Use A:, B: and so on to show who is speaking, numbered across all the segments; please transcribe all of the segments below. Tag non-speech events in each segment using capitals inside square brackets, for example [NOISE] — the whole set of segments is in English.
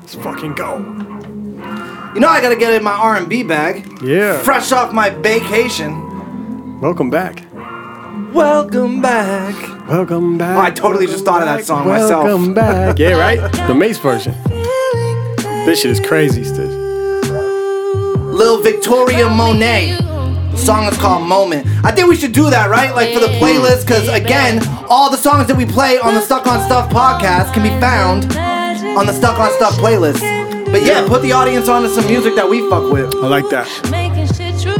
A: Let's fucking go.
B: You know I gotta get in my R&B bag.
A: Yeah.
B: Fresh off my vacation.
A: Welcome back.
B: Welcome back.
A: Welcome back.
B: Oh, I totally just thought of that song myself.
A: Welcome back. [LAUGHS] Yeah, right? The Mace version. This shit is crazy, Stitch.
B: Lil Victoria Monet. The song is called Moment. I think we should do that, right? Like for the playlist, because again, all the songs that we play on the Stuck on Stuff podcast can be found on the Stuck on Stuff playlist. But yeah, put the audience onto some music that we fuck with.
A: I like that.
C: Making shit true.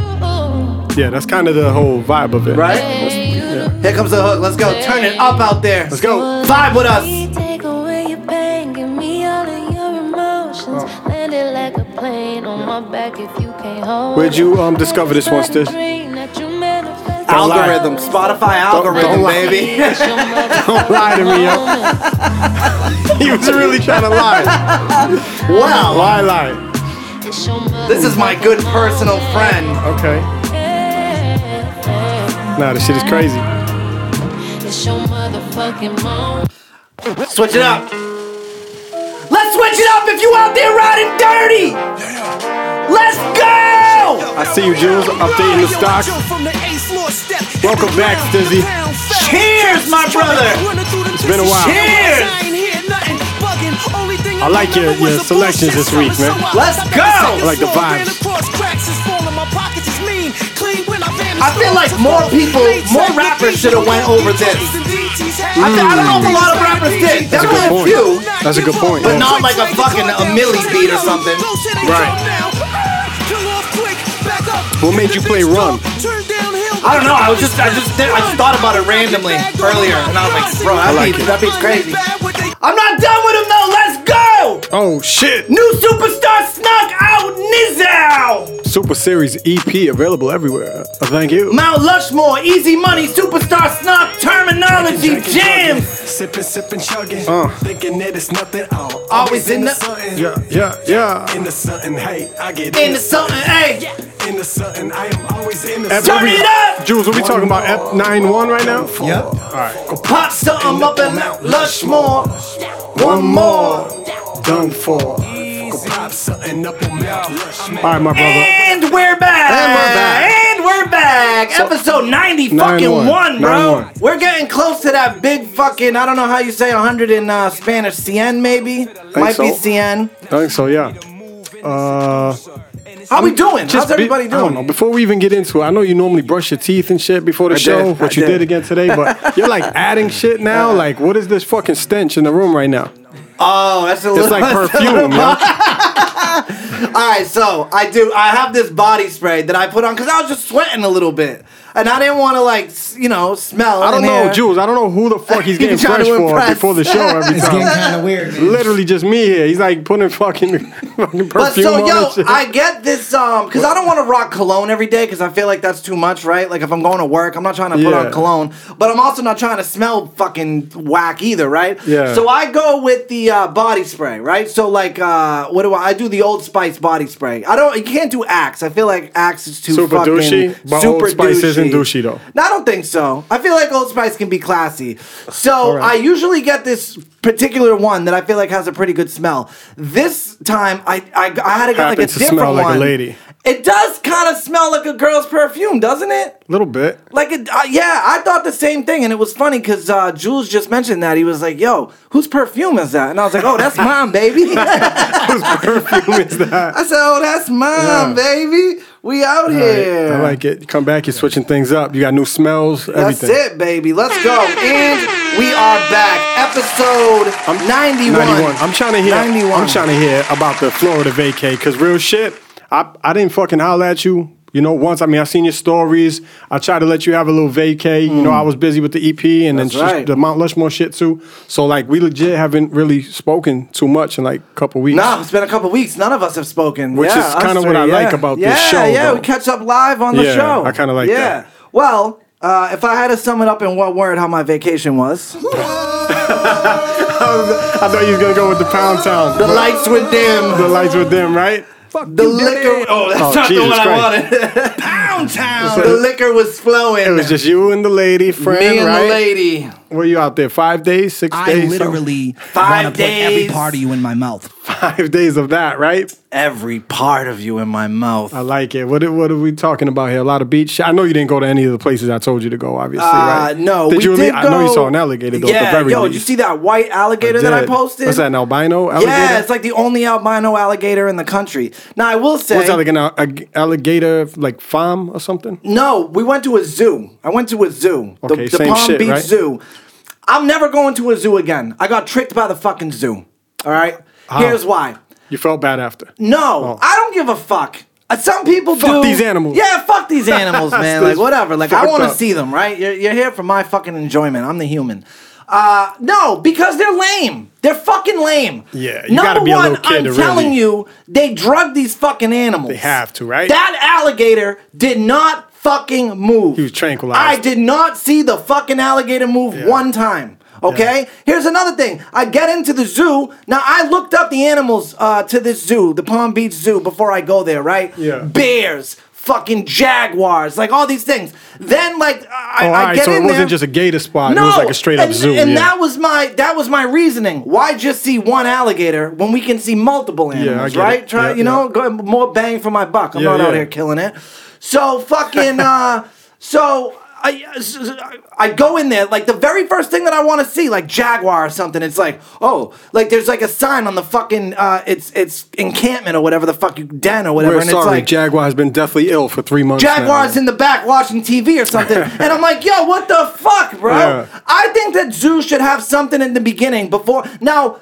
A: Yeah, that's kind of the whole vibe of it.
B: Right?
A: Yeah.
B: Here comes the hook. Let's go. Turn it up out there.
A: Let's go.
B: Vibe with us.
C: Take away your pain, give me all of your emotions.
A: Oh.
C: Land it like a plane on my back if you can't hold
A: Where'd you,
C: it.
A: um, discover this one, Stitch?
C: Dream that you manifest.
A: Don't lie.
B: Algorithm. Spotify algorithm,
A: don't lie.
B: baby.
C: It's your mother-
A: [LAUGHS] Don't lie to me, yo. [LAUGHS] he was really trying to lie.
B: wow.
A: [LAUGHS] Lie, lie.
C: it's your mother-
B: This is my good personal friend.
A: Okay. Nah, this shit is crazy.
C: It's your motherfucking mom.
B: Switch it up. Let's switch it up if you out there riding dirty. Let's go.
A: I see you, Jules, updating the stock. Welcome back, Stizzy.
B: Cheers, my brother.
D: It's
A: been a while.
B: Cheers.
D: I like your, your selections this week, man.
B: Let's go. I
A: like the vibes.
D: I feel like more people, more rappers should have went over this.
B: I, th- I don't know if a lot of rappers did.
A: That's a good
B: Definitely a
A: point.
B: few.
A: That's a good point,
D: But
A: yeah.
D: not like a fucking a Millie beat or something.
A: Right. What made you play Run?
D: I don't know. I was just, I just, did, I just thought about it randomly earlier, and I was like, bro,
A: I
D: that,
A: like
D: beat,
A: it.
D: that beat's crazy.
B: I'm not done with him though. Let's go.
A: Oh, shit.
B: New superstar snuck out Nizow.
A: Super Series EP available everywhere. Uh, thank you.
B: Mount Lushmore, Easy Money, Superstar Snuck, Terminology, Jams.
E: Sipping, sipping, chugging.
A: Uh.
E: Thinking that it's nothing. Oh,
B: Always in the-
E: something.
A: Yeah, yeah, yeah.
E: In the something. Hey, I get in,
B: Into something, hey.
E: in the something. I am always in the
A: Ep-
B: Turn
A: what we-
B: it up!
A: Jules, what we talking about? Ep 91 right now?
E: Yep. All
A: right.
B: Pop something up in Mount Lushmore. One more.
A: Done for.
E: Pop something up on Mount Rushmore.
A: All right, my brother.
B: And we're back.
A: And we're back.
B: And we're back. Episode 90 fucking
A: 91,
B: one, bro.
A: 91.
B: We're getting close to that big fucking, I don't know how you say 100 in uh, Spanish. Cien, maybe? Might
A: so.
B: be Cien.
A: I think so, yeah. Uh,
B: How we doing? How's
A: be-
B: everybody
A: I
B: doing?
A: don't know. Before we even get into it, I know you normally brush your teeth and shit before the
B: I
A: show,
B: did,
A: what
B: I
A: you
B: did.
A: did again today, but
B: [LAUGHS]
A: you're like adding shit now. Like, what is this fucking stench in the room right now?
B: Oh, that's a
A: It's
B: little.
A: like
B: [LAUGHS]
A: perfume, yo.
B: All right, so I do. I have this body spray that I put on because I was just sweating a little bit, and I didn't want to like, s- you know, smell.
A: I don't
B: in
A: know,
B: here.
A: Jules. I don't know who the fuck
B: [LAUGHS]
A: he's getting
B: Trying to
A: fresh for
B: impress.
A: before the show every
F: It's getting
A: time.
F: kind of weird, man.
A: Literally just me here. He's like putting fucking, [LAUGHS] fucking perfume
B: But so
A: on and
B: yo,
A: shit.
B: I get this um because I don't want to rock cologne every day because I feel like that's too much, right? Like if I'm going to work, I'm not trying to put
A: Yeah.
B: on cologne, but I'm also not trying to smell fucking whack either, right?
A: Yeah.
B: So I go with the uh, body spray, right? So like, uh, what do I? I do the Old Spice body spray. I don't. You can't do Axe. I feel like Axe is too
A: Super
B: fucking
A: douchey, but
B: super
A: Old Spice isn't douchey, though.
B: No, I don't think so. I feel like Old Spice can be classy. So
A: right.
B: I usually get this particular one that I feel like has a pretty good smell. This time I I, I had to get like a
A: Happens to
B: different
A: smell like a
B: one.
A: lady.
B: It does kind of smell like a girl's perfume, doesn't it?
A: [LAUGHS] little bit. [LAUGHS]
B: Like it, uh, yeah, I thought the same thing, and it was funny because uh, Jules just mentioned that he was like, "Yo, whose perfume is that?" And I was like,
A: [LAUGHS]
B: "Oh, that's mine, baby." [LAUGHS]
A: Whose perfume is that?
B: I said, "Oh, that's mine,
A: Yeah.
B: baby. We out here."
A: I like it. Come back. You're switching things up. You got new smells.
B: That's
A: Everything.
B: it, baby. Let's go. And we are back. Episode 91.
A: 91. I'm trying to hear.
B: 91.
A: I'm trying to hear about the Florida vacay because real shit, I I didn't fucking holler at you. You know, once I mean, I seen your stories. I tried to let you have a little vacay. You know, I was busy with the EP and
B: That's
A: then just
B: right.
A: the Mount Lushmore shit too. So like, we legit haven't really spoken too much in like a couple weeks.
B: Nah, it's been a couple weeks. None of us have spoken.
A: Which
B: Yeah,
A: is
B: us
A: kinda what I
B: three,
A: like
B: yeah.
A: about this
B: yeah,
A: show,
B: Yeah,
A: though.
B: we catch up live on the
A: Yeah,
B: show.
A: I kinda like
B: yeah.
A: that.
B: Well, uh, if I had to sum it up in one word how my vacation was,
A: I thought you was gonna go with the Pound Town.
B: the lights were dim.
A: The lights with them, right? Fuck
B: The liquor. Oh, that's
A: Oh, [LAUGHS]
B: not
A: Jesus
B: the one
A: Christ.
B: [LAUGHS] I wanted. Pound town. The liquor was flowing.
A: It was just you and the lady friend,
B: me and
A: right?
B: the lady.
A: Were you out there five days, six
F: I
A: days? something? [LAUGHS]
F: literally
B: Five
F: want to put every
B: days.
F: part of you in my mouth.
A: five days of that, right?
B: Every part of you in my mouth.
A: I like it. What are- what are we talking about here? A lot of beach. I know you didn't go to any of the places I told you to go. Obviously,
B: Uh,
A: right?
B: no,
A: Did
B: we
A: you? at
B: did
A: lea- I know you
B: go-
A: saw an alligator. Though, at
B: yeah,
A: the very
B: yo,
A: least.
B: did you see that white alligator that I
A: did.
B: posted?
A: What's that? An albino alligator?
B: Yeah, it's like the only albino alligator in the country. Now I will say,
A: What's that like an al- ag- alligator like farm or something?
B: no, we went to a zoo. I went to a zoo, the-
A: Okay,
B: the,
A: same
B: Palm
A: shit,
B: Beach
A: right?
B: Zoo. I'm never going to a zoo again. I got tricked by the fucking zoo. All right, here's why.
A: You felt bad after.
B: No,
A: Oh.
B: I don't give a fuck. Uh, Some people
A: Fuck
B: do.
A: these animals.
B: Yeah,
A: [LAUGHS]
B: fuck these animals, man. like
A: This
B: whatever. Like I
A: fucked
B: want to
A: up.
B: see them, right? You're, you're here for my fucking enjoyment. I'm the human. Uh, no, because they're lame. They're fucking lame.
A: Yeah, you
B: Number
A: gotta be a
B: one,
A: little kid
B: I'm
A: to
B: telling
A: really-
B: you, they drug these fucking animals.
A: They have to, right?
B: That alligator did not fucking move.
A: He was tranquilized.
B: I did not see the fucking alligator move
A: Yeah.
B: one time. Okay? Here's another thing. I get into the zoo. Now, I looked up the animals uh, to this zoo, the Palm Beach Zoo, before I go there, right?
A: Yeah.
B: Bears, fucking jaguars, like all these things. Then, like, I,
A: oh, all
B: I
A: right.
B: get
A: so
B: in
A: it wasn't
B: there.
A: just a gator spot. it was like a straight up
B: and,
A: zoo.
B: and
A: yeah.
B: that was my that was my reasoning. Why just see one alligator when we can see multiple
A: I
B: animals,
A: get
B: right?
A: it.
B: Try
A: Yeah,
B: you know go, more bang for my buck. I'm
A: Yeah,
B: not out
A: yeah.
B: here killing it. So fucking uh, [LAUGHS] so. I, s- s- I go in there like the very first thing that I want to see like jaguar or something. It's like oh like there's like a sign on the fucking uh it's it's encampment or whatever the fuck you den or whatever
A: We're
B: and
A: sorry,
B: it's like
A: Jaguar has been deathly ill for three months.
B: Jaguars
A: now.
B: in the back watching TV or something. and I'm like, yo, what the fuck, bro?
A: Yeah.
B: I think that zoos should have something in the beginning before. Now,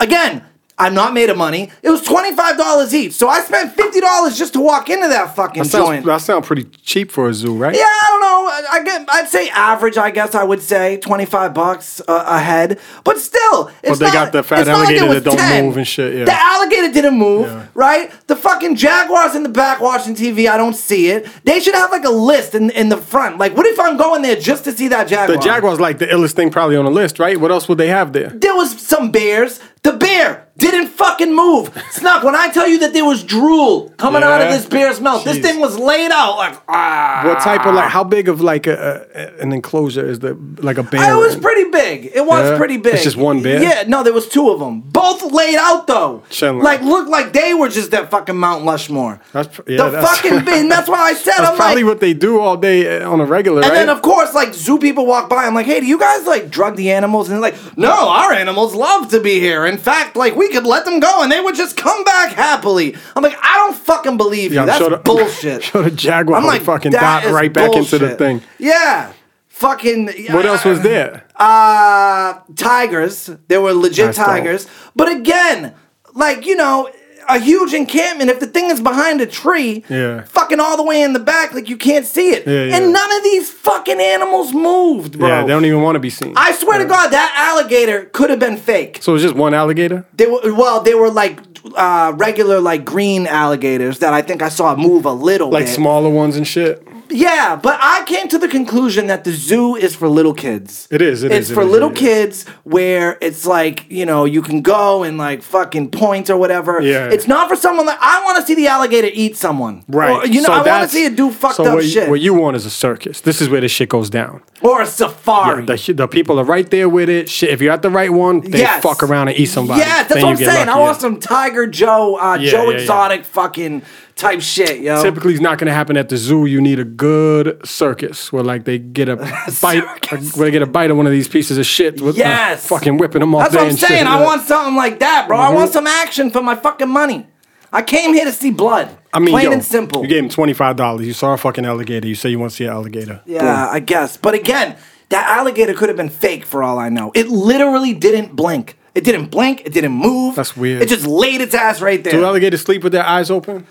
B: again, I'm not made of money. It was $25 each. So I spent $50 just to walk into that fucking
A: That sounds,
B: joint.
A: that sound pretty cheap for a zoo, right?
B: Yeah, I don't know. I- I get, I'd say average. I guess I would say twenty five bucks uh, a head, but still, it's
A: they
B: not,
A: got the fat
B: it's not
A: alligator
B: like it
A: that don't
B: was 10.
A: move and shit, yeah.
B: the alligator didn't move,
A: Yeah.
B: right? The fucking jaguars in the back watching TV. I don't see it. They should have like a list in in the front. Like, what if I'm going there just to see that jaguar?
A: The Jaguar's like the illest thing probably on the list, right? What else would they have there?
B: There was some bears. The bear didn't fucking move. Snuck. When I tell you that there was drool coming out of
A: Yeah.
B: this bear's mouth, this
A: Jeez.
B: thing was laid out like ah.
A: What type of like? How big of like a, a an enclosure is the like a bear?
B: It was
A: in?
B: pretty big. It was
A: Yeah?
B: pretty big.
A: It's just one bear?
B: Yeah, no, there was two of them. Both laid out though.
A: Chandler.
B: Like looked like they were just that fucking Mount Lushmore.
A: That's pr- yeah,
B: the
A: that's- [LAUGHS]
B: fucking thing. That's why I said
A: That's
B: I'm
A: probably
B: like.
A: what they do all day uh, on a regular,
B: and
A: right?
B: then of course, like zoo people walk by. I'm like, hey, do you guys like drug the animals? And they're like, no, our animals love to be here. In fact, like we could let them go and they would just come back happily. I'm like, I don't fucking believe you.
A: I'm
B: That's
A: sure the- [LAUGHS]
B: bullshit.
A: Sure, the Jaguar
B: I'm
A: would
B: like,
A: fucking
B: that
A: dot
B: is
A: right back into the
B: bullshit.
A: thing.
B: Yeah. Fucking.
A: What else was there?
B: uh, tigers. There were legit
A: That's dope.
B: tigers. But again, like, you know, a huge encampment, if the thing is behind a tree,
A: Yeah.
B: fucking all the way in the back, like you can't see it.
A: Yeah, yeah.
B: And none of these fucking animals moved, bro.
A: Yeah, they don't even want to be seen.
B: I swear to
A: Yeah.
B: God, that alligator could have been fake.
A: So it's just one alligator.
B: They were, well, they were like uh, regular, like green alligators that I think I saw move a little
A: like
B: bit.
A: smaller ones and shit.
B: Yeah, but I came to the conclusion that the zoo is for little kids.
A: It is, it
B: it's
A: is, it
B: for
A: is,
B: little
A: it is.
B: kids where it's like you know you can go and like fucking point or whatever.
A: Yeah.
B: It's not for someone like I want to see the alligator eat someone. Or, you know, I want to
A: that's-
B: see it do fucked
A: so
B: up
A: what, you-
B: shit.
A: What you want is a circus. This is where this shit goes down.
B: or a safari.
A: The, the people are right there with it. Shit, if you're at the right one, they
B: Yes.
A: fuck around and eat somebody.
B: Yeah, that's
A: Then
B: what
A: you
B: I'm
A: get
B: saying.
A: lucky,
B: I want
A: yeah.
B: some Tiger Joe, uh,
A: Yeah,
B: Joe
A: yeah, yeah.
B: Exotic fucking type shit, yo.
A: Typically, it's not going to happen at the zoo. You need a good circus where, like, they
B: [LAUGHS]
A: get a bite,
B: Circus.
A: where they get a bite of one of these pieces of shit. With, uh,
B: Yes.
A: fucking whipping them off.
B: That's
A: there
B: what I'm
A: and shit,
B: saying. I
A: yeah. Mm-hmm.
B: want something like that, bro. I want some action for my fucking money. I came here to see blood.
A: I mean,
B: plain
A: yo,
B: and simple.
A: You gave him twenty five dollars. You saw a fucking alligator. You say you want to see an alligator.
B: yeah, I guess. But again, that alligator could have been fake for all I know. It literally didn't blink. It didn't blink. It didn't move.
A: That's weird.
B: It just laid its ass right there.
A: Do alligators sleep with their eyes open?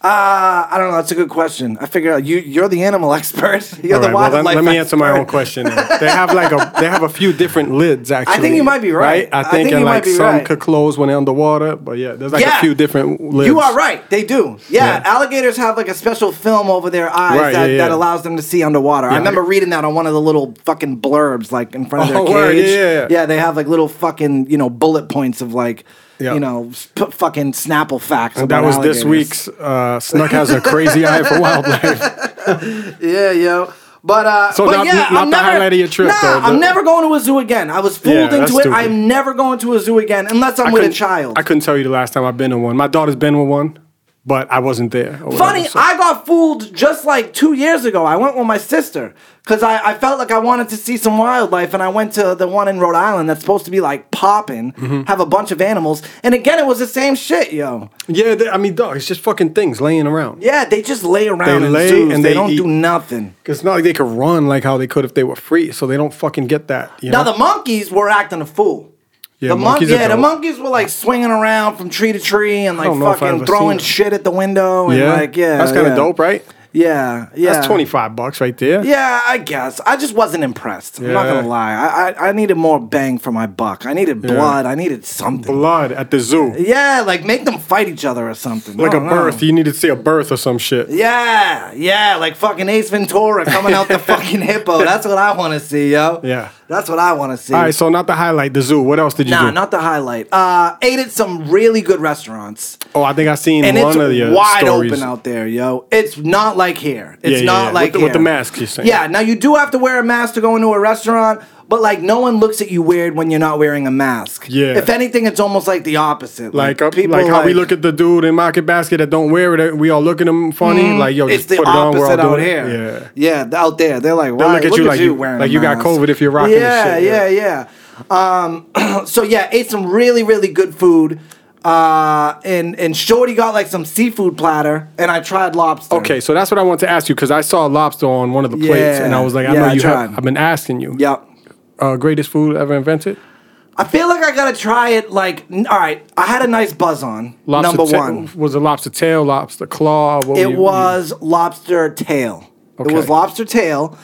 B: uh, I don't know. That's a good question. I figure out you you're the animal [LAUGHS] expert. You're
A: All
B: the
A: right, well,
B: wildlife.
A: let, let me
B: expert.
A: answer my own question.
B: [LAUGHS]
A: then. They have like a they have a few different lids actually.
B: you might be right.
A: I
B: I
A: think,
B: think
A: and
B: you might
A: like
B: be
A: some
B: right.
A: could close when they're underwater, but yeah, there's like
B: Yeah.
A: a few different lids.
B: You are right. They do. Yeah,
A: Yeah.
B: alligators have like a special film over their eyes
A: Right,
B: that,
A: yeah, yeah.
B: that allows them to see underwater. I remember reading that on one of the little fucking blurbs like in front of
A: Oh,
B: their
A: word,
B: cage.
A: yeah, yeah, yeah.
B: they have like little fucking, you know, bullet points of like,
A: Yeah.
B: you know, sp- fucking Snapple facts.
A: That
B: about
A: was
B: alligators. [LAUGHS]
A: this week's uh, Snuck has a crazy eye for wildlife.
B: Yeah, yo. But uh,
A: So
B: but
A: not-
B: yeah,
A: not
B: I'm
A: the
B: never,
A: highlight of your trip,
B: Nah,
A: though,
B: I'm
A: but-
B: never going to a zoo again. I was fooled
A: Yeah, that's
B: into it.
A: stupid.
B: I'm never going to a zoo again unless I'm with a
A: couldn't-
B: child.
A: I couldn't tell you the last time I've been to one. My daughter's been with one, but I wasn't there. or whatever,
B: Funny,
A: so-
B: I got fooled just like two years ago. I went with my sister because I, I felt like I wanted to see some wildlife, and I went to the one in Rhode Island that's supposed to be like popping,
A: Mm-hmm.
B: have a bunch of animals, and again, it was the same shit, yo.
A: yeah, they, I mean, dog, it's just fucking things laying around.
B: Yeah, they just lay around
A: They
B: in
A: lay
B: zoos,
A: and
B: they,
A: they
B: don't
A: eat.
B: do nothing.
A: 'Cause It's not like they could run like how they could if they were free, so they don't fucking get that. You
B: Now
A: know?
B: the monkeys were acting a fool.
A: Yeah,
B: the mon-
A: monkeys are
B: yeah, the
A: dope.
B: monkeys were like swinging around from tree to tree and like
A: don't know if I
B: fucking
A: ever
B: throwing
A: seen it.
B: shit at the window and
A: yeah,
B: like yeah,
A: that's kind of
B: yeah.
A: dope, right?
B: Yeah, yeah,
A: That's twenty five bucks right there.
B: Yeah, I guess. I just wasn't impressed. I'm not
A: Yeah.
B: gonna lie. I, I I needed more bang for my buck. I needed blood. I needed something.
A: blood at the zoo,
B: Yeah, like make them fight each other or something.
A: like
B: I
A: a
B: don't know.
A: birth. You need to see a birth or some shit.
B: Oh, Yeah, yeah, like fucking Ace Ventura coming
A: [LAUGHS]
B: out the fucking hippo. That's what I want to see, yo.
A: Yeah.
B: that's what I want to see.
A: All right, so not the highlight, the zoo. What else did you
B: nah,
A: do?
B: not the highlight. Uh, ate at some really good restaurants.
A: oh, I think I seen
B: and
A: one of your
B: it's wide
A: stories.
B: open out there, yo. It's not like here.
A: Yeah,
B: It's
A: yeah,
B: not
A: yeah. With
B: like
A: the- with
B: here.
A: the mask, you're saying.
B: Yeah. Now you do have to wear a mask to go into a restaurant, but like no one looks at you weird when you're not wearing a mask.
A: Yeah.
B: If anything, it's almost like the opposite.
A: Like, uh, like how we look at the dude in Market Basket that don't wear it, uh, we all look at him funny. Like, yo,
B: Mm-hmm. It's
A: just
B: the
A: put it on. We're all
B: opposite
A: doing
B: out
A: it.
B: here.
A: Yeah.
B: Yeah, th- out there. They're like, wow,
A: look at you like you-
B: wearing
A: like
B: a
A: you got
B: mask.
A: COVID if you're rocking this
B: yeah,
A: shit,
B: Yeah,
A: yeah.
B: yeah, Um, [CLEARS THROAT] so yeah, ate some really, really good food. Uh, and and Shorty got like some seafood platter, and I tried lobster.
A: Okay, so that's what I want to ask you because I saw lobster on one of the plates,
B: Yeah.
A: and I was like, I
B: Yeah,
A: know
B: I
A: you.
B: tried.
A: Have, I've been asking you.
B: Yep.
A: Uh, greatest food ever invented?
B: I feel like I gotta try it. Like, n- all right, I had a nice buzz on.
A: Lobster
B: number
A: ta-
B: one,
A: was it lobster tail, lobster claw? What were
B: it
A: you-
B: was lobster tail. It was
A: Okay.
B: lobster tail,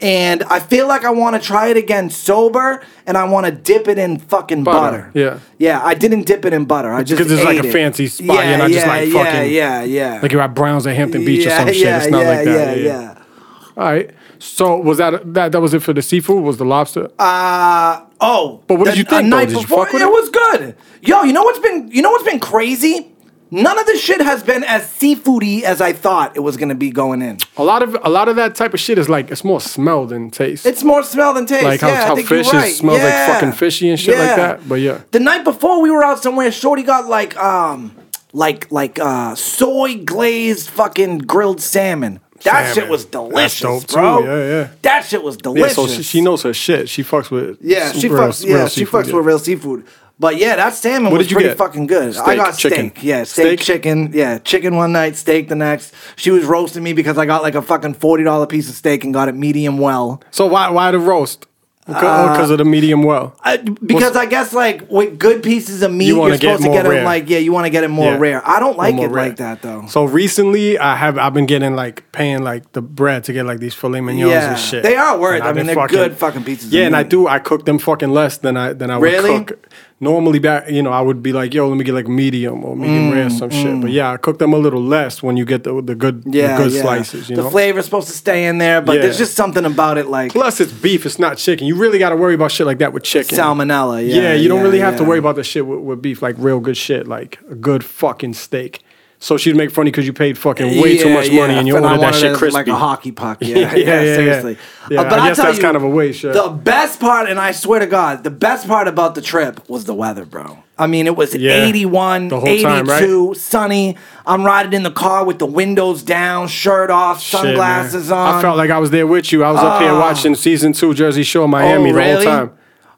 B: and I feel like I want to try it again sober, and I want to dip it in fucking butter.
A: Butter, yeah.
B: yeah. I didn't dip it in butter. I just
A: because it's like
B: ate
A: a
B: it.
A: fancy spot, you're not just, like,
B: yeah,
A: fucking-
B: yeah, yeah.
A: Like you're at Browns at Hampton Beach or
B: yeah,
A: some shit.
B: Yeah,
A: it's not
B: yeah,
A: like that.
B: Yeah, yeah.
A: All right. So was that that that was it for the seafood? Was the lobster?
B: Uh, Oh,
A: But what
B: the-
A: did you
B: a
A: think, though?
B: night
A: Did you
B: before,
A: fuck with
B: it,
A: it?
B: was good. Yo, you know what's been you know what's been crazy? None of this shit has been as seafoody as I thought it was gonna be going in.
A: a lot of a lot of that type of shit is like it's more smell than taste.
B: It's more smell than taste.
A: Like how-
B: yeah, I
A: how
B: think you're
A: fish is-
B: right.
A: smells like
B: Yeah.
A: fucking fishy and shit like that, but yeah.
B: the night before we were out somewhere, Shorty got like um like like uh soy glazed fucking grilled salmon. That
A: Salmon.
B: shit was
A: That's dope,
B: delicious,
A: too.
B: bro.
A: Yeah, yeah.
B: That shit was
A: yeah,
B: delicious.
A: so she, she knows her shit. She fucks with
B: Yeah, she
A: real-
B: fucks.
A: real
B: yeah, she
A: seafood,
B: fucks
A: yeah.
B: with real seafood. But yeah, that salmon
A: What
B: was
A: did you
B: pretty
A: get?
B: fucking good. I
A: Steak,
B: got steak.
A: chicken.
B: Yeah, steak,
A: Steak?
B: chicken. Yeah, chicken one night, steak the next. She was roasting me because I got like a fucking forty dollar piece of steak and got it medium well.
A: So why why the roast?
B: Uh,
A: Because of the medium well.
B: I, Uh, because I guess like with good pieces of meat,
A: You
B: you
A: wanna
B: are
A: get
B: supposed to
A: more
B: get it
A: rare.
B: like yeah, you want to get it more
A: Yeah.
B: rare. I don't like
A: More
B: it
A: rare.
B: like that though.
A: So recently, I have I've been getting like paying like the bread to get like these filet mignons
B: Yeah,
A: and shit.
B: they are worth-
A: And
B: I
A: I've
B: mean,
A: been
B: they're good fucking pieces of
A: Yeah, and I
B: meat.
A: do. I cook them fucking less than I than I would
B: Really?
A: cook. Normally, back you know, I would be like, yo, let me get like medium or
B: Mm,
A: medium rare some shit. But yeah, I cook them a little less when you get the the good
B: yeah,
A: the good
B: yeah.
A: slices. You
B: the
A: know.
B: flavor's supposed to stay in there, but
A: Yeah.
B: there's just something about it like
A: Plus, it's beef. It's not chicken. You really got to worry about shit like that with chicken.
B: salmonella. Yeah,
A: Yeah, you don't really have to
B: yeah.
A: worry about the shit with, with beef, like real good shit, like a good fucking steak. So she'd make funny because you paid fucking way too
B: Yeah,
A: much
B: yeah.
A: money and you
B: And I
A: ordered that
B: wanted
A: shit
B: it
A: crispy.
B: Like a hockey
A: [LAUGHS]
B: puck. Yeah, yeah,
A: Yeah, yeah, yeah.
B: seriously.
A: Yeah, I
B: I'll
A: guess
B: tell
A: that's kind of a waste, yeah.
B: The best part, and I swear to God, the best part about the trip was the weather, bro. I mean, it was
A: Yeah.
B: 81,
A: The whole
B: 82,
A: time, right?
B: sunny. I'm riding in the car with the windows down, shirt off,
A: Shit, man.
B: sunglasses on. Ah.
A: I felt like I was there with you. I was up here watching season two Jersey Shore Miami
B: Oh,
A: the
B: really?
A: whole time.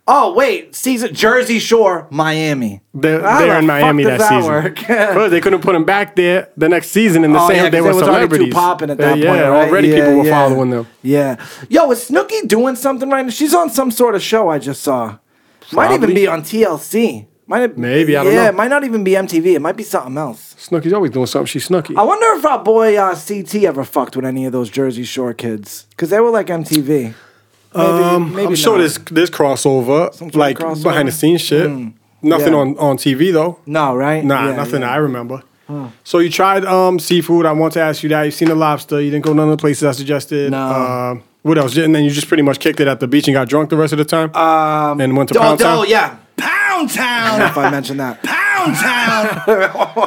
B: Oh wait, season Jersey Shore, Miami.
A: They're, they're
B: How Ah, the
A: in
B: fuck
A: Miami
B: does
A: that, season.
B: work? [LAUGHS]
A: But they couldn't put them back there the next season in the
B: Oh,
A: same.
B: yeah, 'cause
A: they
B: it
A: were
B: was already too
A: celebrities.
B: popping at
A: Uh,
B: that
A: yeah,
B: point, right?
A: already
B: Yeah,
A: people were
B: yeah.
A: following them.
B: Yeah. Yo, is Snooki doing something right now? She's on some sort of show I just saw. Might even
A: Probably.
B: be on TLC. Might
A: Maybe, I don't
B: yeah,
A: know.
B: it might not even be MTV. It might be something else.
A: Snooki's always doing something. She's Snooki.
B: I wonder if our boy uh, CT ever fucked with any of those Jersey Shore kids because they were like MTV. Maybe, um,
A: I'm sure there's there's crossover,
B: sort of
A: like
B: crossover? Mm.
A: behind the scenes shit. Nothing
B: yeah.
A: on on TV though.
B: no right.
A: Nah,
B: Yeah,
A: nothing
B: yeah.
A: I remember. So you tried um seafood. I want to ask you that. You've seen the lobster. You didn't go none of the places I suggested.
B: No.
A: Uh, what else? And then you just pretty much kicked it at the beach and got drunk the rest of the time. Um, and went to
B: Oh,
A: Pound Town.
B: oh, yeah.
D: Pound
B: I don't know
D: Town.
B: if I mentioned that. Pound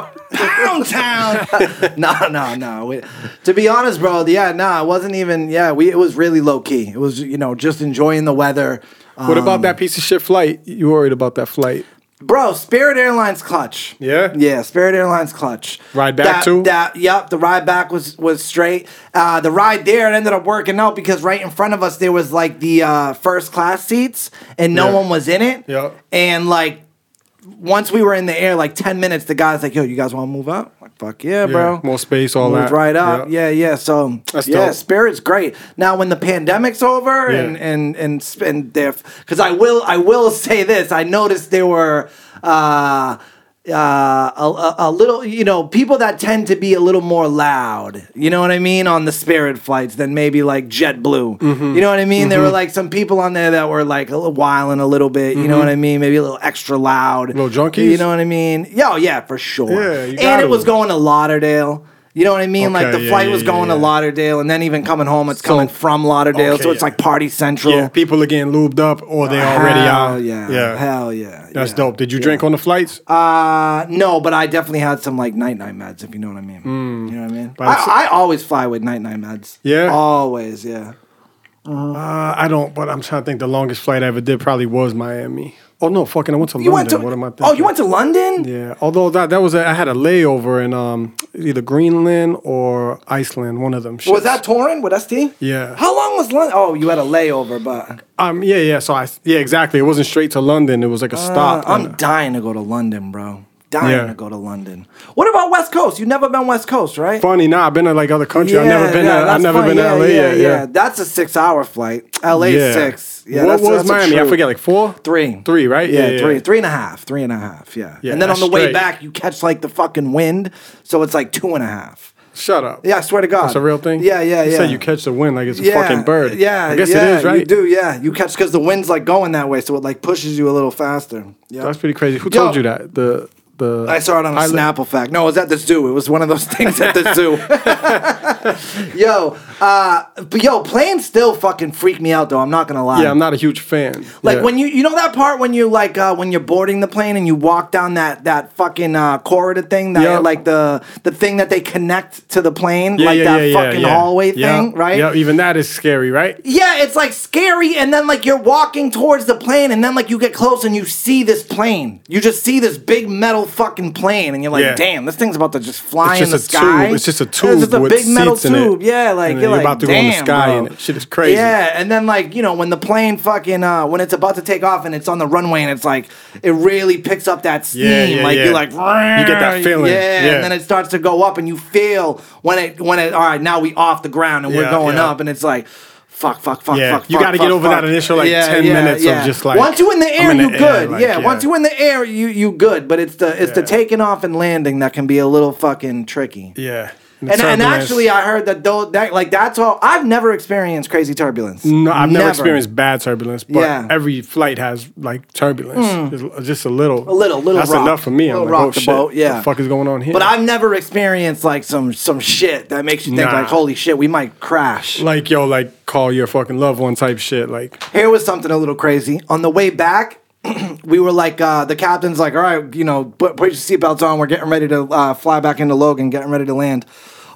B: Town. Pound Town. [LAUGHS] no, no, no. We- to be honest, bro, yeah, nah, it wasn't even, yeah, we, it was really low key. It was, you know, just enjoying the weather. Um,
A: What about that piece of shit flight? You worried about that flight?
B: Bro, Spirit Airlines clutch.
A: Yeah?
B: Yeah, Spirit Airlines clutch.
A: Ride back
B: that,
A: too?
B: That yep, the ride back was was straight. Uh, the ride there it ended up working out because right in front of us there was like the uh, first class seats and no
A: Yeah.
B: one was in it.
A: Yeah.
B: And like once we were in the air, like ten minutes, the guy's like, "Yo, you guys want to move up?" Like, fuck yeah, bro.
A: more space, all
B: Moved
A: that.
B: right up.
A: Yeah.
B: Yeah, yeah. So
A: That's
B: yeah,
A: dope.
B: Spirit's great. Now when the pandemic's over
A: Yeah.
B: and and and sp- and they're because I will I will say this. I noticed there were. Uh, uh, a, a, a little, you know, people that tend to be a little more loud, you know what I mean, on the Spirit flights than maybe like JetBlue.
A: Mm-hmm.
B: You know what I mean? There were like some people on there that were like a little whiling a little bit, you know what I mean? Maybe a little extra loud.
A: Mm-hmm. Little junkies?
B: You know what I mean? Yeah, oh, yeah, for sure.
A: Yeah, you
B: and
A: gotta
B: it was
A: be.
B: going to Lauderdale. You know what I mean? like
A: Okay,
B: the
A: yeah,
B: flight
A: yeah,
B: was
A: yeah,
B: going
A: yeah.
B: to Lauderdale, and then even coming home, it's coming from Lauderdale,
A: okay,
B: so it's
A: yeah.
B: like party central.
A: Yeah, people are getting lubed up, or they already
B: hell
A: are.
B: Yeah,
A: yeah.
B: hell yeah.
A: That's
B: yeah.
A: dope. Did you drink on the flights?
B: Uh, no, but I definitely had some like night night meds, if you know what I mean. You know what I mean?
A: Mm. But it's-
B: I, I always fly with night night meds.
A: Yeah?
B: always. Yeah.
A: Uh, I don't, but I'm trying to think. The longest flight I ever did probably was Miami. Oh no, fucking! I went to
B: You
A: London.
B: went to
A: what am I thinking?
B: oh, you went to London?
A: Yeah, although that that was a, I had a layover in um either Greenland or Iceland, one of them. Shits.
B: Was that touring with ST?
A: Yeah.
B: How long was London? Oh, you had a layover, but
A: um yeah yeah. So I yeah exactly. It wasn't straight to London. It was like a
B: Uh,
A: stop.
B: I'm
A: and-
B: dying to go to London, bro. Dying
A: Yeah.
B: to go to London. What about West Coast? You've never been West Coast, right?
A: funny. Nah, I've been to like other countries. I've never been. to, I've
B: that's
A: never
B: funny.
A: been
B: yeah,
A: to LA
B: yeah,
A: yet. Yeah.
B: That's a six-hour flight. LA
A: Yeah.
B: is six. Yeah,
A: what
B: that's,
A: was
B: that's a
A: Miami? I
B: true-
A: forget. Like four,
B: Three.
A: three, right?
B: Yeah,
A: yeah,
B: three,
A: yeah.
B: three and a half, three and a half. Yeah,
A: Yeah,
B: and then on
A: that's
B: the way
A: straight.
B: back, you catch like the fucking wind, so it's like two and a half.
A: Shut up.
B: Yeah, I swear to God,
A: That's a real thing.
B: Yeah, yeah,
A: You
B: yeah.
A: said you catch the wind like it's a
B: yeah,
A: fucking bird.
B: Yeah,
A: I guess
B: yeah,
A: it is, right?
B: You do, yeah. You catch because the wind's like going that way, so it like pushes you a little faster. Yeah,
A: That's pretty crazy. Who
B: Yo.
A: told you that? The the
B: I saw it on a
A: I li-
B: Snapple fact. No, it was at the zoo. It was one of those [LAUGHS] things at the zoo.
A: [LAUGHS]
B: yo, uh, but yo, planes still fucking freak me out though. I'm not gonna lie.
A: Yeah, I'm not a huge fan.
B: Like
A: yeah.
B: when you you know that part when you like uh, when you're boarding the plane and you walk down that that fucking uh, corridor thing that
A: Yeah.
B: like the the thing that they connect to the plane like that fucking hallway
A: Yeah,
B: thing right
A: Yeah, even that is scary, right?
B: yeah, it's like scary, and then like you're walking towards the plane, and then like you get close and you see this plane. You just see this big metal fucking plane, and you're like,
A: Yeah.
B: damn, this thing's about to just fly
A: It's
B: in the
A: just a
B: sky.
A: tube. It's just a
B: It's just
A: tube
B: a
A: with
B: big metal
A: seats in it.
B: tube. Yeah, like
A: And
B: you're,
A: you're
B: like,
A: about to go
B: damn,
A: in the sky
B: bro.
A: in it. Shit is crazy.
B: Yeah, and then like you know when the plane fucking uh when it's about to take off and it's on the runway and it's like it really picks up that steam.
A: Yeah, yeah,
B: like
A: yeah.
B: you're like
A: You get that feeling.
B: Yeah,
A: Yeah.
B: and then it starts to go up and you feel when it when it all right now we off the ground and we're
A: Yeah,
B: going
A: yeah.
B: up and it's like. Fuck, fuck, fuck,
A: Yeah,
B: fuck,
A: you
B: fuck,
A: gotta get
B: fuck,
A: over that
B: fuck.
A: initial, like, 10 minutes of just, like,
B: once you in the air,
A: I'm in
B: you
A: the air,
B: good.
A: like,
B: yeah,
A: yeah.
B: once you in the air, you you good. But it's the it's the
A: Yeah.
B: taking off and landing that can be a little fucking tricky.
A: Yeah.
B: And, and actually, I heard that though that like that's all. I've never experienced crazy turbulence.
A: no, I've never, experienced bad turbulence, but
B: Yeah. Mm.
A: every flight has like turbulence, just, just a little,
B: A little- little
A: That's
B: rock.
A: enough for me. I'm like,
B: Little rock
A: oh
B: the
A: shit,
B: boat, yeah.
A: what the fuck is going on here?
B: But I've never experienced like some some shit that makes you think
A: Nah.
B: like, holy shit, we might crash.
A: like yo, like call your fucking loved one type shit, like
B: Here was something a little crazy. On the way back, [CLEARS THROAT] we were like, uh, the captain's like, all right, you know, put, put your seatbelts on. We're getting ready to uh, fly back into Logan, getting ready to land.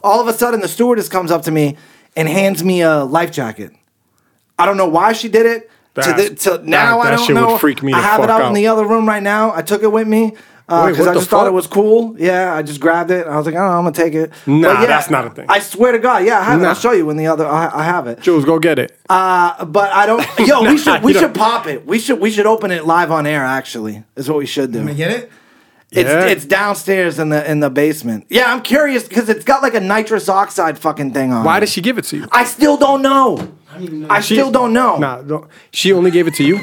B: All of a sudden, the stewardess comes up to me and hands me a life jacket. I don't know why she did it. To
A: That's-
B: the, to now
A: that-
B: I
A: that
B: don't
A: shit would
B: know.
A: freak me
B: I
A: the
B: have it
A: fuck
B: out, in
A: out.
B: the other room right now. I took it with me
A: Wait,
B: because
A: what
B: I
A: the
B: just thought it
A: fuck?
B: was cool. Yeah, I just grabbed it. I was like, oh, I'm gonna take it.
A: Nah,
B: But yeah,
A: that's not a thing.
B: I swear to God, yeah, I have it.
A: Nah.
B: I'll show you in the other. I, I have it
A: Jules, go get it.
B: but
A: [LAUGHS]
B: I don't. Yo,
A: Nah,
B: we should we
A: you
B: should
A: don't-
B: pop it. We should we should open it live on air. Actually, is what we should do.
D: Get it?
B: It's
A: Yeah.
B: it's downstairs in the in the basement. Yeah, I'm curious because it's got like a nitrous oxide fucking thing on.
A: Why
B: it.
A: did she give it to you?
B: I still don't know. I,
A: She-
B: still don't know.
A: Nah, don't, she only gave it to you.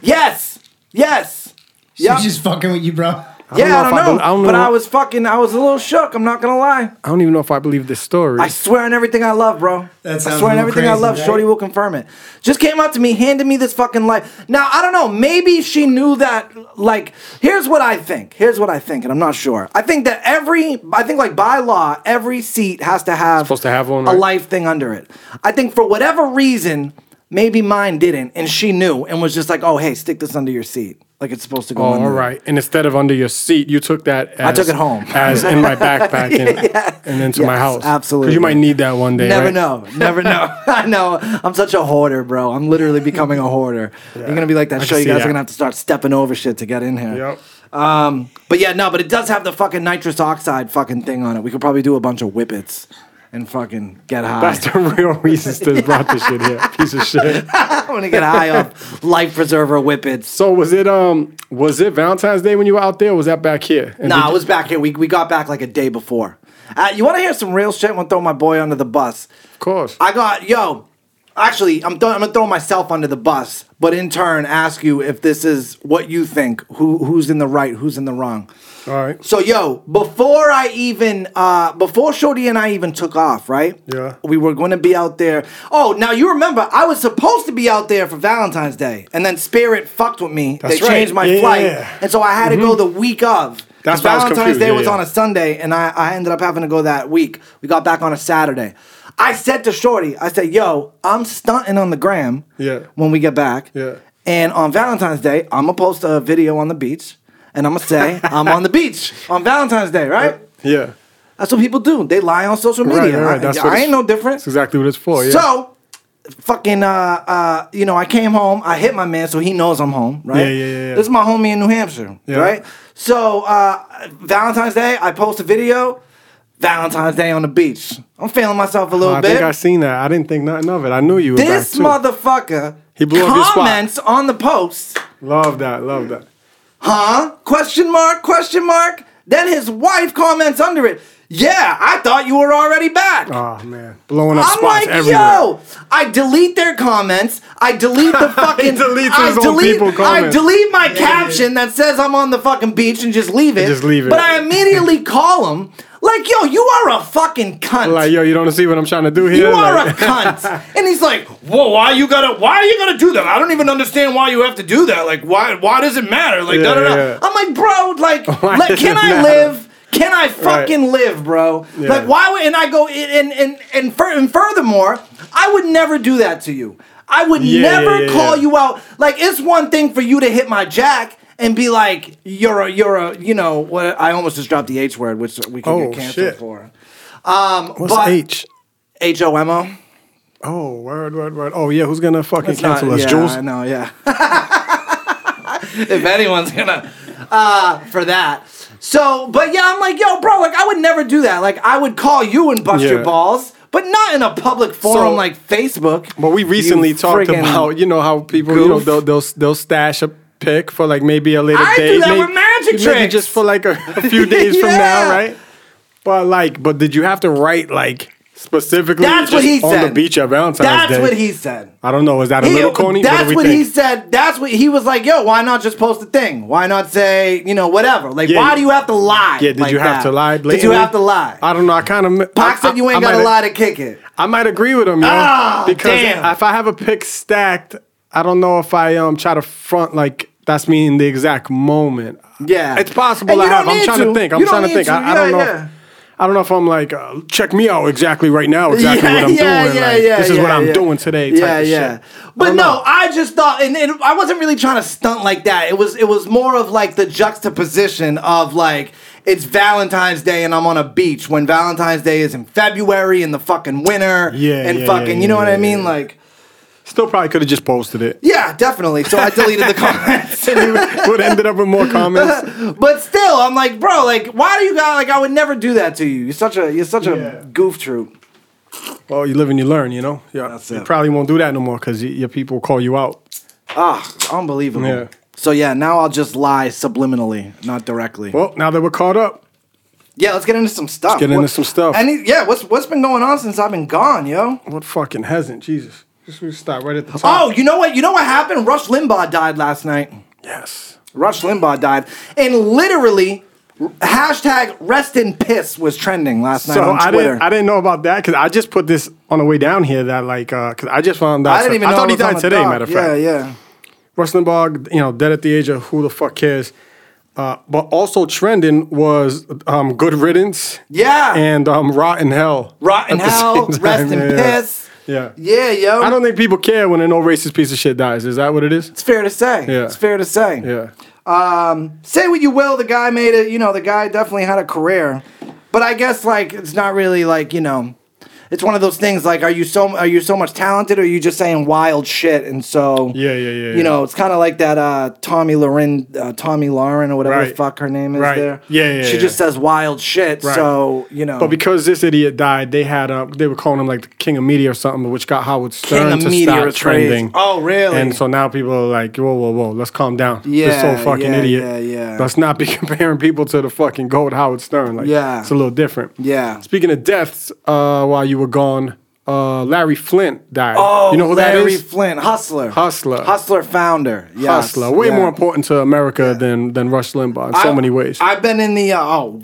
B: Yes, yes. Yep.
F: She's just fucking with you, bro.
A: know
B: yeah, I
A: if
B: don't
A: I
B: know.
A: bel- I don't
B: But
A: know.
B: I was fucking. I was a little shook. I'm not gonna lie.
A: I don't even know if I believe this story.
B: I swear on everything I love, bro. I
F: That sounds
B: swear on
F: a little
B: everything I
F: crazy,
B: love.
F: right?
B: Shorty will confirm it. Just came up to me, handed me this fucking life. Now I don't know. Maybe she knew that. Like, here's what I think. Here's what I think, and I'm not sure. I think that every, I think like by law, every seat has to have
A: Supposed to have one,
B: a
A: right?
B: life thing under it. I think for whatever reason. Maybe mine didn't, and she knew, and was just like, "Oh, hey, stick this under your seat, like it's supposed to go."
A: Oh,
B: under
A: all
B: there."
A: right. And instead of under your seat, you took that. As,
B: took it home.
A: as in my
B: [LAUGHS]
A: backpack and, and into my
B: Yes,
A: house. 'Cause
B: absolutely.
A: you might need that one day.
B: Never
A: right?
B: know.
A: [LAUGHS]
B: Never know. [LAUGHS] I know. I'm such a hoarder, bro. I'm literally becoming a hoarder. You're gonna be like that
A: I
B: show.
A: can
B: You
A: see
B: guys
A: that.
B: are gonna have to start stepping over shit to get in here.
A: Yep.
B: Um, but yeah, no, but it does have the fucking nitrous oxide fucking thing on it. We could probably do a bunch of whippets and fucking get high.
A: That's
B: [LAUGHS]
A: the real reason Stiz brought this shit here. Piece of shit.
B: I want to get high off life preserver
A: [LAUGHS]
B: whippets.
A: So was it um was it Valentine's Day when you were out there? Or was that back here? And
B: Nah,
A: did-
B: I was back here. We, we got back like a day before. Uh, you want to hear some real shit? I'm gonna throw my boy under the bus.
A: of course.
B: I got yo. Actually, I'm th- I'm gonna throw myself under the bus, but in turn ask you if this is what you think. Who who's in the right? Who's in the wrong?
A: All right.
B: So yo, before I even uh before Shorty and I even took off, right?
A: Yeah.
B: We were gonna be out there. Oh, now you remember I was supposed to be out there for Valentine's Day. And then Spirit fucked with me.
A: That's
B: they
A: right.
B: changed my
A: Yeah,
B: flight.
A: yeah, yeah.
B: And so I had to go the week of.
A: That's why I was
B: Valentine's
A: confused.
B: Day
A: Yeah,
B: was
A: yeah.
B: on a Sunday and I, I ended up having to go that week. We got back on a Saturday. I said to Shorty, I said, yo, I'm stunting on the gram
A: Yeah.
B: when we get back.
A: Yeah.
B: And on Valentine's Day, I'm gonna post a video on the beach, and I'm gonna
A: [LAUGHS]
B: say I'm on the beach on Valentine's Day, right?
A: Yeah.
B: That's what people do. They lie on social
A: Right,
B: media.
A: right,
B: I,
A: that's
B: I
A: what it's-
B: ain't no different.
A: That's exactly what it's for. Yeah.
B: So, fucking, uh, uh, you know, I came home. I hit my man, so he knows I'm home, right?
A: Yeah, yeah, yeah, yeah.
B: This is my homie in New Hampshire,
A: Yeah.
B: right? So, uh, Valentine's Day, I post a video. Valentine's Day on the beach. I'm feeling myself a little
A: I
B: bit.
A: think I seen that. I didn't think nothing of it. I knew you were back
B: this
A: too.
B: motherfucker
A: He blew up your spot.
B: comments on the post.
A: Love that. Love that.
B: huh? Uh-huh. Question mark, question mark. Then his wife comments under it, yeah, I thought you were already back.
A: Oh man, blowing up
B: I'm
A: spots
B: like,
A: everywhere.
B: yo, I delete their comments. I delete
A: [LAUGHS]
B: the fucking.
A: deletes
B: I
A: his own
B: delete,
A: people
B: I
A: comments.
B: delete my caption that says I'm on the fucking beach and just leave it.
A: Just leave it.
B: But I immediately [LAUGHS] call him, like, yo, you are a fucking cunt.
A: Like yo, you don't see what I'm trying to do here.
B: You are
A: [LAUGHS]
B: a
A: Like-
B: cunt. And he's like, Whoa, why you gotta why are you gonna do that? I don't even understand why you have to do that. Like why why does it matter? Like
A: Yeah,
B: da, da, da.
A: yeah.
B: I'm like, bro,
A: [LAUGHS]
B: like,
A: Why
B: like
A: does
B: can
A: it
B: I
A: matter?
B: live? Can I fucking live, bro?
A: Yeah.
B: Like why would and I go and and and, fur, and furthermore, I would never do that to you. I would
A: Yeah, yeah,
B: never
A: yeah,
B: call
A: yeah.
B: you out. Like it's one thing for you to hit my jack and be like, you're a you're a you know what I almost just dropped the H word, which we could
A: Oh,
B: get canceled
A: shit.
B: for.
A: What's
B: But-
A: H?
B: H O M O.
A: Oh, word, word, word. Oh yeah, who's gonna fucking
B: It's
A: cancel
B: not-
A: us,
B: yeah,
A: Jules?
B: I know, yeah. if anyone's gonna uh, for that. So, but yeah, I'm like, yo, bro, like I would never do that. Like I would call you and bust your
A: Yeah.
B: balls, but not in a public forum
A: So-
B: like Facebook.
A: But we
B: You
A: recently talked
B: friggin-
A: about, you know, how people, you know,
B: goof.
A: they'll, they'll, they'll stash a pick for like maybe a later
B: I do
A: date.
B: that
A: maybe,
B: with magic
A: maybe
B: tricks.
A: just for like a, a
B: [LAUGHS]
A: few days from
B: Yeah.
A: now, right? But like, but did you have to write like specifically
B: That's what
A: just
B: he
A: on
B: said.
A: the beach at Valentine's
B: That's
A: Day?
B: what he said.
A: I don't know. Is that a
B: He-
A: little corny?
B: That's
A: what do we
B: what
A: think?
B: he said. That's what he was like. Yo, why not just post a thing? Why not say you know whatever? Like,
A: Yeah.
B: why do you have to lie?
A: Yeah, did
B: like
A: you have
B: that?
A: to lie?
B: Did you
A: blatantly?
B: have to lie?
A: I don't know. I kind of.
B: Pac said you ain't gotta lie to kick it.
A: I might agree with him, yo.
B: Ah,
A: because
B: damn.
A: if I have a pick stacked, I don't know if I um try to front like that's me in the exact moment.
B: Yeah.
A: it's possible.
B: And
A: I
B: you
A: have.
B: don't
A: I'm
B: need
A: trying
B: to.
A: to think. I'm
B: You don't
A: trying to
B: need
A: think.
B: to.
A: I, I don't
B: Yeah,
A: know.
B: yeah.
A: If, I don't know if I'm like uh, check me out exactly right now. Exactly what I'm doing. like, this is what
B: yeah,
A: I'm
B: yeah.
A: doing today. Type
B: Yeah,
A: of
B: yeah.
A: Shit.
B: But
A: don't
B: no,
A: know.
B: I just thought, and, and I wasn't really trying to stunt like that. It was, it was more of like the juxtaposition of like it's Valentine's Day and I'm on a beach when Valentine's Day is in February in the fucking winter.
A: Yeah,
B: and
A: yeah,
B: fucking,
A: yeah,
B: you know
A: yeah,
B: what
A: yeah,
B: I mean?
A: yeah.
B: Like,
A: Still probably could have just posted it. [LAUGHS]
B: yeah, definitely. So I deleted the comments. [LAUGHS]
A: Would have ended up with more comments.
B: But still, I'm like, bro, like, why do you got like? I would never do that to you. You're such a, you're such
A: Yeah.
B: a goof troop.
A: Well, you live and you learn, you know. Yeah,
B: That's
A: you
B: it.
A: probably won't do that no more because your people call you out.
B: Ah, unbelievable.
A: Yeah.
B: So yeah, now I'll just lie subliminally, not directly.
A: Well, Oh, now that we're caught up,
B: yeah, let's get into some stuff.
A: get into some stuff.
B: Any, yeah, what's what's been going on since I've been gone, yo?
A: what fucking hasn't? Jesus, just we start right at the top.
B: Oh, you know what? You know what happened? Rush Limbaugh died last night.
A: yes.
B: Rush Limbaugh died, and literally, hashtag rest in piss was trending last night
A: So
B: on
A: I
B: Twitter.
A: didn't, I didn't know about that because I just put this on the way down here that like because I just found out.
B: I didn't even.
A: I
B: know
A: thought
B: it
A: he
B: was on
A: died
B: the
A: today.
B: dock.
A: Matter of
B: Yeah,
A: fact,
B: yeah.
A: Rush Limbaugh, you know, dead at the age of who the fuck cares. Uh, but also trending was um, Good Riddance
B: Yeah.
A: and um, Rotten Hell.
B: Rotten
A: at the [LAUGHS]
B: Hell,
A: same time.
B: Rest in
A: Yeah, yeah.
B: Piss.
A: Yeah.
B: Yeah, yo.
A: I don't think people care when an old racist piece of shit dies. Is that what it is?
B: it's fair to say.
A: Yeah.
B: It's fair to say.
A: Yeah.
B: Um, Say what you will, the guy made it. You know, the guy definitely had a career, but I guess like it's not really like you know, it's one of those things like are you so are you so much talented or are you just saying wild shit and so
A: Yeah, yeah, yeah,
B: You
A: yeah.
B: know, it's kind of like that uh, Tommy Lauren, uh, Tommy Lauren or whatever the
A: Right.
B: fuck her name is
A: Right.
B: there.
A: Yeah, yeah,
B: She
A: yeah.
B: just says wild shit,
A: Right.
B: so you know.
A: But because this idiot died, they had a they were calling him like the king of media or something, which got Howard
B: King
A: Stern
B: of
A: to
B: media
A: stop
B: is crazy.
A: trending.
B: Oh, really?
A: And so now people are like, whoa, whoa, whoa, let's calm down. this
B: Yeah,
A: old fucking
B: yeah,
A: idiot.
B: yeah, yeah.
A: Let's not be [LAUGHS] comparing people to the fucking gold Howard Stern. Like,
B: Yeah.
A: it's a little different.
B: Yeah.
A: Speaking of deaths, uh, while you were gone, uh, Larry Flint died.
B: oh,
A: you know who that
B: Larry
A: is?
B: Flint, hustler,
A: Hustler.
B: hustler founder, yes.
A: Hustler. Way
B: yeah.
A: more important to America than than Rush Limbaugh in so
B: I-
A: many ways.
B: I've been in the uh, oh,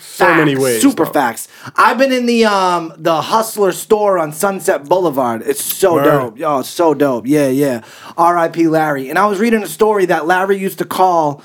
A: so many
B: Facts,
A: ways.
B: Super
A: though.
B: facts. I've been in the um the Hustler store on Sunset Boulevard. It's so
A: Word.
B: dope. Oh, it's so dope. Yeah, yeah. R.I.P. Larry. And I was reading a story that Larry used to call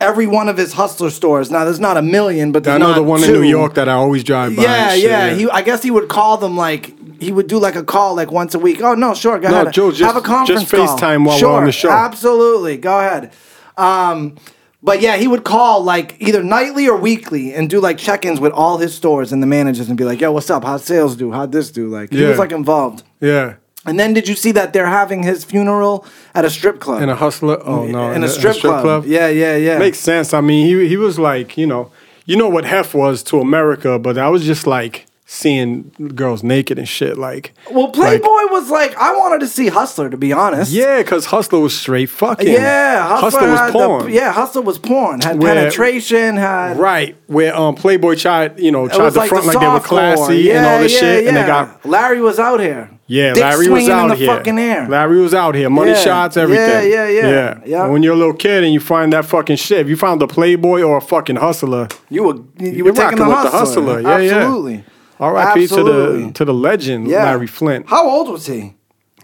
B: every one of his Hustler stores. Now there's not a million,
A: I
B: but there's
A: know
B: not
A: the one
B: two.
A: in New York that I always drive by.
B: Yeah,
A: and shit,
B: yeah. He, I guess he would call them like. He would do like a call like once a week. Oh no, sure, go
A: No,
B: ahead.
A: Joe, just-
B: have a conference
A: just FaceTime
B: call.
A: while we're
B: sure,
A: on the show.
B: Absolutely, go ahead. Um, but yeah, he would call like either nightly or weekly and do like check-ins with all his stores and the managers and be like, "Yo, what's up? How'd sales do? How'd this do?" Like he
A: Yeah.
B: was like involved.
A: yeah.
B: And then did you see that they're having his funeral at a strip club?
A: And a hustler. Oh no.
B: in a strip, club. Yeah, yeah, yeah.
A: Makes sense. I mean, he he was like, you know, you know what Hef was to America, but I was just like seeing girls naked and shit. Like,
B: well,
A: like-
B: Playboy was like, I wanted to see Hustler to be honest.
A: yeah, because Hustler was straight fucking.
B: Yeah, Hustler,
A: was
B: had the-
A: porn.
B: yeah, Hustler was porn. Had
A: Where-
B: penetration. Had
A: Right, where um, Playboy tried, you know, tried
B: was
A: to
B: like
A: front
B: the
A: like they were
B: softcore.
A: classy and all this shit, and they got
B: Larry was out here.
A: Yeah,
B: Dick
A: Larry was
B: swinging
A: out
B: in the
A: here.
B: fucking air.
A: Larry was out here. Money
B: Yeah.
A: shots,
B: Yeah,
A: everything.
B: yeah, yeah. Yeah.
A: And When you're a little kid and you find that fucking shit, if you found a playboy or a fucking hustler,
B: you were you
A: you're
B: were
A: rocking
B: taking the
A: with the
B: hustler.
A: hustler. Yeah, yeah.
B: Absolutely.
A: R.I.P. to the
B: Absolutely.
A: to the legend
B: Yeah.
A: Larry Flint.
B: How old was he?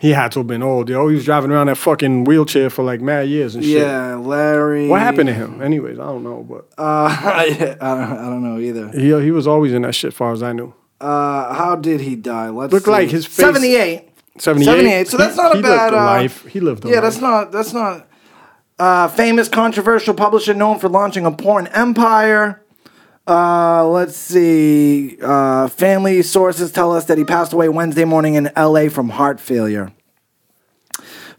A: He had to have been old, yo. He was driving around that fucking wheelchair for like mad years and shit.
B: Yeah, Larry.
A: What happened to him? Anyways, I don't know, but
B: Uh, [LAUGHS] I, don't, I don't know either.
A: he he was always in that shit, far as I knew.
B: Uh, how did he die? Let's
A: Looked
B: see.
A: like his face-
B: Seventy-eight.
A: 78?
B: 78, so that's
A: He-
B: not a
A: he
B: bad,
A: lived a
B: uh,
A: life. He lived a
B: yeah,
A: life.
B: that's not that's not uh, famous controversial publisher known for launching a porn empire. Uh, let's see. Uh, family sources tell us that he passed away Wednesday morning in L.A. from heart failure.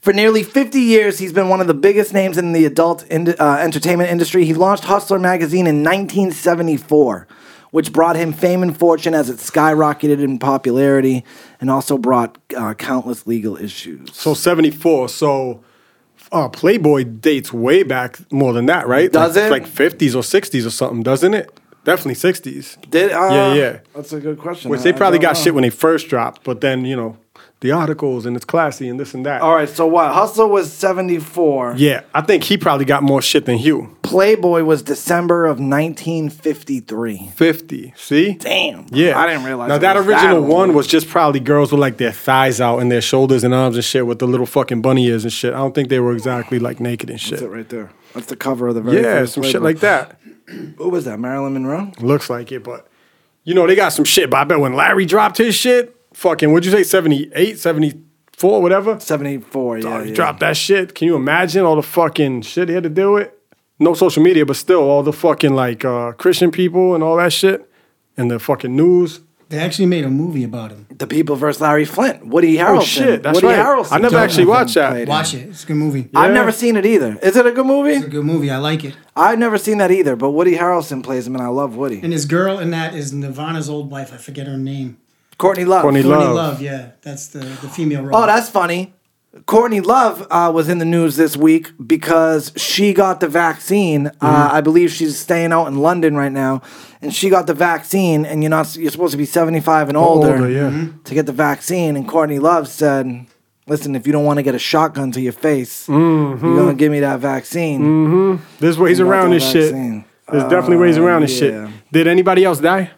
B: For nearly 50 years, he's been one of the biggest names in the adult in, uh, entertainment industry. He launched Hustler magazine in 1974, which brought him fame and fortune as it skyrocketed in popularity and also brought uh, countless legal issues.
A: So 74. So uh, Playboy dates way back more than that, right?
B: Does
A: like,
B: it?
A: Like 50s or 60s or something, doesn't it? Definitely 60s.
B: Did uh,
A: Yeah, yeah.
B: That's a good question.
A: Which
B: I-
A: they
B: I
A: probably
B: don't
A: got
B: know.
A: shit when they first dropped, but then, you know, the articles and it's classy and this and that.
B: All right, so what? Hustler was seventy four.
A: Yeah, I think he probably got more shit than Hugh.
B: Playboy was December of nineteen fifty three.
A: 50. See?
B: Damn. bro,
A: Yeah.
B: I didn't realize.
A: Now,
B: it
A: that
B: was
A: original
B: old.
A: one was just probably girls with like their thighs out and their shoulders and arms and shit with the little fucking bunny ears and shit. I don't think they were exactly like naked and shit.
B: That's it right there. That's the cover of the very
A: Yeah,
B: first
A: some
B: Playboy.
A: shit like that.
B: Who was that? Marilyn Monroe.
A: Looks like it, but you know, they got some shit. But I bet when Larry dropped his shit, fucking, what'd you say, 78, 74, whatever?
B: Seventy four. Yeah,
A: Dog, he
B: yeah.
A: dropped that shit. Can you imagine all the fucking shit he had to deal with? No social media, but still all the fucking like uh, Christian people and all that shit and the fucking news.
F: They actually made a movie about him.
B: The People versus Larry Flint. Woody
A: Oh
B: Harrelson.
A: shit, that's
B: Woody
A: right.
B: Harrelson.
A: I never
F: Don't
A: actually
F: know
A: watched
B: them
A: that.
B: played.
F: Watch it. It's a good movie.
B: I've
A: Yeah.
B: never seen it either. Is it a good
F: It's a
B: movie?
F: good movie. I like it.
B: I've never seen that either. But Woody Harrelson plays him, and I love Woody.
F: And his girl in that is Nirvana's old wife. I forget her name.
B: Courtney Love.
A: Courtney
F: Courtney
A: Love.
F: Love. yeah. That's the, the female role.
B: Oh, that's funny. Courtney Love uh, was in the news this week because she got the vaccine.
A: Mm-hmm.
B: Uh, I believe she's staying out in London right now, and she got the vaccine. And you're not you're supposed to be 75 and older,
A: older, yeah.
B: to get the vaccine. And Courtney Love said, "Listen, if you don't want to get a shotgun to your face,
A: Mm-hmm.
B: you're gonna give me that vaccine."
A: There's ways
B: Got the
A: around this shit.
B: vaccine. Uh,
A: There's definitely ways around this
B: yeah.
A: shit. Did anybody else die?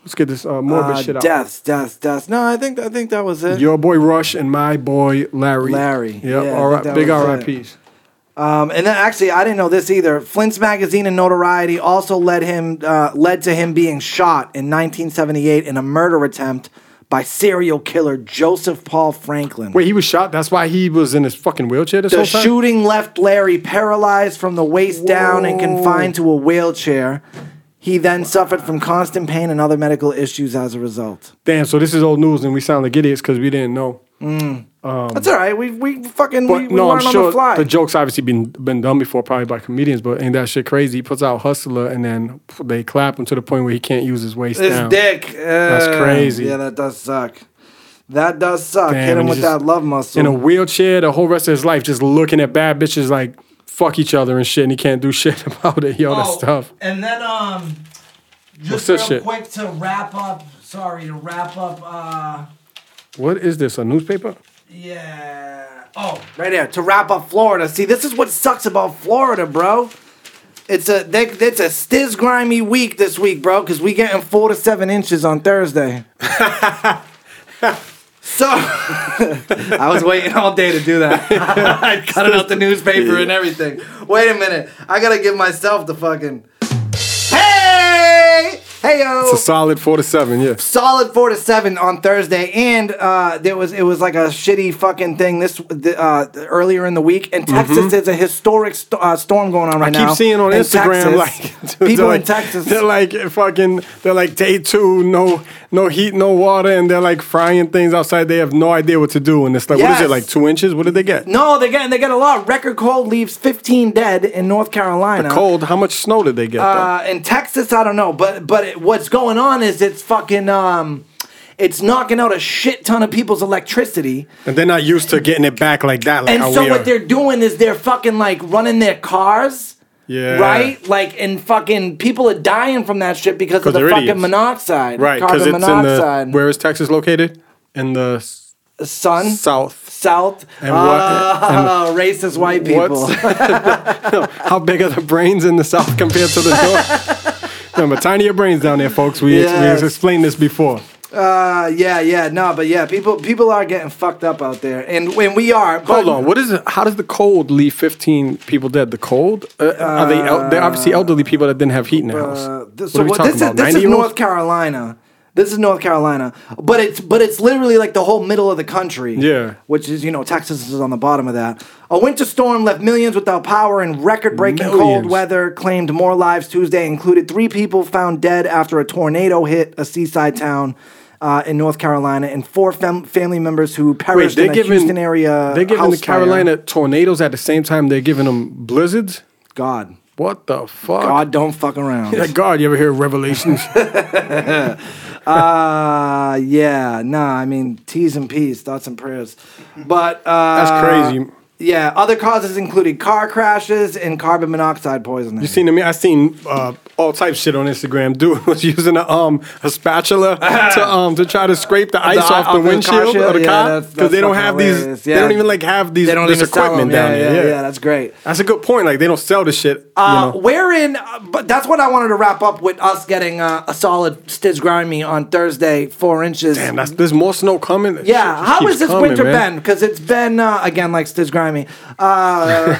A: Let's get this uh, morbid
B: Uh,
A: shit out.
B: deaths, deaths, deaths. No, I think I think that was it.
A: Your boy Rush and my boy Larry.
B: Larry,
A: Yep.
B: yeah, I
A: all right.
B: think that
A: Big
B: was it.
A: RIPs.
B: Um, and then actually, I didn't know this either. Flint's magazine and notoriety also led him uh, led to him being shot in 1978 in a murder attempt by serial killer Joseph Paul Franklin.
A: Wait, he was shot. That's why he was in his fucking wheelchair this
B: The
A: whole time.
B: shooting left Larry paralyzed from the waist down and confined to a wheelchair. He then suffered from constant pain and other medical issues as a result.
A: Damn. So this is old news, and we sound like idiots because we didn't know.
B: That's all right. We we fucking
A: Um, But
B: we, we
A: no, I'm
B: learn on
A: sure
B: the fly.
A: the joke's obviously been been done before, probably by comedians. But ain't that shit crazy? He puts out Hustler, and then they clap him to the point where he can't use his waist
B: His
A: down.
B: dick. Uh,
A: crazy.
B: Yeah, that does suck. That does suck.
A: Damn,
B: Hit him
A: and
B: with
A: he's just
B: that love muscle.
A: in a wheelchair the whole rest of his life, just looking at bad bitches like fuck each other and shit, and he can't do [LAUGHS] shit about it. Yo,
B: Oh.
A: that's tough.
G: Oh, And then um, just
A: What's this
G: real
A: shit?
G: quick to wrap up. Sorry to wrap up. Uh,
A: What is this? A newspaper?
G: yeah. Oh,
B: right there to wrap up Florida. See, this is what sucks about Florida, bro. It's a they, it's a stiz grimy week this week, bro, because we getting four to seven inches on Thursday. so I was waiting all day to do
A: [LAUGHS]
B: that. [LAUGHS] I cut it out the newspaper and everything. Wait a minute, I gotta give myself the fucking hey hey yo
A: It's a solid four to seven. Yeah.
B: solid four to seven on Thursday, and uh, there was it was like a shitty fucking thing this the, uh, earlier in the week. And Texas, there's a historic st- uh, storm going on
A: Mm-hmm. I
B: right
A: keep
B: now.
A: seeing on
B: in
A: Instagram
B: Texas.
A: [LAUGHS] like they're
B: people
A: like-
B: in Texas.
A: They're like fucking. They're like day two, no, no heat, no water, and they're like frying things outside. They have no idea what to do, and it's like, what is
B: Yes.
A: it? Like two inches? What did they get?
B: no, they're getting they get a lot. Record cold leaves 15 dead in North Carolina.
A: Cold. How much snow did they get? though?
B: Uh, in Texas, I don't know, but but it, what's going on is it's fucking um, it's knocking out a shit ton of people's electricity.
A: and they're not used to getting it back like that. Like
B: and
A: how
B: so
A: we
B: what
A: are.
B: they're doing is they're fucking like running their cars.
A: Yeah.
B: Right? Like and fucking people are dying from that shit because of
A: 'Cause
B: the
A: they're
B: fucking
A: idiots.
B: monoxide.
A: right because it's
B: Carbon
A: in the
B: monoxide.
A: where is Texas located? In the s-
B: sun
A: south.
B: south.
A: And
B: uh, racist white people. [LAUGHS]
A: What's No, how big are the brains in the south compared to the north? [LAUGHS] Remember, tinier brains down there, folks. We, ex-
B: Yes.
A: we explained this before.
B: Uh, yeah, yeah, no, but yeah, people people are getting fucked up out there. And when we are but-
A: Hold on. What is it? How does the cold leave 15 people dead? The cold? Uh, are they? El- they're obviously elderly people that didn't have heat in their house.
B: Uh, th-
A: What
B: so
A: are we
B: what-
A: talking
B: this is
A: about?
B: this is
A: 90-year-olds?
B: North Carolina. This is North Carolina, but it's but it's literally like the whole middle of the country.
A: Yeah.
B: which is you know Texas is on the bottom of that. A winter storm left millions without power and record-breaking cold
A: Millions.
B: weather claimed more lives Tuesday. Included three people found dead after a tornado hit a seaside town. Uh, in North Carolina, and four fam- family members who
A: Wait,
B: perished
A: they're
B: in a
A: giving
B: Houston area.
A: They're giving the
B: house fire.
A: Carolina tornadoes at the same time they're giving them blizzards.
B: God,
A: What the fuck?
B: God, don't fuck around.
A: Yeah, God, you ever hear of [LAUGHS] Revelations?
B: Uh, yeah, nah, I mean, T's and P's, thoughts and prayers. But, uh,
A: That's crazy.
B: Yeah, other causes included car crashes and carbon monoxide poisoning.
A: You seen me? I seen uh, all types of shit on Instagram. Dude [LAUGHS] was using a um a
B: [LAUGHS]
A: spatula to um to try to scrape the ice
B: eye-
A: off the
B: off the car
A: windshield
B: shield?
A: of the
B: Yeah,
A: car
B: that's-
A: because
B: that's
A: they don't
B: fucking
A: have
B: hilarious.
A: these. They don't
B: Yeah.
A: even like have these.
B: they don't
A: this
B: even sell 'em.
A: equipment
B: yeah,
A: down
B: yeah,
A: there. Yeah,
B: yeah, that's great.
A: That's a good point. Like they don't sell this shit. you
B: Uh,
A: know?
B: Wherein, uh, but that's what I wanted to wrap up with us getting uh, a solid Stiz Grimy on Thursday, four inches.
A: Damn, that's, there's more snow coming. That shit
B: Yeah,
A: just
B: how
A: keeps
B: has this
A: coming,
B: winter
A: man.
B: been? Because it's been uh, again like Stiz Grimy. Uh, [LAUGHS]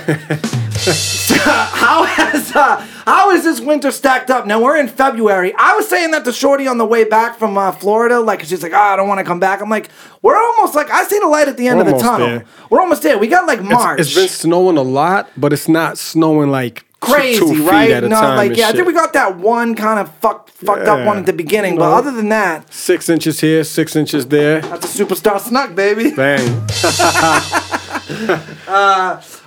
B: how has uh, how is this winter stacked up? Now we're in February. I was saying that to Shorty on the way back from uh, Florida. Like she's like, oh, I don't want to come back. I'm like, we're almost like I see the light at the end of the
A: Almost
B: tunnel.
A: there.
B: We're almost there. We got like March.
A: It's, it's been snowing a lot, but it's not snowing like t-
B: Crazy,
A: two feet
B: right?
A: At a
B: no,
A: time
B: like
A: and
B: yeah, I
A: shit.
B: think we got that one kind of fucked fucked up
A: Yeah.
B: one at the beginning.
A: No.
B: But other than that,
A: six inches here, six inches there.
B: that's a superstar snuck, baby.
A: Bang.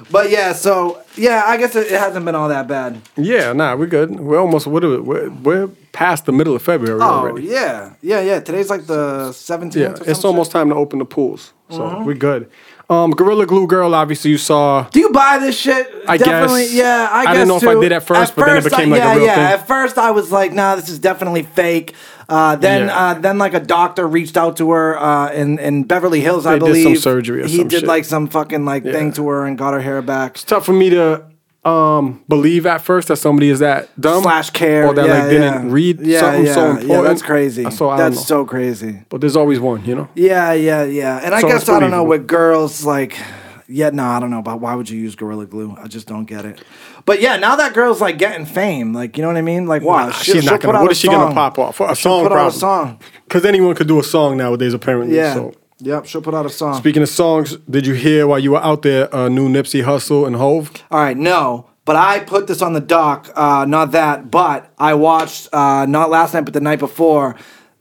B: But yeah, so yeah, I guess it, it hasn't been all that bad.
A: Yeah, nah, we're good. We're almost what are we- we're, we're past the middle of February
B: Oh
A: already.
B: yeah, yeah, yeah. Today's like the seventeenth.
A: Yeah, it's almost time to open the pools. So
B: Mm-hmm.
A: we're good. Um, Gorilla Glue Girl, obviously you saw.
B: Do you buy this shit?
A: I
B: definitely,
A: guess.
B: Yeah, I,
A: I
B: guess
A: didn't know if I
B: too.
A: did at first, but then it became
B: I,
A: like a
B: yeah,
A: real
B: yeah.
A: thing.
B: At first, I was like, "Nah, this is definitely fake." Uh, then,
A: Yeah.
B: uh, then like a doctor reached out to her uh, in in Beverly Hills, I
A: They did some
B: believe.
A: surgery or
B: He
A: some
B: did
A: shit.
B: like some fucking like thing to her and got her hair back.
A: It's tough for me to um, believe at first that somebody is that dumb
B: Slash care
A: or that
B: yeah,
A: like didn't
B: yeah.
A: read
B: yeah,
A: something
B: yeah,
A: so important.
B: Yeah, that's crazy.
A: So I don't know.
B: that's so crazy.
A: but there's always one, you know.
B: Yeah, yeah, yeah. And I
A: So
B: guess
A: it's
B: I don't know
A: believable.
B: with girls like yeah, no, I don't know. But why would you use Gorilla Glue? I just don't get it. But yeah, now that girl's like getting fame. Like, you know what I mean? Like, wow,
A: Nah, she's not gonna. What is she gonna pop off? A
B: She'll
A: song,
B: put out a
A: probably.
B: song.
A: Because anyone could do a song nowadays, apparently.
B: Yeah.
A: So.
B: Yep, she'll put out a song.
A: Speaking of songs, did you hear while you were out there uh, new Nipsey Hussle and Hove?
B: All right, no. But I put this on the doc, uh, not that, but I watched, uh, not last night, but the night before.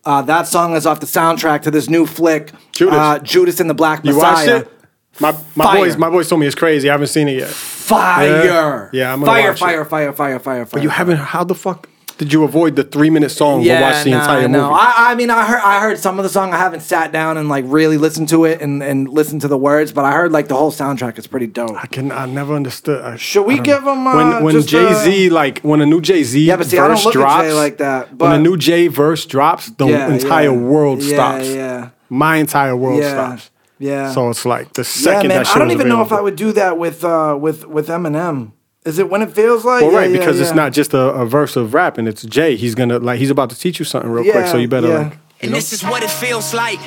B: Uh, that song is off the soundtrack to this new flick,
A: Judas.
B: Uh, Judas and the Black
A: You watched
B: Messiah.
A: it? My my
B: Fire.
A: boys my boys told me it's crazy. I haven't seen it yet.
B: Fire!
A: Yeah, I'm gonna
B: fire,
A: watch it.
B: fire, fire, fire, fire, fire.
A: But you haven't. How the fuck did you avoid the three minute song
B: yeah,
A: but watch the
B: nah,
A: entire
B: no.
A: movie?
B: I, I mean, I heard, I heard some of the song. I haven't sat down and like really listened to it and and listened to the words, but I heard like the whole soundtrack is pretty dope.
A: I can. I never understood. I,
B: Should we
A: I don't
B: give
A: know.
B: 'em, uh,
A: when when
B: just,
A: Jay
B: uh,
A: Z like when a new Jay Z
B: Yeah, but see, I don't
A: verse
B: look at Jay
A: drops
B: like that,
A: when
B: but-
A: a new Jay verse drops, the
B: Yeah,
A: entire
B: yeah.
A: world
B: Yeah,
A: stops.
B: yeah.
A: my entire world
B: Yeah,
A: stops.
B: yeah.
A: So it's like the second
B: yeah, man.
A: that shit
B: I don't
A: was
B: even know if
A: available.
B: I would do that with uh with with Eminem. Is it when it feels like?
A: Well,
B: Yeah,
A: right,
B: yeah,
A: because it's
B: yeah.
A: not just a, a verse of rap, and it's Jay. He's gonna like he's about to teach you something real quick, so
B: Yeah,
A: you better
B: yeah.
A: like.
H: And this is what it feels like.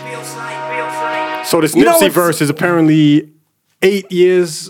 A: So this
B: You know,
A: Nipsey
B: it's-
A: verse is apparently eight years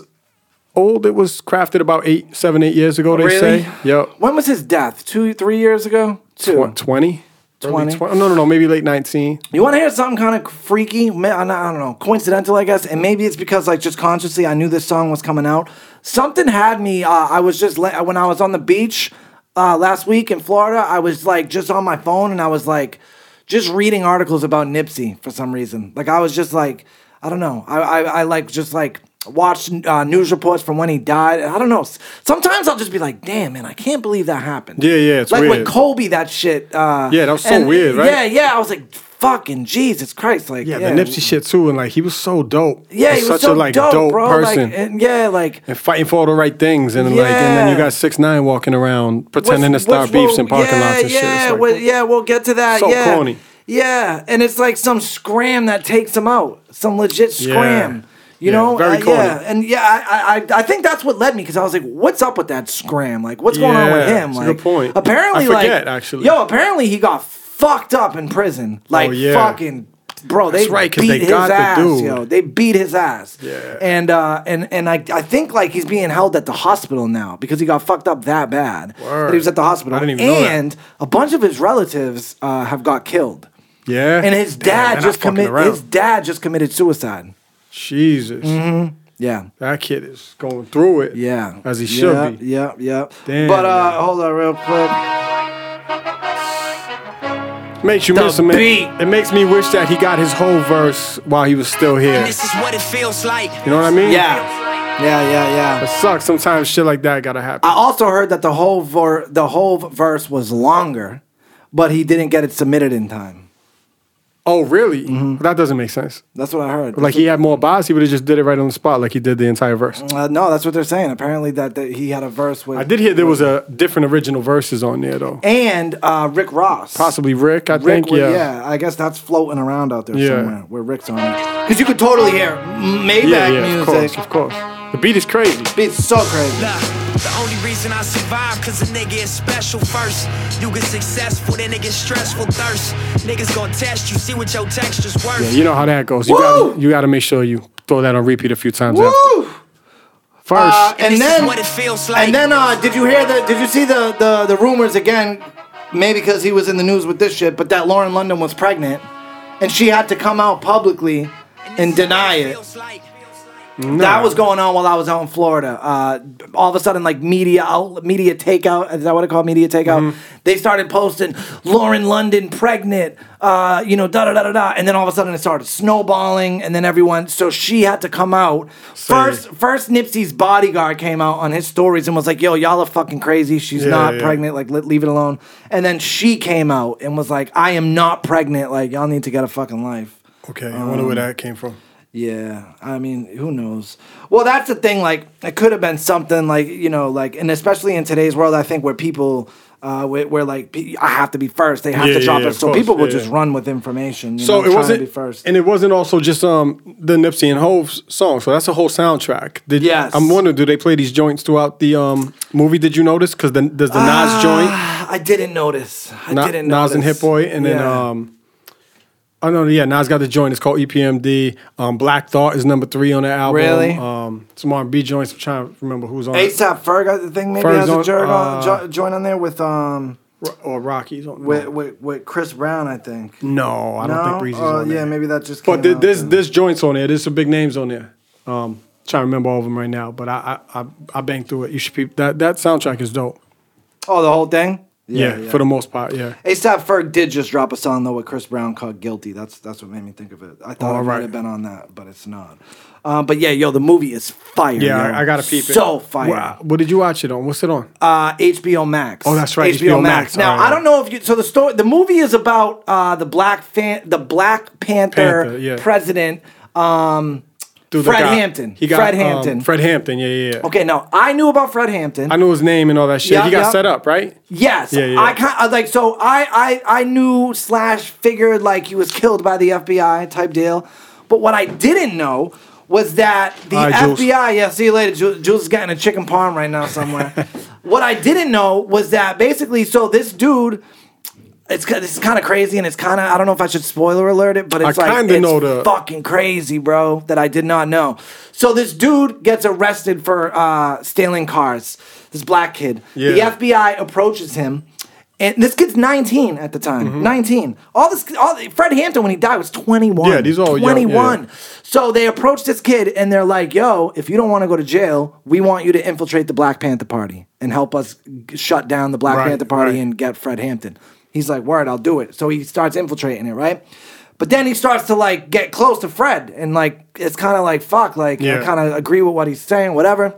A: old. It was crafted about eight, seven, eight years ago. They
B: Really?
A: say. Yep.
B: When was his death? Two, three years ago. Two.
A: What twenty?
B: 20.
A: No, no, no. Maybe late nineteen.
B: You want to hear something kind of freaky? Ma- I don't- I don't know, coincidental, I guess. And maybe it's because, like, just consciously, I knew this song was coming out. Something had me. Uh, I was just la- when I was on the beach uh, last week in Florida. I was like just on my phone, and I was like just reading articles about Nipsey for some reason. Like, I was just like, I don't know. I I, I like just like watched uh, news reports from when he died. I don't know. S- Sometimes I'll just be like, damn, man, I can't believe that happened.
A: Yeah, yeah, it's
B: like
A: weird.
B: with Kobe, that shit. Uh,
A: Yeah, that was so weird, right?
B: Yeah, yeah, I was like, fucking Jesus Christ, like
A: Yeah, the Nipsey shit too, and like he was so dope.
B: Yeah, he
A: He's such
B: was so
A: a like
B: dope,
A: dope,
B: bro.
A: person.
B: Like, and yeah, like
A: and fighting for all the right things, and like, and then you
B: Yeah.
A: got six nine walking around pretending
B: what's-
A: to start
B: what's
A: beefs in
B: wrong-
A: parking
B: yeah,
A: lots and
B: yeah,
A: shit. It's like,
B: well, yeah, we'll get to that.
A: So
B: yeah.
A: corny.
B: Yeah, and it's like some scram that takes him out, some legit
A: Yeah.
B: scram. You
A: Yeah,
B: know,
A: very
B: Uh,
A: corny.
B: yeah, and yeah, I, I- I, I think that's what led me because I was like, "What's up with that scram? Like, what's going on with
A: Yeah,
B: him?"
A: it's a
B: Like,
A: good point.
B: Apparently,
A: I forget,
B: like,
A: actually. Oh,
B: yo, apparently he got fucked up in prison. Like,
A: yeah.
B: fucking, bro, they
A: That's right, 'cause
B: beat
A: they
B: his
A: got the
B: ass,
A: dude.
B: yo. They beat his ass.
A: Yeah.
B: And uh, and and I, I think like he's being held at the hospital now because he got fucked up that bad. That he was at the hospital.
A: I didn't even know that.
B: and a bunch of his relatives uh, have got killed.
A: yeah.
B: And his
A: Damn,
B: dad
A: they're not
B: just
A: fucking
B: committed.
A: around.
B: His dad just committed suicide.
A: Jesus,
B: Yeah.
A: that kid is going through it.
B: Yeah.
A: as he
B: Yeah,
A: should be.
B: Yeah. Yeah.
A: Damn,
B: but uh,
A: man.
B: hold on, real quick.
A: Makes you miss him. man.
D: beat.
A: It makes me wish that he got his whole verse while he was still here.
H: This is what it feels like.
A: You know what I mean?
B: Yeah. Yeah. Yeah. Yeah.
A: It sucks. Sometimes shit like that gotta happen.
B: I also heard that the whole ver- the whole verse was longer, but he didn't get it submitted in time.
A: oh, really? That doesn't make sense.
B: That's what I heard.
A: Like he had more bars, he would have just did it right on the spot, like he did the entire verse.
B: Uh, no, that's what they're saying. Apparently, that, that he had a verse with.
A: I did hear there was a different original verses on there though.
B: And uh, Rick Ross.
A: Possibly Rick, I
B: Rick,
A: think.
B: was-
A: Yeah.
B: I guess that's floating around out there
A: Yeah.
B: somewhere where Rick's on it. Because you could totally hear Maybach
A: yeah, yeah, of
B: music.
A: course, of course. The beat is crazy.
B: It's so crazy.
H: Nah, The only reason I survive, cause a nigga is special first. You get successful, then it gets stressful thirst. Niggas gon' test you, see what your texture's worth.
A: Yeah, you know how that goes. You
B: Woo!
A: got you got to make sure you throw that on repeat a few times after.
B: Woo!
A: First,
B: Uh, and
H: this
B: then,
H: is what it feels like.
B: and then, uh, did you hear the? Did you see the the the rumors again? Maybe because he was in the news with this shit, but that Lauren London was pregnant, and she had to come out publicly and deny it.
H: Feels like.
B: That was going on while I was out in Florida. Uh, all of a sudden, like media outlet, media takeout. Is that what I call media takeout?
A: Mm-hmm.
B: They started posting Lauren London pregnant. Uh, you know, da da da da da. And then all of a sudden, it started snowballing. And then everyone, so she had to come out first. First, Nipsey's bodyguard came out on his stories and was like, "Yo, y'all are fucking crazy. She's
A: Yeah,
B: not
A: yeah.
B: pregnant. Like, let, leave it alone." And then she came out and was like, "I am not pregnant. Like, y'all need to get a fucking life."
A: okay, I wonder where that came from.
B: Yeah, I mean, who knows? Well, that's the thing. Like, it could have been something like you know, like, and especially in today's world, I think where people, uh, where, where like pe- I have to be first, they have
A: Yeah,
B: to
A: yeah,
B: drop
A: yeah,
B: it,
A: of
B: so
A: course,
B: people will
A: yeah,
B: just
A: yeah.
B: run with information. You
A: So
B: know,
A: it
B: trying
A: wasn't,
B: to be first.
A: and it wasn't also just um the Nipsey and Hove song. So that's a whole soundtrack. Did,
B: Yes.
A: I'm wondering, do they play these joints throughout the um movie? Did you notice? Because the, there's the Nas joint,
B: Ah, I didn't notice. I
A: Na-
B: didn't
A: Nas
B: notice.
A: uh, and Hit Boy, and then
B: Yeah.
A: um Oh no, yeah, Nas got the joint. It's called E EPMD. Um, Black Thought is number three on the album.
B: Really?
A: Um, some R&B joints. I'm trying to remember who's on it.
B: ASAP Ferg, I think maybe
A: Ferg's
B: has a
A: on-
B: jerk on,
A: uh,
B: jo- joint on there with um
A: Ro- or Rocky's on.
B: with, with, with Chris Brown, I think.
A: no, I don't
B: no?
A: think Breezy's
B: Oh,
A: on.
B: yeah,
A: there.
B: maybe that just.
A: But
B: came
A: th-
B: out
A: there's
B: then.
A: there's joints on there. There's some big names on there. Um, trying to remember all of them right now, but I I I, I banged through it. You should peep that that soundtrack is dope.
B: oh the whole thing.
A: Yeah, for the most part, yeah.
B: ASAP Ferg did just drop a song though with Chris Brown called "Guilty." That's that's what made me think of it. I thought
A: All
B: it might
A: right.
B: have been on that, but it's not. Um, but yeah, yo, the movie is fire.
A: Yeah,
B: yo.
A: I, I gotta peep it.
B: So fire.
A: Wha- What, did you watch it on? What's it on?
B: uh, HBO Max.
A: Oh, that's right, HBO Max.
B: Now
A: Alright.
B: I don't know if you. So the story, the movie is about uh, the black fan, the Black Panther,
A: Panther, yeah.
B: president. Um,
A: Dude,
B: Fred
A: the guy-
B: Hampton.
A: He got
B: Fred
A: um,
B: Hampton.
A: Fred Hampton. Yeah, yeah. yeah.
B: okay, now I knew about Fred Hampton.
A: I knew his name and all that shit.
B: Yeah,
A: he got
B: yeah.
A: set up, right?
B: Yes,
A: Yeah, yeah.
B: I kind of like so I I I knew slash figured like he was killed by the FBI type deal, but what I didn't know was that the
A: All right,
B: FBI.
A: Jules.
B: Yeah, see you later. Jules, Jules is getting a chicken parm right now somewhere.
A: [LAUGHS]
B: what I didn't know was that basically, so this dude. It's, ki- it's kind of crazy and it's kind of I don't know if I should spoiler alert it, but it's like
A: kinda
B: it's
A: know the-
B: fucking crazy, bro, that I did not know. So this dude gets arrested for uh, stealing cars. This black kid. The
A: Yeah.
B: FBI FBI approaches him, and this kid's 19 at the time.
A: Mm-hmm.
B: 19. All this, all Fred Hampton when he died was 21.
A: Yeah, these are all young,
B: 21.
A: yeah.
B: So they approach this kid and they're like, "Yo, if you don't want to go to jail, we want you to infiltrate the Black Panther Party and help us g- shut down the Black
A: Right,
B: Panther Party
A: right.
B: and get Fred Hampton." He's like, "Word, I'll do it." So he starts infiltrating it, right? But then he starts to like get close to Fred, and like it's kind of like fuck, like I
A: Yeah.
B: kind of agree with what he's saying, whatever.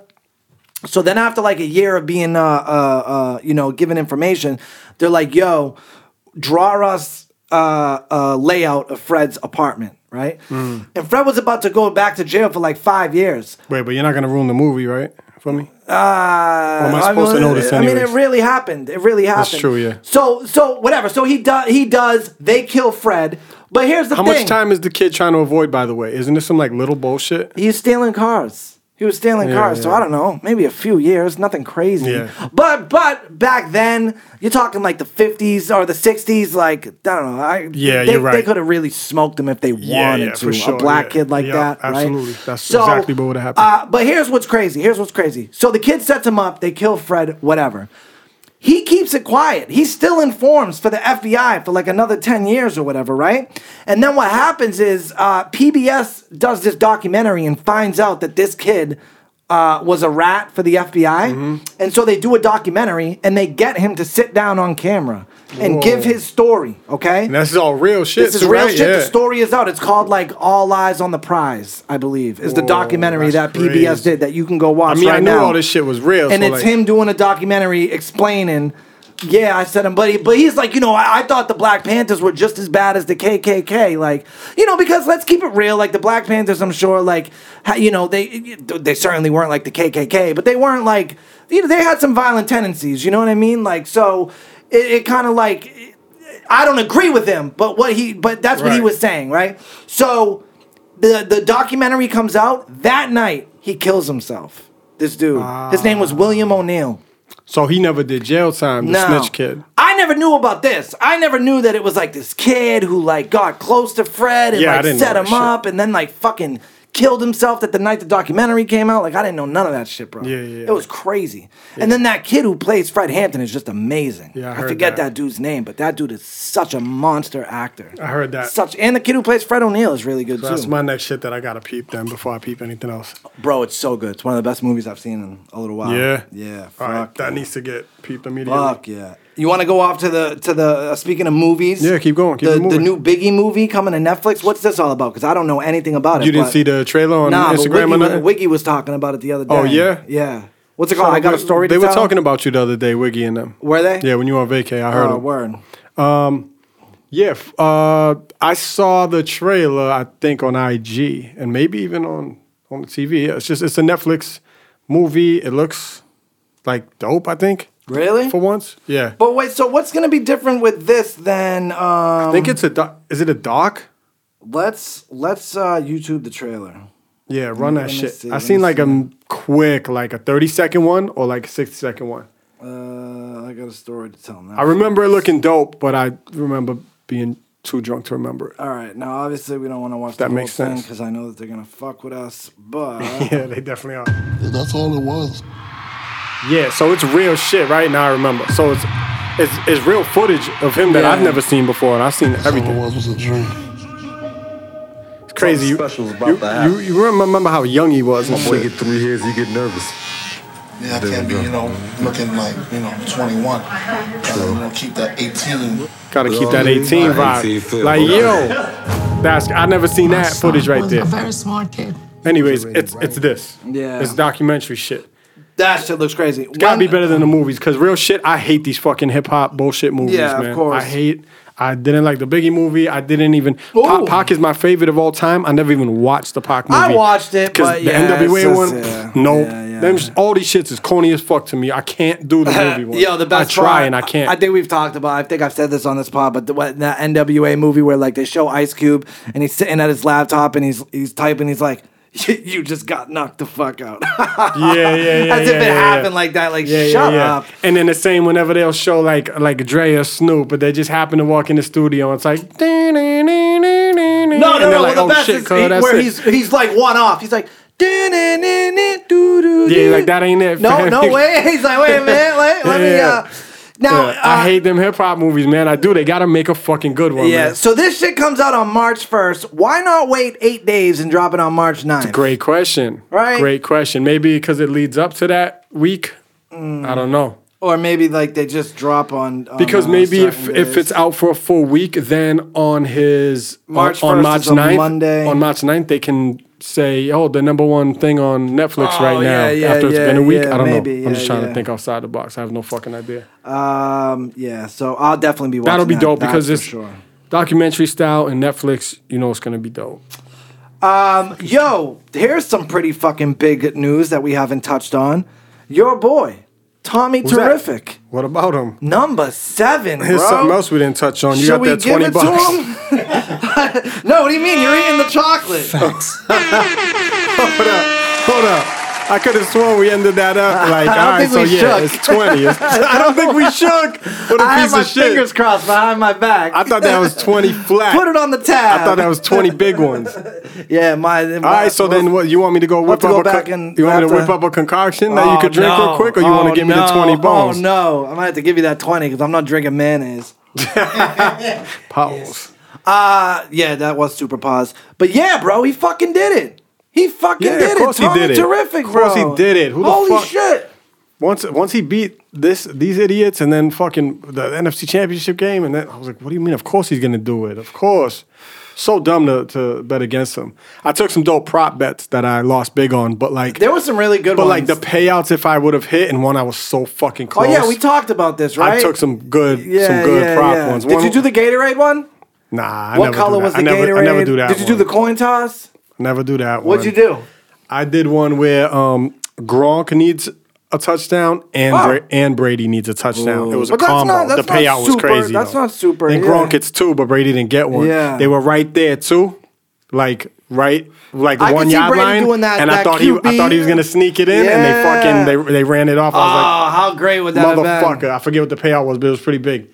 B: So then after like a year of being uh uh, uh you know given information, they're like, "Yo, draw us uh, a layout of Fred's apartment." Right, and Fred was about to go back to jail for like five years.
A: Wait, but you're not gonna ruin the movie, right? For me?
B: Uh,
A: am I supposed to know this
B: I mean, it
A: anyways?
B: really happened. It really happened.
A: true, yeah.
B: So, so whatever. So he does. He does. They kill Fred. But here's the
A: How
B: thing.
A: much time is the kid trying to avoid? By the way, isn't this some like little bullshit?
B: He's stealing cars. He was stealing
A: Yeah,
B: cars, so
A: yeah.
B: I don't know, maybe a few years, nothing crazy.
A: Yeah.
B: But but back then, you're talking like the 50s or the 60s, like I don't know. I,
A: Yeah,
B: they,
A: you're right.
B: They could have really smoked him if they
A: Yeah,
B: wanted
A: yeah,
B: to.
A: for
B: a
A: sure,
B: black
A: yeah.
B: kid like
A: Yeah,
B: that, right?
A: absolutely. That's exactly what would've happened.
B: Uh, but here's what's crazy. Here's what's crazy. So the kid sets him up. They kill Fred. Whatever. He keeps it quiet. He still informs for the FBI for like another 10 years or whatever, right? And then what happens is uh, PBS does this documentary and finds out that this kid uh, was a rat for the FBI.
A: Mm-hmm.
B: And so they do a documentary and they get him to sit down on camera and give his story, okay?
A: And that's all real shit.
B: This is
A: too,
B: real
A: right?
B: shit.
A: Yeah.
B: The story is out. It's called like All Eyes on the Prize, I believe, is the
A: Whoa,
B: documentary that
A: that's
B: PBS
A: crazy.
B: did that you can go watch.
A: I mean,
B: right
A: I knew
B: now.
A: all this shit was real.
B: And
A: so,
B: it's
A: like,
B: him doing a documentary explaining. Yeah, I said him, but he, but he's like, you know, I, I thought the Black Panthers were just as bad as the KKK, like, you know, because let's keep it real, like the Black Panthers, I'm sure, like, ha- you know, they they certainly weren't like the KKK, but they weren't like, you know, they had some violent tendencies, you know what I mean, like, so it, it kind of like I don't agree with him, but what he but that's what he
A: Right.
B: was saying, right? So the the documentary comes out that night. He kills himself. This dude. His name was William O'Neill.
A: So he never did jail time. The
B: No.
A: snitch kid.
B: I never knew about this. I never knew that it was like this kid who like got close to Fred and
A: Yeah, I
B: like
A: didn't
B: set
A: know
B: him
A: that shit.
B: up and then like fucking killed himself that the night the documentary came out. Like I didn't know none of that shit, bro.
A: Yeah, yeah, yeah.
B: It was crazy. And then that kid who plays Fred Hampton is just amazing.
A: Yeah, I heard
B: forget
A: that.
B: that dude's name, but that dude is such a monster actor.
A: I heard that.
B: Such and the kid who plays Fred O'Neill is really good
A: So that's
B: too.
A: my next shit that I gotta peep then before I peep anything else.
B: Bro, it's so good. It's one of the best movies I've seen in a little while.
A: yeah.
B: Yeah.
A: All
B: Fuck.
A: right. That needs to get peeped immediately.
B: Fuck yeah! You want to go off to the to the uh, speaking of movies?
A: Yeah, keep going, keep
B: the,
A: it moving.
B: the new Biggie movie coming to Netflix. What's this all about? Because I don't know anything about it.
A: You didn't
B: but-
A: see the trailer on
B: nah, but
A: Instagram
B: Wiggy,
A: or
B: was-
A: nothing?
B: Wiggy was talking about it the other day.
A: Oh, yeah?
B: yeah. What's it called? I got a story.
A: They
B: to
A: were
B: tell?
A: talking about you the other day, Wiggy and them.
B: Were they?
A: Yeah, when you were on vacay, I heard
B: Oh,
A: 'em.
B: word.
A: Yeah, f- uh, I saw the trailer. I think on IG and maybe even on on TV. Yeah, It's just it's a Netflix movie. It looks like dope. I think
B: Really?
A: for once. Yeah,
B: But wait, so what's gonna be different with this than? Um,
A: I think it's a. Doc- is it a doc?
B: let's let's uh, YouTube the trailer.
A: Yeah, run that
B: me
A: shit.
B: see,
A: I
B: let
A: seen
B: me
A: like a m- quick, like a thirty second one or like a sixty second one.
B: Uh, I got a story to tell now.
A: I remember it looking dope, but I remember being too drunk to remember it.
B: All right. Now, obviously, we don't want to watch
A: That
B: the
A: makes
B: whole thing
A: sense.
B: because I know that they're gonna fuck with us. But
A: [LAUGHS] Yeah, they definitely are.
I: And that's all it was.
A: Yeah, so it's real shit right now. I remember. So it's it's, it's real footage of him that I've
B: Yeah.
A: never seen before, and I've seen
I: That's all it
A: everything.
I: was was a dream.
A: It's crazy. You,
J: Specials about
A: you,
J: to happen.
A: you, you remember how young he was and
J: Boy, get
A: shit.
J: three years, you get nervous.
I: Yeah, I can't be, you know, looking like, you know, 21. Gotta, you know, keep that 18.
A: Gotta keep that 18 vibe. Like yo, that's I never seen that footage right there.
K: smart kid.
A: Anyways, it's it's this.
B: Yeah.
A: It's documentary shit.
B: that shit looks crazy.
A: It's gotta be better than the movies, cause real shit, I hate these fucking hip hop bullshit movies,
B: Yeah, of
A: man.
B: course.
A: I hate. I didn't like the Biggie movie. I didn't even. Pac,
B: Ooh.
A: Pac is my favorite of all time. I never even watched the Pac movie.
B: I watched it, but
A: the
B: yeah,
A: NWA
B: it's
A: one,
B: just- yeah.
A: no,
B: Yeah, yeah.
A: them sh- all these shits is corny as fuck to me. I can't do the
B: [LAUGHS]
A: movie one.
B: uh, Yo, the best.
A: I try
B: part-
A: and I can't.
B: I think we've talked about. I think I've said this on this pod, but the, what, that NWA movie where like they show Ice Cube and he's sitting at his laptop and he's he's typing. He's like, [LAUGHS] "You just got knocked the fuck out," [LAUGHS]
A: yeah, yeah, yeah.
B: as
A: yeah,
B: if
A: yeah,
B: it
A: yeah.
B: happened like that. Like, shut up.
A: And then the same whenever they'll show like like Dre or Snoop, but they just happen to walk in the studio and it's like no,
B: No, no, no.
A: like, "Oh,
B: the best is he- where he's he's like one off. He's like. Yeah,
A: Yeah, like, that ain't it,
B: No,
A: fam.
B: no way. He's like, wait a minute, wait, let me.
A: Yeah.
B: Uh, now
A: Yeah, I
B: uh,
A: hate them hip hop movies, man. I do. They gotta make a fucking good one.
B: Yeah,
A: man.
B: so this shit comes out on March 1st. Why not wait eight days and drop it on March 9th?
A: Great question.
B: Right?
A: Great question. Maybe because it leads up to that week.
B: Mm.
A: I don't know.
B: Or maybe like they just drop on. on,
A: Because
B: uh,
A: maybe if,
B: certain
A: if
B: days.
A: it's out for a full week, then on his uh,
B: March
A: on, on
B: 1st
A: March
B: is a
A: 9th,
B: Monday.
A: on March 9th, they can say, "Oh, the number one thing on Netflix
B: Oh,
A: right now."
B: yeah, yeah,
A: After it's
B: yeah,
A: been a week,
B: yeah,
A: I don't
B: maybe,
A: know. I'm just
B: yeah,
A: trying
B: yeah.
A: to think outside the box. I have no fucking idea.
B: Um, yeah, so I'll definitely be watching.
A: That'll be
B: that,
A: dope
B: that's
A: because
B: for
A: it's
B: Sure.
A: documentary style and Netflix. You know, it's gonna be dope.
B: Um, yo, here's some pretty fucking big news that we haven't touched on. Your boy, Tommy
A: that?
B: Terrific.
A: What about him?
B: Number seven, bro.
A: Here's something else we didn't touch on. You
B: Should
A: got
B: we
A: that
B: give
A: twenty
B: it
A: bucks.
B: to him? [LAUGHS] no, what do you mean? You're eating
A: [LAUGHS]
B: the chocolate.
L: Facts.
A: Hold up, [LAUGHS] hold up. I could have sworn we ended that
B: [LAUGHS]
A: up like, all
B: don't
A: right,
B: think
A: so
B: we
A: yeah,
B: shook.
A: it's 20.
B: [LAUGHS]
A: It's- I don't think we shook. What a
B: I have
A: piece
B: my
A: of shit.
B: fingers crossed behind my back.
A: I thought that
B: [LAUGHS]
A: was 20 flat.
B: Put it on the tab.
A: I thought that was 20 big ones. All
B: [LAUGHS] Yeah, my. All
A: right, so then what? You want me to go whip
B: to
A: up
B: go
A: a
B: back
A: con-
B: and-
A: You
B: I
A: want me
B: have
A: to whip
B: to-
A: up a concoction that you could drink real quick, or you want to give me the 20 bones?
B: Oh no, I might have to give you that twenty because I'm not drinking mayonnaise.
A: Pause.
B: Uh, yeah, that was super pause. But yeah, bro, he fucking did it. He fucking
A: Yeah, of
B: did it.
A: course he
B: Tommy
A: did it.
B: Terrific,
A: Of course
B: bro.
A: he did it. Who the
B: Holy
A: fuck-
B: shit.
A: Once, once he beat this these idiots and then fucking the NFC Championship game, and then I was like, what do you mean? Of course he's going to do it. Of course. So dumb to, to bet against him. I took some dope prop bets that I lost big on, but like.
B: There was some really good
A: but
B: ones.
A: like the payouts, if I would have hit, and one I was so fucking
B: oh
A: close.
B: yeah, we talked about this, right?
A: I took some good,
B: yeah,
A: some good
B: yeah,
A: prop
B: yeah.
A: ones.
B: Did
A: One-
B: you do the Gatorade one?
A: Nah, I
B: what
A: never
B: color
A: do that.
B: was the
A: I never,
B: Gatorade?
A: I never do that.
B: Did you do
A: one.
B: the coin toss?
A: Never do that.
B: What'd
A: one.
B: you do?
A: I did one where um, Gronk needs a touchdown and
B: Wow.
A: Bra- and Brady needs a touchdown. It was
B: But
A: a
B: that's
A: combo.
B: not-
A: the
B: that's not
A: payout was
B: super-
A: crazy.
B: that's
A: though.
B: not super,
A: And
B: yeah.
A: Gronk gets two, but Brady didn't get one.
B: Yeah.
A: they were right there too, like right, like
B: I could
A: one
B: see
A: yard
B: Brady
A: line.
B: doing that-
A: and I
B: that
A: thought he,
B: QB.
A: I thought he was gonna sneak it in,
B: Yeah.
A: and they fucking they they ran it off. I was like,
B: Oh, how great would that have been?
A: motherfucker. I forget what the payout was, but it was pretty big.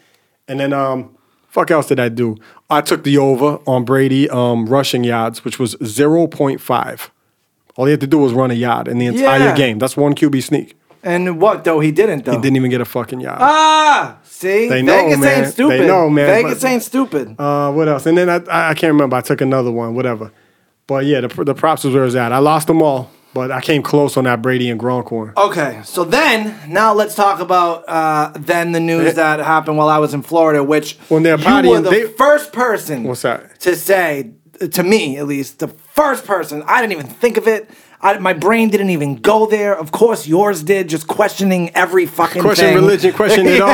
A: And then um, fuck else did I do? I took the over on Brady um rushing yards, which was zero point five. All he had to do was run a yard in the entire
B: Yeah.
A: game. That's one QB sneak.
B: And what though? He didn't though.
A: He didn't even get a fucking yard.
B: Ah, see,
A: They know,
B: Vegas
A: man.
B: ain't stupid.
A: They know, man,
B: Vegas
A: but-
B: ain't stupid.
A: Uh, what else? And then I, I I can't remember. I took another one, whatever. But yeah, the, the props was where it was at. I lost them all, but I came close on that Brady and Gronk one.
B: Okay, so then now let's talk about uh, then the news that happened while I was in Florida, which
A: Eh. When they're
B: you were
A: partying,
B: the
A: they-
B: first person.
A: What's that?
B: To say to me at least, the first person. I didn't even think of it. I, my brain didn't even go there. Of course, yours did. Just questioning every fucking
A: Question
B: thing.
A: religion,
B: [LAUGHS]
A: question it all.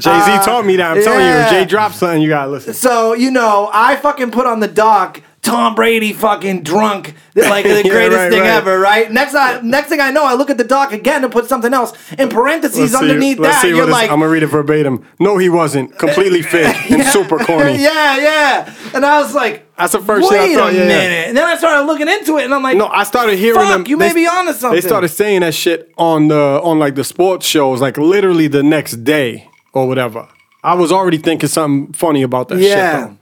A: Jay Z taught me that. I'm telling you,
B: Uh, yeah.
A: if Jay drops something, you gotta listen.
B: So you know, I fucking put on the dock. Tom Brady fucking drunk,
A: [LAUGHS]
B: like
A: Yeah,
B: the greatest
A: right,
B: thing
A: right.
B: ever, right? Next, I, next thing I know, I look at the dock again and put something else in parentheses
A: Let's see-
B: underneath
A: let's
B: that.
A: see
B: and
A: what
B: You're
A: it's-
B: like,
A: I'm gonna read it verbatim. No, he wasn't. Completely fake and super corny.
B: [LAUGHS] [LAUGHS] yeah, yeah. And I was like,
A: That's the first thing
B: Wait
A: I thought,
B: a
A: yeah, yeah.
B: minute. And then I started looking into it, and I'm like,
A: No, I started hearing
B: Fuck,
A: them.
B: you may be onto something.
A: They started saying that shit on the on like the sports shows, like literally the next day or whatever. I was already thinking something funny about that
B: Yeah.
A: shit. Though.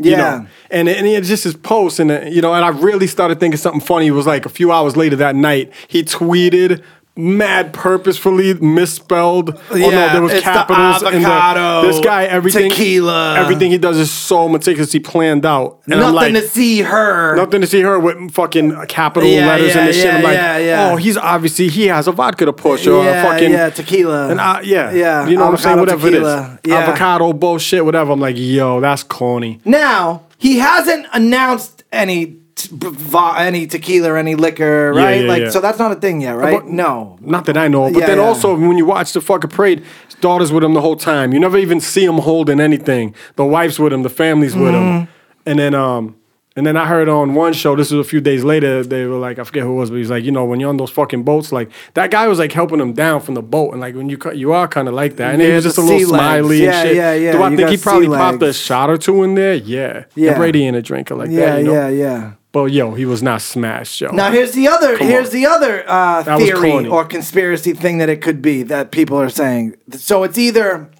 A: You
B: Yeah.
A: know? And and it's just his post and uh, you know, and I really started thinking something funny. It was like a few hours later that night, he tweeted mad purposefully misspelled. Oh no,
M: Yeah,
A: there was
M: it's the
A: capitals and
M: avocado,
A: this guy everything
M: tequila.
A: everything he does is so meticulously planned out. And I'm
M: Nothing
A: like,
M: to see her.
A: Nothing to see her with fucking capital
M: Yeah,
A: letters
M: yeah,
A: and this shit. I'm
M: yeah,
A: like,
M: yeah, yeah.
A: oh, he's obviously he has a vodka to push or a
B: Yeah,
A: fucking
B: yeah, tequila.
A: and I, yeah,
B: Yeah,
A: You know what I'm saying?
B: avocado
A: Whatever
B: tequila.
A: it is,
B: Yeah.
A: avocado bullshit, whatever. I'm like, yo, that's corny.
B: Now he hasn't announced any t- b- va- any tequila or any liquor,
A: Yeah,
B: right?
A: yeah,
B: like
A: yeah.
B: so that's not a thing yet, right? no.
A: Not that I know, of, but
B: Yeah,
A: then
B: yeah.
A: also when you watch the fucking parade, his daughter's with him the whole time. You never even see him holding anything. The wife's with him, the family's with
B: Mm-hmm.
A: him, and then um. And then I heard on one show, this was a few days later, they were like, I forget who it was, but he's like, you know, when you're on those fucking boats, like that guy was like helping him down from the boat, and like when you cu- you are kind of like that, and he
B: Yeah,
A: was just a
B: the
A: little
B: sea legs.
A: smiley
B: Yeah,
A: and shit.
B: yeah, yeah,
A: Do I
B: you
A: think
B: got
A: he
B: sea
A: probably popped a
B: legs.
A: shot or two in there? Yeah,
B: Yeah.
A: And Brady ain't a drinker like
B: Yeah,
A: that, you know?
B: yeah, yeah.
A: But yo, he was not smashed, yo.
B: Now here's the other
A: Come on.
B: here's the other uh,
A: That was
B: theory
A: corny.
B: or conspiracy thing that it could be that people are saying. So it's either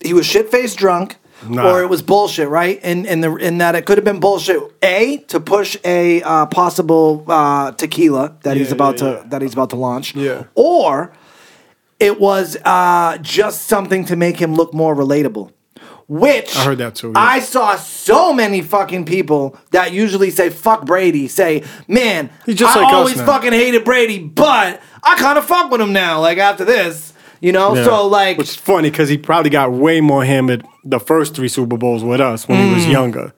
B: he was shit faced drunk.
A: Nah.
B: Or it was bullshit, right? And in, the in that it could have been bullshit. A to push a uh, possible uh, tequila that he's
A: Yeah,
B: about
A: yeah,
B: to that he's about to launch.
A: Yeah.
B: Or it was uh, just something to make him look more relatable. Which
A: I heard that too, yeah.
B: I saw so many fucking people that usually say "fuck Brady," say, "Man,
A: He's just
B: I
A: like us
B: always
A: now."
B: fucking hated Brady, but I kind of fuck with him now. Like after this, you know.
A: Yeah.
B: So like,
A: which is funny because he probably got way more him at the first three Super Bowls with us when he
B: Mm.
A: was younger.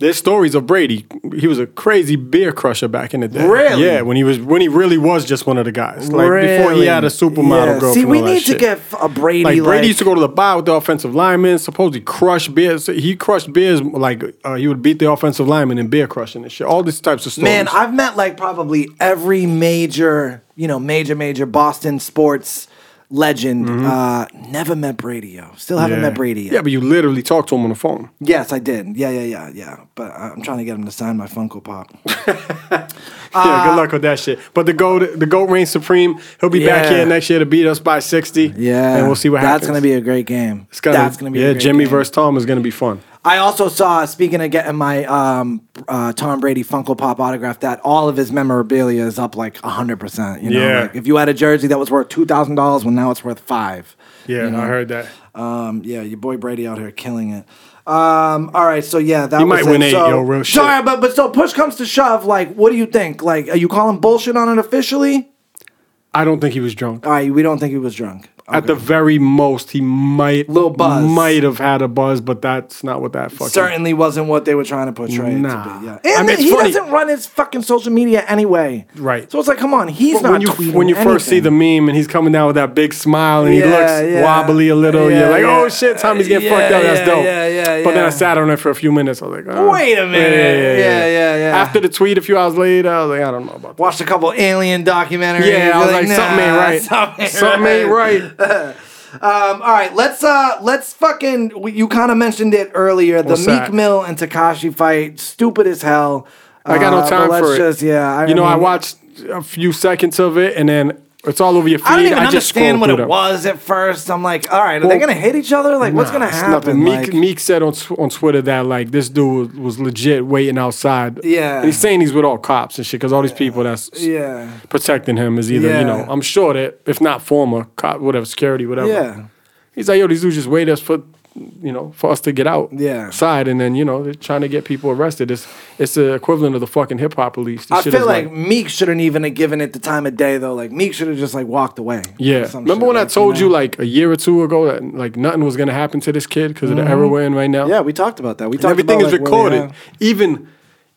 A: There's stories of Brady. He was a crazy beer crusher back in the day.
B: Really?
A: Yeah, when he was when he really was just one of the guys. Like before he
B: Really?
A: had a supermodel
B: Yeah.
A: girl.
B: See, we need to get a Brady.
A: like
B: Like,
A: Brady used to go to the bar with the offensive linemen. Supposedly crush beers. He crushed beers like uh, he would beat the offensive linemen in beer crushing and shit. All these types of stories.
B: Man, I've met like probably every major, you know, major, major Boston sports legend. Uh, never met Brady. Yo. Still haven't
A: Mm-hmm. yeah.
B: met Brady yet.
A: Yeah, but you literally talked to him on the phone.
B: Yes, I did. Yeah, yeah, yeah, yeah. But I- I'm trying to get him to sign my Funko Pop.
A: yeah,
B: Uh,
A: good luck with that shit. But the goat, the goat reigns supreme. He'll be back
B: Yeah.
A: here next year to beat us by sixty. [LAUGHS]
B: Yeah,
A: and we'll see what
B: that's
A: happens.
B: gonna be a great game.
A: It's gonna,
B: that's gonna be a
A: yeah.
B: great
A: Jimmy
B: game.
A: versus Tom is gonna be fun.
B: I also saw speaking of getting my um, uh, Tom Brady Funko Pop autograph that all of his memorabilia is up like hundred percent. You know,
A: Yeah.
B: like if you had a jersey that was worth two thousand dollars, well now it's worth five.
A: Yeah,
B: you know?
A: I heard that.
B: Um, yeah, your boy Brady out here killing it. Um, all right, so yeah, that
A: He
B: was
A: might
B: it.
A: win eight,
B: so,
A: yo, real shit.
B: Sorry, but but so push comes to shove, like, what do you think? Like, are you calling bullshit on it officially?
A: I don't think he was drunk.
B: All right, we don't think he was drunk.
A: At the very most, he might
B: Little buzz.
A: might have had a buzz, but that's not what that fucking.
B: certainly wasn't what they were trying to portray it to
A: Nah.
B: be. Yeah.
A: I
B: And
A: mean, it's
B: he
A: funny.
B: doesn't run his fucking social media anyway.
A: Right.
B: So it's like, come on, he's
A: But
B: not
A: when you
B: tweeting
A: when you first see the
B: anything.
A: meme and he's coming down with that big smile and he
B: Yeah,
A: looks
B: yeah.
A: wobbly a little,
B: Yeah,
A: you're like,
B: yeah.
A: oh shit, Tommy's getting
B: Yeah,
A: fucked up. That's
B: yeah,
A: dope.
B: yeah, yeah,
A: But then
B: yeah.
A: I sat on it for a few minutes. I was like, oh.
B: Wait a minute. Yeah, yeah, yeah.
A: After the tweet, a few hours later, I was like, I don't know about that.
B: watched a couple alien documentaries.
A: Yeah, I was
B: you're
A: like, something ain't
B: nah,
A: right.
B: Something, ain't
A: Something ain't right.
B: Um, all right, let's uh, let's fucking. we- You kind of mentioned it earlier. The
A: What's
B: Meek
A: that?
B: Mill and Takashi fight, stupid as hell.
A: I got
B: Uh,
A: no
B: but
A: time
B: let's
A: for it.
B: Just, yeah,
A: you know, I
B: mean,
A: watched a few seconds of it, and then it's all over your feed.
B: I don't even
A: just
B: understand
A: scrolled
B: what
A: through
B: it
A: them.
B: was at first. I'm like, all right, are they
A: Well,
B: gonna hit each other? Like, what's
A: Nah,
B: gonna
A: it's
B: happen?
A: nothing. Meek,
B: Like-
A: Meek said on tw- on Twitter that like this dude was legit waiting outside.
B: Yeah.
A: and he's saying he's with all cops and shit because all these people that's
B: Yeah.
A: protecting him is either
B: Yeah.
A: you know I'm sure that if not former cop whatever security whatever
B: Yeah.
A: he's like yo these dudes just wait us for you know for us to get out
B: Yeah.
A: side and then you know they're trying to get people arrested it's it's the equivalent of the fucking hip hop police. This
B: I
A: shit
B: feel
A: is
B: like, Meek shouldn't even have given it the time of day though. Like Meek should have just like walked away.
A: Yeah.
B: Some
A: Remember
B: shit,
A: when I
B: like,
A: told you
B: know?
A: like a year or two ago that like nothing was gonna happen to this kid because of the era we're in right now?
B: Mm-hmm. Yeah, we talked about that. We
A: And
B: talked
A: everything
B: about
A: is
B: like, where they
A: recorded.
B: are.
A: Even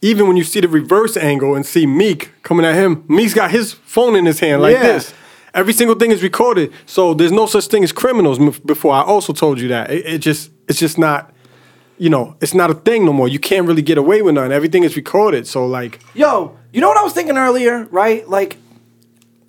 A: even when you see the reverse angle and see Meek coming at him, Meek's got his phone in his hand like
B: Yeah.
A: this. Every single thing is recorded. So there's no such thing as criminals m- before. I also told you that. It, it just it's just not you know, it's not a thing no more. You can't really get away with nothing. Everything is recorded. So like
B: Yo, you know what I was thinking earlier, right? Like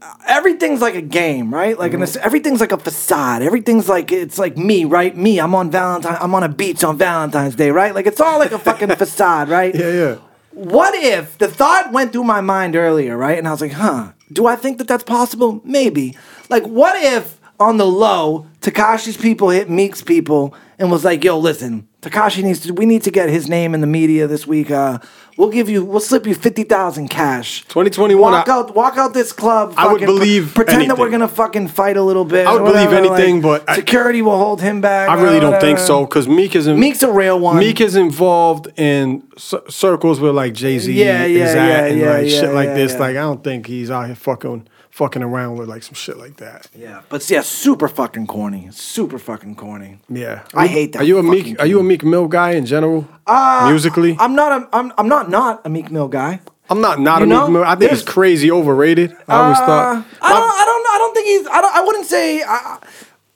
B: uh, everything's like a game, right? Like and
A: Mm-hmm.
B: it's- everything's like a facade. Everything's like it's like me, right? Me, I'm on Valentine. I'm on a beach on Valentine's Day, right? Like it's all like
A: [LAUGHS]
B: a fucking facade, right?
A: Yeah, yeah.
B: What if the thought went through my mind earlier, right? And I was like, huh, do I think that that's possible? Maybe. Like, what if on the low, Takashi's people hit Meek's people and was like, "Yo, listen, Takashi needs to. We need to get his name in the media this week. Uh, we'll give you. We'll slip you fifty thousand cash.
A: 2021,
B: Walk
A: I-
B: out. Walk out this club.
A: I would
B: fucking pre-
A: believe
B: Pretend that
A: anything.
B: we're gonna fucking fight a little bit.
A: I would
B: or
A: believe
B: whatever, like,
A: anything, but I-
B: security will hold him back.
A: I really don't
B: whatever.
A: think so because Meek is in,
B: Meek's a real one.
A: Meek is involved in cir- circles where like Jay Z
B: Yeah, yeah,
A: is at
B: yeah,
A: and
B: yeah,
A: like
B: yeah,
A: shit like
B: yeah,
A: this.
B: yeah.
A: Like I don't think he's out here fucking fucking around with like some shit like that.
B: Yeah, but yeah, super fucking corny. Super fucking corny.
A: Yeah,
B: I hate that
A: Are you a Meek?
B: fucking
A: Are you a Meek Mill guy in general?
B: Uh,
A: musically,
B: I'm not. A, I'm. I'm not not a Meek Mill guy.
A: I'm not not
B: you
A: a
B: know,
A: Meek Mill. I think
B: there's-
A: he's crazy overrated. I always
B: Uh,
A: thought.
B: I don't. I don't. I don't think he's. I don't. I wouldn't say. I,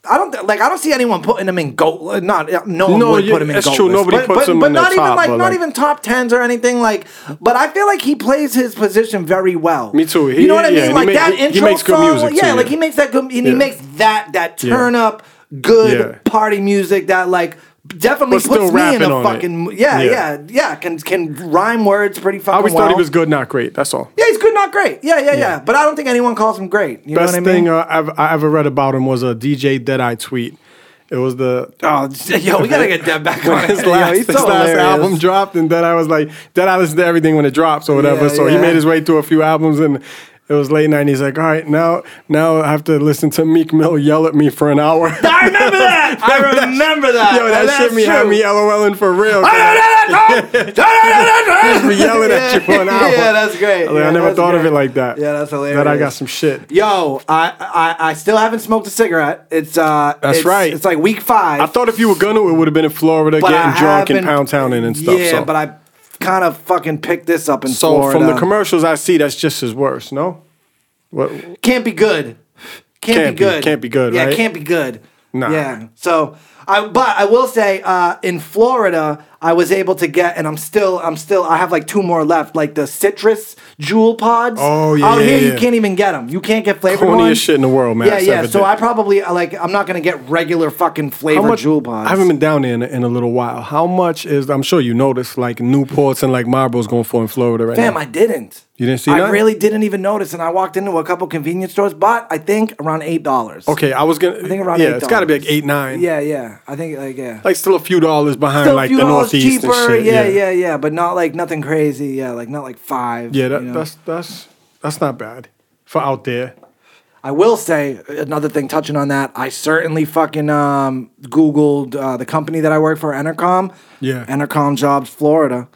B: I don't th- like. I don't see anyone putting him in goat. Not uh, no one
A: No,
B: would
A: yeah,
B: put him in.
A: that's
B: goat
A: true.
B: list.
A: Nobody
B: but,
A: puts
B: but,
A: him
B: but
A: in the
B: not even
A: top,
B: like
A: but,
B: not
A: like-
B: even top tens or anything like. But I feel like he plays his position very well.
A: Me too. He-
B: you know what I
A: yeah,
B: mean?
A: he
B: Like
A: ma-
B: that
A: he- he
B: intro
A: makes good
B: song.
A: music
B: yeah,
A: too,
B: like
A: yeah.
B: he makes that good. And he
A: Yeah.
B: makes that that
A: Yeah.
B: turn up good
A: Yeah.
B: party music that like. Definitely
A: But still
B: puts me in
A: rapping
B: a
A: on it.
B: fucking yeah,
A: Yeah.
B: yeah, yeah, Can can rhyme words pretty fucking
A: I always
B: well.
A: thought he was good, not great. That's all.
B: Yeah, he's good, not great. Yeah, yeah, yeah. But I don't think anyone calls him great. You
A: Best
B: know what I mean?
A: thing uh, I've, I ever read about him was a DJ Deadeye tweet. It was the
B: oh, [LAUGHS] yo, we gotta get Deb back on
A: his
B: [LAUGHS] it. Yo,
A: last,
B: he's
A: his
B: so
A: last
B: hilarious.
A: album dropped, and then I was like, then I listened to everything when it drops or whatever.
B: Yeah,
A: so he
B: yeah.
A: made his way through a few albums, and it was late night. And he's like, all right, now now I have to listen to Meek Mill yell at me for an hour.
B: [LAUGHS] I
A: [LAUGHS]
B: remember that. I remember that.
A: Yo, that
B: That's
A: shit me had
B: true. [LAUGHS]
A: me LOLing for real.
B: Just
A: be yelling at you for an hour.
B: [LAUGHS] Yeah, that's
A: I,
B: great.
A: like, I
B: Yeah,
A: never
B: that's
A: thought of
B: great.
A: it like that.
B: Yeah, that's hilarious.
A: That I got some shit.
B: Yo, I, I I still haven't smoked a cigarette. It's uh,
A: That's
B: it's-
A: right.
B: It's like week five.
A: I thought if you were gonna, it would have been in Florida,
B: but I
A: getting drunk and
B: haven't-
A: pound town and stuff.
B: Yeah,
A: so.
B: but I kind of fucking picked this up in
A: So
B: Florida.
A: from the commercials I see, that's just as worse. No, what?
B: can't be good. Can't,
A: Can't
B: be
A: be-
B: good.
A: can't be good,
B: Yeah,
A: right?
B: can't be good.
A: Nah.
B: Yeah. So I but I will say uh, in Florida I was able to get and I'm still I'm still I have like two more left like the citrus jewel pods.
A: Oh, yeah,
B: Out
A: yeah,
B: here
A: yeah.
B: you can't even get them. You can't get flavored
A: Corniest
B: ones.
A: shit in the world, man.
B: Yeah,
A: It's
B: yeah.
A: evident.
B: So I probably uh, like I'm not gonna get regular fucking flavored jewel pods.
A: I haven't been down there in, in a little while. How much is? I'm sure you noticed, like Newports and like Marlboro's going for in Florida right
B: Fam,
A: now.
B: I didn't.
A: you didn't see
B: I
A: that?
B: really didn't even notice, and I walked into a couple convenience stores, bought I think around eight dollars.
A: Okay, I was gonna.
B: I think around
A: yeah, it's got to be
B: $8.
A: like eight nine.
B: Yeah, yeah. I think like yeah.
A: like still a few dollars behind
B: Still a
A: like
B: few
A: the
B: dollars
A: Northeast
B: cheaper.
A: and shit.
B: yeah, yeah, yeah, But not like nothing crazy. Yeah, like not like five.
A: Yeah, that,
B: you know?
A: that's that's that's not bad for out there.
B: I will say another thing. Touching on that, I certainly fucking um, googled uh, the company that I work for, Entercom.
A: Yeah.
B: Entercom Jobs, Florida.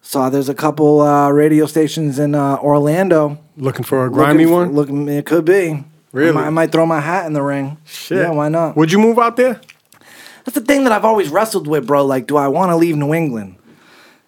B: Saw there's a couple uh, radio stations in uh, Orlando.
A: Looking for a grimy
B: Looking-
A: one.
B: Looking, it could be. I
A: Really?
B: might, I might throw my hat in the ring.
A: shit.
B: Yeah, why not?
A: Would you move out there?
B: That's the thing that I've always wrestled with, bro. Like, do I want to leave New England?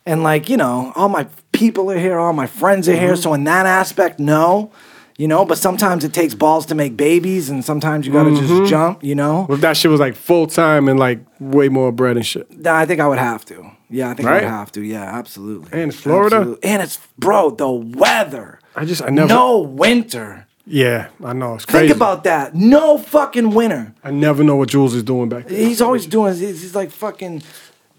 B: And like, you know, all my people are here, all my friends are
A: Mm-hmm.
B: here. So in that aspect, no. You know, but sometimes it takes balls to make babies, and sometimes you gotta
A: Mm-hmm.
B: just jump. You know,
A: If that shit was like full time and like way more bread and shit.
B: Nah, I think I would have to. Yeah, I think I
A: Right?
B: would have to. Yeah, absolutely.
A: And it's Florida?
B: Absolutely. and it's bro, the weather.
A: I just I never.
B: no winter.
A: Yeah, I know it's crazy.
B: Think about that. No fucking winter.
A: I never know what Jules is doing back there.
B: He's always doing. He's, he's like fucking.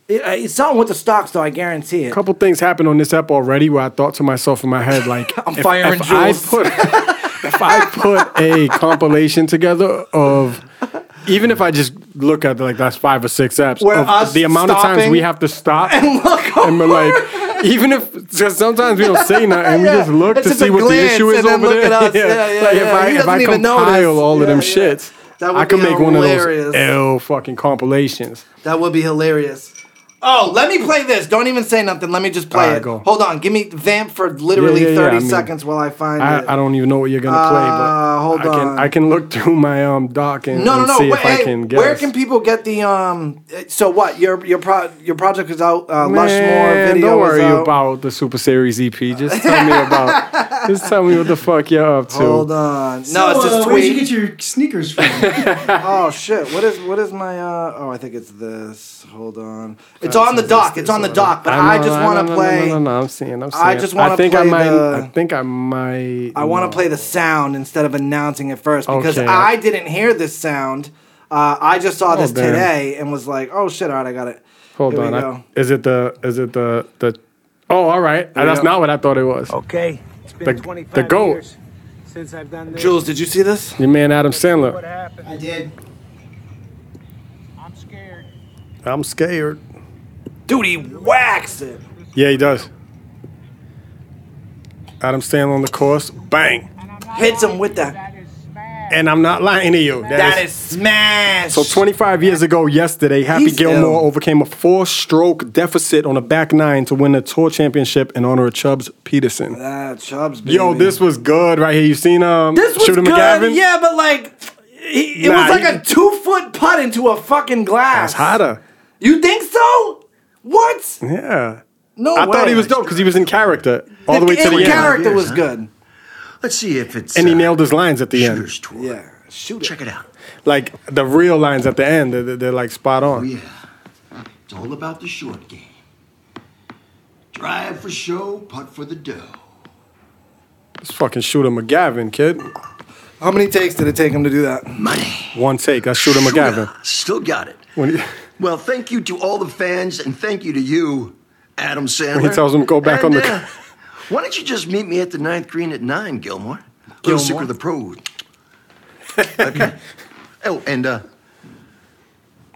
B: It, it's something with the stocks, though. I guarantee it.
A: A couple things happened on this app already where I thought to myself in my
B: [LAUGHS]
A: head, like,
B: I'm firing
A: if I
B: Jules. [LAUGHS]
A: put, if I put a compilation together of, even if I just look at like that's five or six apps,
B: Where
A: of
B: us
A: the amount of times
B: stopping
A: we have to stop and
B: look
A: we're like, even if 'cause sometimes we
B: [LAUGHS]
A: don't say nothing, we
B: Yeah.
A: just look
B: It's
A: to
B: just
A: see
B: a
A: what the
B: glance
A: issue is
B: and then
A: over
B: look
A: there. [LAUGHS]
B: at us. Yeah, yeah,
A: like
B: yeah.
A: if I
B: He
A: if I
B: doesn't even notice.
A: compile all of them
B: Yeah, yeah.
A: shits,
B: That would
A: I could
B: be
A: make one of those
B: hilarious.
A: L fucking compilations.
B: That would be hilarious. Oh, let me play this. Don't even say nothing. Let me just play
A: Alright,
B: it.
A: go.
B: Hold on. Give me vamp for literally
A: Yeah, yeah, yeah,
B: 30
A: I mean,
B: seconds while I find it.
A: I, I don't even know what you're gonna play, but
B: Uh, hold
A: I can
B: on.
A: I can look through my um doc and,
B: no, no,
A: and
B: no.
A: see
B: Wait,
A: if I
B: hey,
A: can guess.
B: where can people get the um? So what? Your your pro your project is out. Uh, Lushmore
A: Man,
B: video.
A: Don't
B: is
A: worry
B: out.
A: about the Super Series EP. Just tell
B: [LAUGHS]
A: me about. just tell me what the fuck you're up to.
B: Hold on. No, it's
F: uh,
B: just
F: where'd you
B: tweet.
F: get your sneakers
B: [LAUGHS]
F: from?
B: oh shit! What is what is my? uh Oh, I think it's this. Hold on. It's on the dock. It's on the dock. But I,
A: know,
B: just want
A: know,
B: to
A: no,
B: play.
A: No, no, no, I'm seeing. I'm seeing.
B: I just wanna
A: I think I
B: play
A: might.
B: the-
A: I think I might.
B: I want
A: no.
B: to play the sound instead of announcing it first because
A: Okay.
B: I didn't hear this sound. Uh, I just saw this
A: damn.
B: today and was like, "Oh shit! All right, I got it."
A: Hold
B: Here we
A: on.
B: go.
A: I, is it the? Is it the? The? Oh, all right. That's
B: go. Oh.
A: not what I thought it was.
N: Okay. It's been
A: The-
N: 25
A: the goat.
N: years
O: since I've done this.
P: Jules, did you see this?
A: Your man Adam Sandler.
O: happened? I
Q: did.
O: I'm scared.
A: I'm scared.
B: Dude, he waxed it.
A: Yeah, he does. Adam Sandler on the course. Bang.
B: Hits him with that.
A: And I'm not lying to you.
B: That is smash.
A: So 25 years ago yesterday, Happy
B: He's
A: Gilmore
B: ill.
A: overcame a four-stroke deficit on a back nine to win the tour championship in honor of Chubbs Peterson.
B: Ah, Chubbs, baby.
A: Yo, this was good right here. You seen um
B: This was
A: Shooter
B: good,
A: McGavin?
B: yeah, but like, he, it
A: Nah,
B: was like
A: he-
B: a two foot putt into a fucking
A: That's
B: glass.
A: hotter.
B: You think so? What?
A: Yeah.
B: No
A: I thought
B: way.
A: he was dope because he was in character all the, way to the
B: his
A: end.
B: character was good.
J: Let's see if it's.
A: And he nailed his lines at the end.
B: Yeah, shoot it.
J: Check it out.
A: Like the real lines at the end, they're, they're, they're, like spot on.
J: It's all about the short game. Drive for show, putt for the dough.
A: It's fucking Shooter McGavin, kid.
B: How many takes did it take him to do that?
J: Money.
A: One take. That's Shooter McGavin.
J: Still got it.
A: When he, [LAUGHS]
J: Well, thank you to all the fans, and thank you to you, Adam Sandler.
A: He tells him to go back
J: And,
A: on the-
J: uh, why don't you just meet me at the ninth green at nine, Gilmore? Little
A: Gilmore?
J: secret of the pros. okay. Oh, and uh,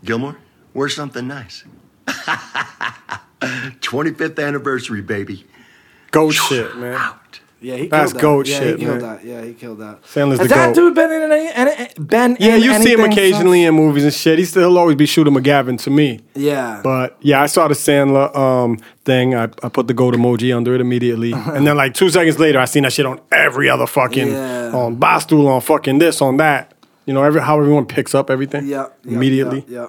J: Gilmore, wear something nice. [LAUGHS] 25th anniversary, baby.
A: Goat shit, man.
B: Yeah, he
A: That's
B: killed that.
A: goat
B: yeah,
A: shit,
B: he killed
A: man.
B: that. Yeah, he killed that.
A: Sandler's the
B: Has that
A: goat.
B: dude been in any, any been
A: Yeah,
B: in
A: you see him
B: anything
A: occasionally in movies and shit. He's, he'll always be Shooter McGavin to me.
B: since- Yeah.
A: But yeah, I saw the Sandler um, thing. I, I put the goat emoji under it [LAUGHS] immediately, and then like two seconds later, I seen that shit on every other fucking
B: Yeah.
A: on Boston, on fucking this, on that. You know, every how everyone picks up everything.
B: Yeah.
A: immediately.
B: Yeah.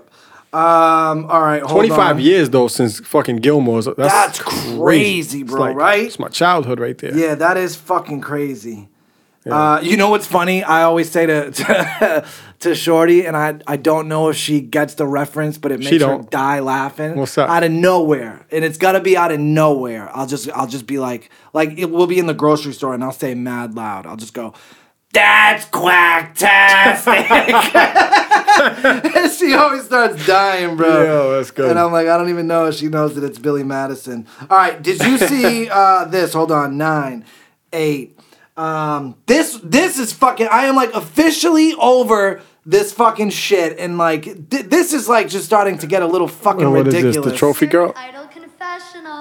B: Um. All right. Hold
A: Twenty five
B: on.
A: years though since fucking Gilmore's. That's,
B: That's crazy,
A: It's
B: bro, right?
A: It's my childhood right there.
B: Yeah, that is fucking crazy. Uh, you know what's funny? I always say to [LAUGHS] to, to Shorty, and I I don't know if she gets the reference, but it
A: She
B: makes her
A: don't.
B: die laughing.
A: What's that?
B: Out of nowhere, and it's gotta be out of nowhere. I'll just I'll just be like like it will be in the grocery store, and I'll say mad loud. I'll just go.
A: [LAUGHS]
B: That's [LAUGHS] quacktastic. she always starts dying, bro.
A: Yo, that's good.
B: And I'm like, I don't even know if she knows that it's Billy Madison. All right, did
A: [LAUGHS]
B: you see uh, this? Hold on, nine, eight. Um, this this is fucking. I am like officially over this fucking shit, and like thi- this is like just starting to get a little fucking
A: Well, what is
B: ridiculous.
A: this? The trophy girl?
R: Idol Confessional.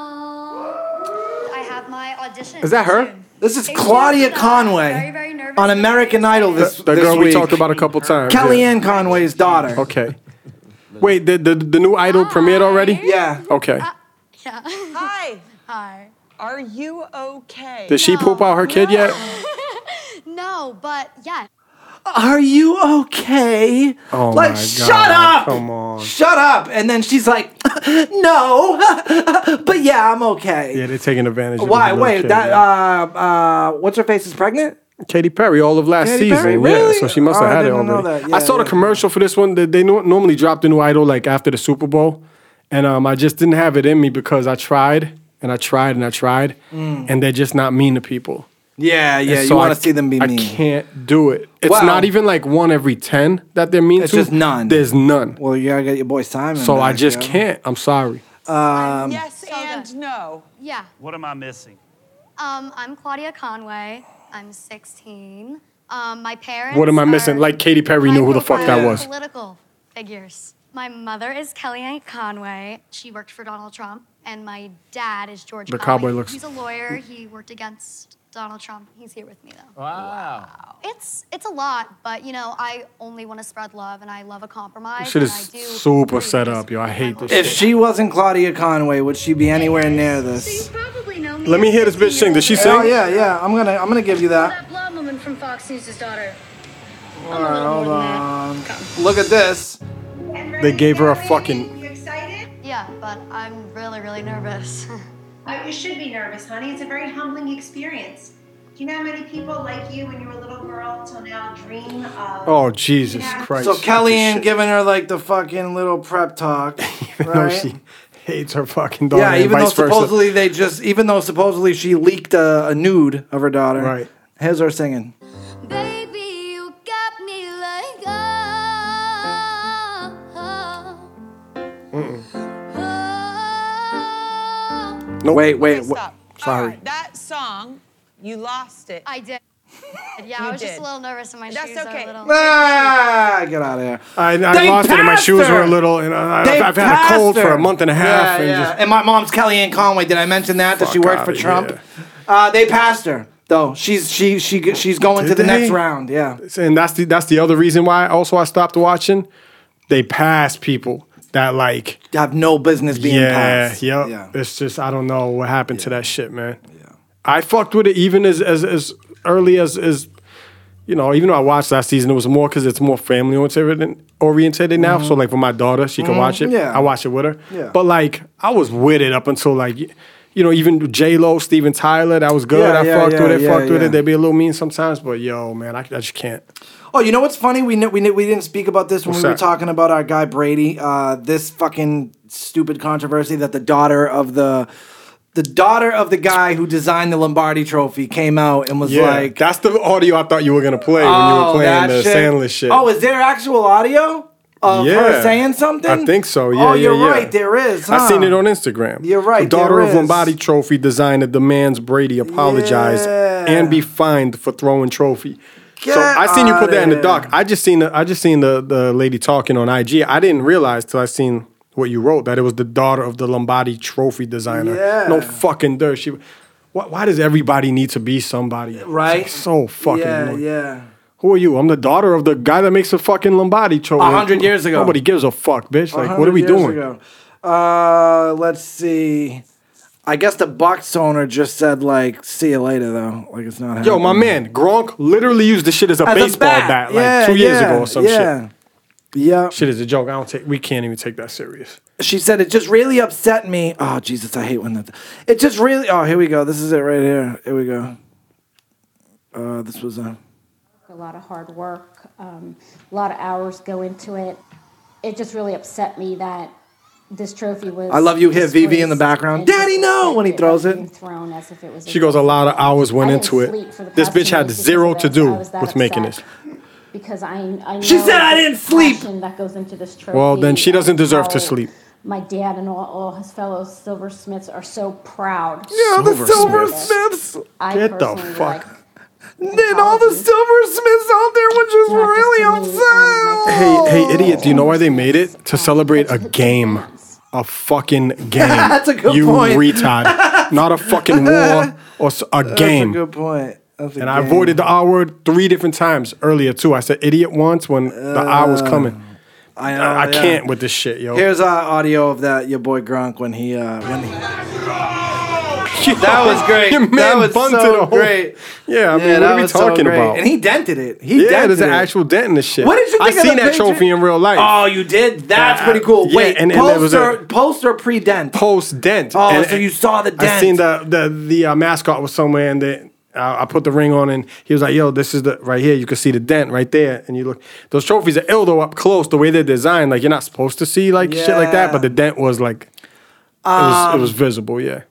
R: I have my audition.
B: Is that her? This is Claudia Conway on American Idol. This
A: The, the
B: this
A: girl we
B: week.
A: talked about a couple times. yeah.
B: Kellyanne Conway's daughter.
A: Okay. Wait, the, the the new idol premiered already?
B: Yeah.
A: Okay.
R: Yeah. Hi. Hi. Are you okay?
A: Did she poop out her kid yet?
R: No, but yeah.
B: Are you okay?
A: Oh
B: like,
A: my
B: shut
A: God,
B: up!
A: come on.
B: Shut up! And then she's like, [LAUGHS] no, [LAUGHS] but yeah, I'm okay.
A: Yeah, they're taking advantage. of
B: Why?
A: the little
B: Wait,
A: kid,
B: that
A: yeah.
B: uh, uh, what's her face is pregnant?
A: Katy Perry all of last
B: Katy
A: season.
B: Perry,
A: Yeah,
B: really?
A: so she must
B: Oh,
A: have
B: I
A: had it
B: didn't know
A: already.
B: that. Yeah,
A: I saw the
B: yeah.
A: commercial for this one. They, they nor- normally drop the new idol like after the Super Bowl, and um, I just didn't have it in me because I tried and I tried and I tried,
B: Mm.
A: and they're just not mean to people.
B: Yeah,
A: And
B: yeah.
A: so
B: you want
A: I-
B: to see them be
A: I
B: mean?
A: can't do it. It's
B: Well-
A: not even like one every ten that they're mean
B: It's
A: to.
B: just none.
A: There's none.
B: Well, you gotta get your boy Simon.
A: So I
B: back,
A: just
B: yo.
A: can't. I'm sorry.
B: Um,
R: yes and no. Yeah.
D: What am I missing?
R: Um, I'm Claudia Conway. I'm 16. Um, my parents.
A: What am I
R: are
A: missing? Like Katy Perry knew who the fuck that
R: high-profile
A: was.
R: Political figures. My mother is Kellyanne Conway. She worked for Donald Trump, and my dad is George.
A: The
R: Conway.
A: cowboy looks-
R: He's a lawyer. He worked against Donald Trump. He's here with me though.
D: Wow.
R: It's it's a lot, but you know I only want to spread love, and I love a compromise.
A: [LAUGHS] This shit
R: and
A: is
R: I do
A: super set up, yo. I hate this.
B: If
A: shit.
B: she wasn't Claudia Conway, would she be anywhere near this?
A: Let me hear this bitch sing. Does she sing?
B: Oh yeah, yeah. I'm gonna, I'm gonna give you that.
I: blonde woman from Fox News' daughter.
B: All right, hold on. Look at this.
A: They gave her a fucking.
I: You excited?
R: Yeah, but I'm really really nervous. [LAUGHS]
I: Uh, you should be nervous, honey. It's a very humbling experience. Do you know how many people like you when you were a little girl till now dream of?
A: Oh Jesus Christ!
B: So
A: Look at this [LAUGHS]
B: Kellyanne
A: shit.
B: giving her like the fucking little prep
A: [LAUGHS]
B: talk,
A: even though
B: right?
A: she hates her fucking daughter.
B: yeah,
A: and
B: even though
A: vice versa.
B: supposedly they just, even though supposedly she leaked a, a nude of her daughter.
A: Right.
B: Here's her singing.
R: Baby, you got me like oh.
B: No. Wait, wait. wait.
C: Stop.
R: Ah.
B: Sorry.
C: That song, you lost it.
R: I did. Yeah,
C: [LAUGHS]
R: I
C: You
R: was just
C: did.
R: a little nervous and my
C: That's
R: shoes are
C: okay.
R: a little.
B: Ah, get out of here.
A: I, I
B: They
A: lost it, and my
B: passed
A: shoes were
B: her.
A: a little. And I,
B: They
A: I've, I've had a cold
B: passed
A: for
B: her.
A: a month and a half.
B: Yeah,
A: and
B: yeah.
A: just,
B: And my mom's Kellyanne Conway. Did I mention that that she worked for
A: outta
B: Trump? Uh, they passed her though. She's she she she's going to
A: Did
B: the next
A: they?
B: round. Yeah.
A: and that's the that's the other reason why also I stopped watching. They pass people that like
B: have no business being
A: yeah,
B: passed.
A: Yep. It's just I don't know what happened to that shit, man. Yeah. I fucked with it even as as as early as as you know, even though I watched last season, it was more because it's more family oriented oriented now. So like for my daughter, she can
B: Mhm.
A: watch it.
B: Mm-hmm. Yeah.
A: I watch it with her.
B: Yeah.
A: But like I was with it up until like y- you know, even J Lo, Steven Tyler, that was good.
B: Yeah,
A: I
B: yeah,
A: fucked
B: yeah,
A: with it,
B: yeah,
A: fucked with
B: yeah.
A: it. They be a little mean sometimes, but yo, man, I, I just can't.
B: Oh, you know what's funny? We kn- we kn- we didn't speak about this when
A: What's
B: we were
A: that?
B: talking about our guy Brady. Uh, this fucking stupid controversy that the daughter of the the daughter of the guy who designed the Lombardi Trophy came out and was
A: yeah,
B: like,
A: that's the audio I thought you were gonna play when you
B: "Oh,
A: were playing
B: that
A: the
B: shit.
A: Sandless shit.
B: Oh, is there actual audio of her
A: Yeah.
B: saying something?
A: I think so. Yeah,
B: oh,
A: yeah,
B: you're
A: yeah.
B: right. There is. Huh?
A: I seen it on Instagram.
B: You're right,
A: The daughter
B: there
A: of
B: is.
A: Lombardi Trophy designer demands Brady apologize and be fined for throwing trophy. so
B: Get
A: I seen you put that in the
B: outta
A: doc. I just seen the I just seen the the lady talking on IG. I didn't realize till I seen what you wrote that it was the daughter of the Lombardi Trophy designer.
B: Yeah.
A: No fucking dirt. She. Why, why does everybody need to be somebody?
B: Right?
A: It's so fucking.
B: Yeah,
A: annoying.
B: yeah.
A: Who are you? I'm the daughter of the guy that makes the fucking Lombardi trophy.
B: A hundred years ago.
A: Nobody gives a fuck, bitch. Like, what
B: 100
A: are we
B: years
A: doing?
B: ago. Uh, let's see. I guess the Bucks owner just said like, "See you later," though. Like it's not.
A: Yo, my man, Gronk literally used the shit as a
B: Mm-hmm. As a
A: baseball
B: bat.
A: bat, like
B: Yeah,
A: two years
B: yeah,
A: ago or some
B: yeah.
A: shit.
B: Yeah.
A: Shit is a joke. I don't take we can't even take that serious.
B: She said it just really upset me. Oh Jesus, I hate when that. It just really. Oh, here we go. This is it right here. Here we go. Uh, this was uh,
J: a lot of hard work, um, a lot of hours go into it. It just really upset me that this trophy was.
B: I love you here, Vivi in the
J: displaced
B: background.
J: and
B: Daddy, no! When he throws
J: being
B: it.
J: Thrown as if it was a
A: She goes, a lot of hours went into it.
J: sleep for the
A: This
J: past
A: bitch
J: two
A: had
J: weeks because
A: zero
J: of
A: to
J: that.
A: do
J: I was
A: with
J: that
A: making
J: upset.
A: this.
J: because I, I
B: She
J: know
B: said I
J: the
B: didn't sleep.
J: passion That goes into this trophy.
A: Well, then she doesn't
J: and
A: deserve to
J: how
A: sleep.
J: My dad and all, all his fellow silversmiths are so proud.
B: Yeah, the silversmiths.
J: I
B: Get the
J: personally would
B: fuck
J: like
B: Then all the silversmiths out there, which is really upset.
J: Oh.
A: Hey, hey, idiot! Do you know why they made it to celebrate a game? A fucking
B: [LAUGHS]
A: game.
B: That's a good
A: you
B: point.
A: retard. Not a
B: [LAUGHS]
A: fucking war or s- a game.
B: That's a good point. That's a
A: And I
B: game.
A: avoided the R word three different times earlier too. I said idiot once when the R was
B: Uh,
A: coming.
B: I, know,
A: I, I
B: yeah.
A: can't with this shit, yo. [LAUGHS]
B: Here's uh, audio of that your boy Gronk when he uh, when he. that was great.
A: Your
B: that
A: man
B: was
A: bunted
B: so
A: a whole-
B: great.
A: Yeah, I mean, what
B: that
A: are we
B: was so
A: talking
B: great.
A: about?
B: And he dented it. He
A: yeah,
B: dented
A: there's an
B: it.
A: actual dent in the shit.
B: What did you think
A: I
B: of
A: seen
B: the
A: that
B: picture?
A: trophy in real life.
B: Oh, you did? That's pretty cool.
A: yeah,
B: Wait,
A: and- and
B: post,
A: there was
B: or,
A: a-
B: post or pre dent?
A: Post dent.
B: Oh,
A: And-
B: so you saw the dent.
A: I seen the the the uh, mascot was somewhere, and the, I I put the ring on, and he was like, "Yo, this is the right here. You can see the dent right there." And you look, those trophies are ill though up close. The way they're designed, like you're not supposed to see like shit like that,
B: Yeah.
A: but the dent was like it was,
B: Um,
A: it was visible. Yeah,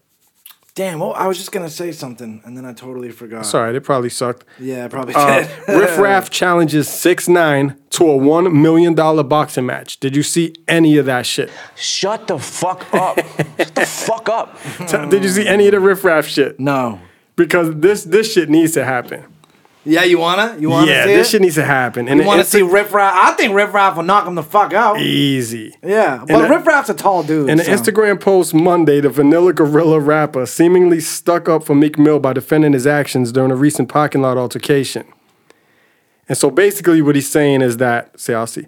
B: Damn, well, I was just gonna say something and then I totally forgot.
A: sorry, it probably
B: [LAUGHS]
A: sucked.
B: Yeah, I probably
A: Uh,
B: did.
A: Riff Raff challenges six nine to a one million dollar boxing match. Did you see any of that shit?
S: Shut the fuck up. Shut the fuck up.
A: Did you see any of the Riff Raff shit?
B: [LAUGHS] No.
A: Because this this shit needs to happen.
B: Yeah, you wanna? You wanna
A: yeah,
B: see
A: this
B: it?
A: shit needs to happen.
B: you wanna
A: it's
B: see Riff Raff? I think Riff Raff will knock him the fuck out.
A: easy.
B: Yeah, but
A: And I-
B: Riff Raff's a tall dude.
A: In an
B: so.
A: Instagram post Monday, the Vanilla Gorilla rapper seemingly stuck up for Meek Mill by defending his actions during a recent parking lot altercation. And so basically, what he's saying is that, say, I'll see.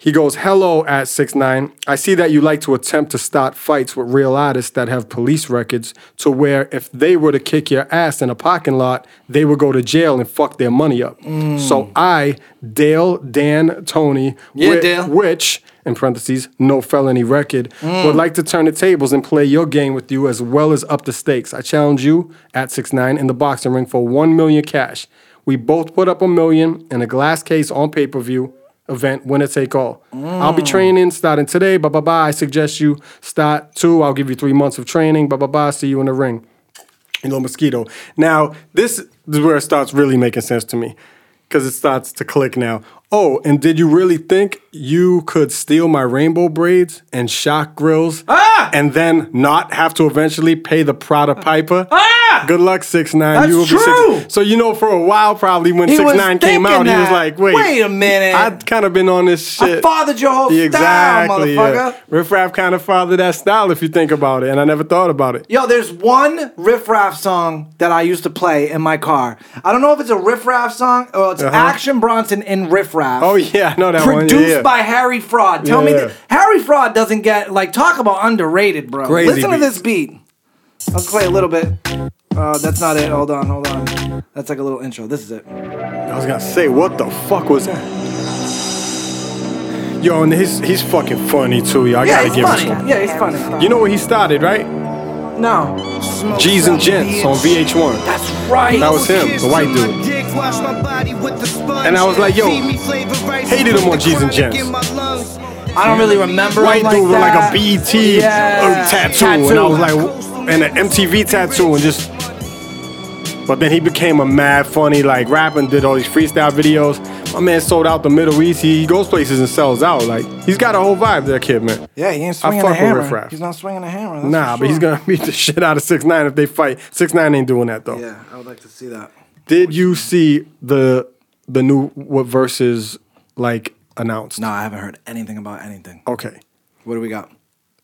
A: He goes, "Hello at 69. I see that you like to attempt to start fights with real artists that have police records to where if they were to kick your ass in a parking lot, they would go to jail and fuck their money up.
B: Mm.
A: So I, Dale, Dan, Tony,
B: Yeah,
A: whi-
B: Dale.
A: which in parentheses, no felony record,
B: Mm.
A: would like to turn the tables and play your game with you as well as up the stakes. I challenge you at 6-9 in the boxing ring for 1 million cash. We both put up a million in a glass case on pay-per-view event, winner take all. I'll be
B: Mm.
A: training starting today, blah, blah, blah. I suggest you start two. I'll give you three months of training, blah, blah, blah. See you in the ring. You know, mosquito. Now, this is where it starts really making sense to me because it starts to click now. Oh, and did you really think you could steal my rainbow braids
B: Ah!
A: and shock grills and then not have to eventually pay the Prada Piper Yeah. Good luck, six nine.
B: That's
A: you will be
B: true.
A: six. So you know, for a while, probably when
B: He
A: six
B: was
A: nine came
B: thinking
A: out, he was
B: that.
A: like, "Wait,
B: Wait a minute.
A: I'd kind of been on this shit.
B: fathered your whole style, motherfucker.
A: Riff Raff kind of fathered that style, if you think about it, and I never thought about it.
B: Yo, there's one riff raff song that I used to play in my car. I don't know if it's a riff raff song or it's
A: Uh-huh.
B: Action Bronson in riff raff.
A: Oh yeah, I know that one.
B: produced
A: yeah, yeah.
B: by Harry Fraud. Tell me
A: Yeah.
B: that Harry Fraud doesn't get like talk about underrated, bro.
A: Crazy
B: Listen to
A: beat.
B: this beat. I'll play a little bit. Uh, that's not it. Hold on, hold on. That's like a little intro. This is it.
A: I was gonna say, what the fuck was that? Yo, and he's he's fucking funny too, yo. I
B: yeah,
A: gotta
B: it's
A: give
B: funny. Oh,
A: it to him.
B: Yeah, it's funny.
A: You know where he started, right?
B: No.
A: G's and Gents on VH1.
B: That's right.
A: That was him, the white dude. And I was like, yo, hated him on G's and Gents.
B: I don't really remember.
A: White
B: him like
A: dude with like a
B: that. Oh,
A: BT
B: Yeah.
A: tattoo, and I was like, and an MTV tattoo, and just. But then he became a mad funny like rapper and did all these freestyle videos. My man sold out the Middle East. He, he goes places and sells out. Like he's got a whole vibe there, kid man.
B: Yeah, he ain't
A: I
B: swinging a
A: fuck with
B: hammer.
A: Riff Raff.
B: He's not swinging a hammer. that's
A: Nah,
B: for
A: but he's
B: sure.
A: gonna [LAUGHS] beat the shit out of six nine if they fight. Six nine ain't doing that though.
B: Yeah, I would like to see that.
A: Did you see the the new what verses like announced?
B: No, I haven't heard anything about anything.
A: Okay.
B: What do we got?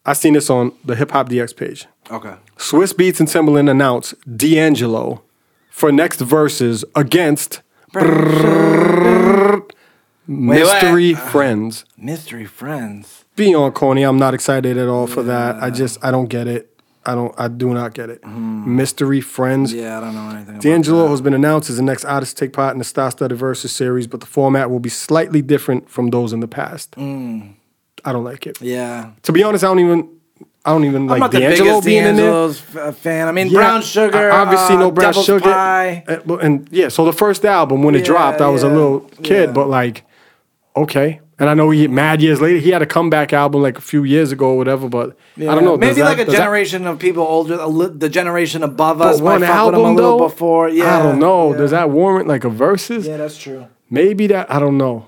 A: I seen this on the Hip Hop DX page.
B: Okay.
A: Swiss Beats and Timbaland announce D'Angelo for next verses against Mystery
B: Uh-huh.
A: Friends.
B: Mystery friends.
A: Beyond corny. I'm not excited at all for that. I just I don't get it. I don't I do not get it. Mystery Friends.
B: Hmm. Yeah, I don't know anything.
A: D'Angelo has been announced as the next artist to take part in the Star Studded Versus series, but the format will be slightly different from those in the past.
B: Hmm.
A: I don't like it.
B: Yeah.
A: To be honest, I don't even I don't even
B: I'm
A: like
B: not the
A: D'Angelo
B: biggest
A: being in there.
B: D'Angelo's f- uh, fan. I mean,
A: Yeah,
B: Brown Sugar.
A: I- obviously
B: uh,
A: no Brown
B: Devil's
A: Sugar.
B: Pie.
A: Uh, but- And yeah, so the first album when it
B: Yeah,
A: dropped, I was a
B: yeah,
A: little kid, but like, okay. And I know he mad years later. He had a comeback album like a few years ago or whatever, but I don't know.
B: Maybe
A: does that-
B: like a
A: does that-
B: generation of people older, a li- the generation above
A: but
B: us.
A: one
B: might fuck with them
A: album
B: a little
A: though
B: Before, yeah.
A: I don't know. Does that warrant like a versus?
B: Yeah, that's true.
A: Maybe that I don't know.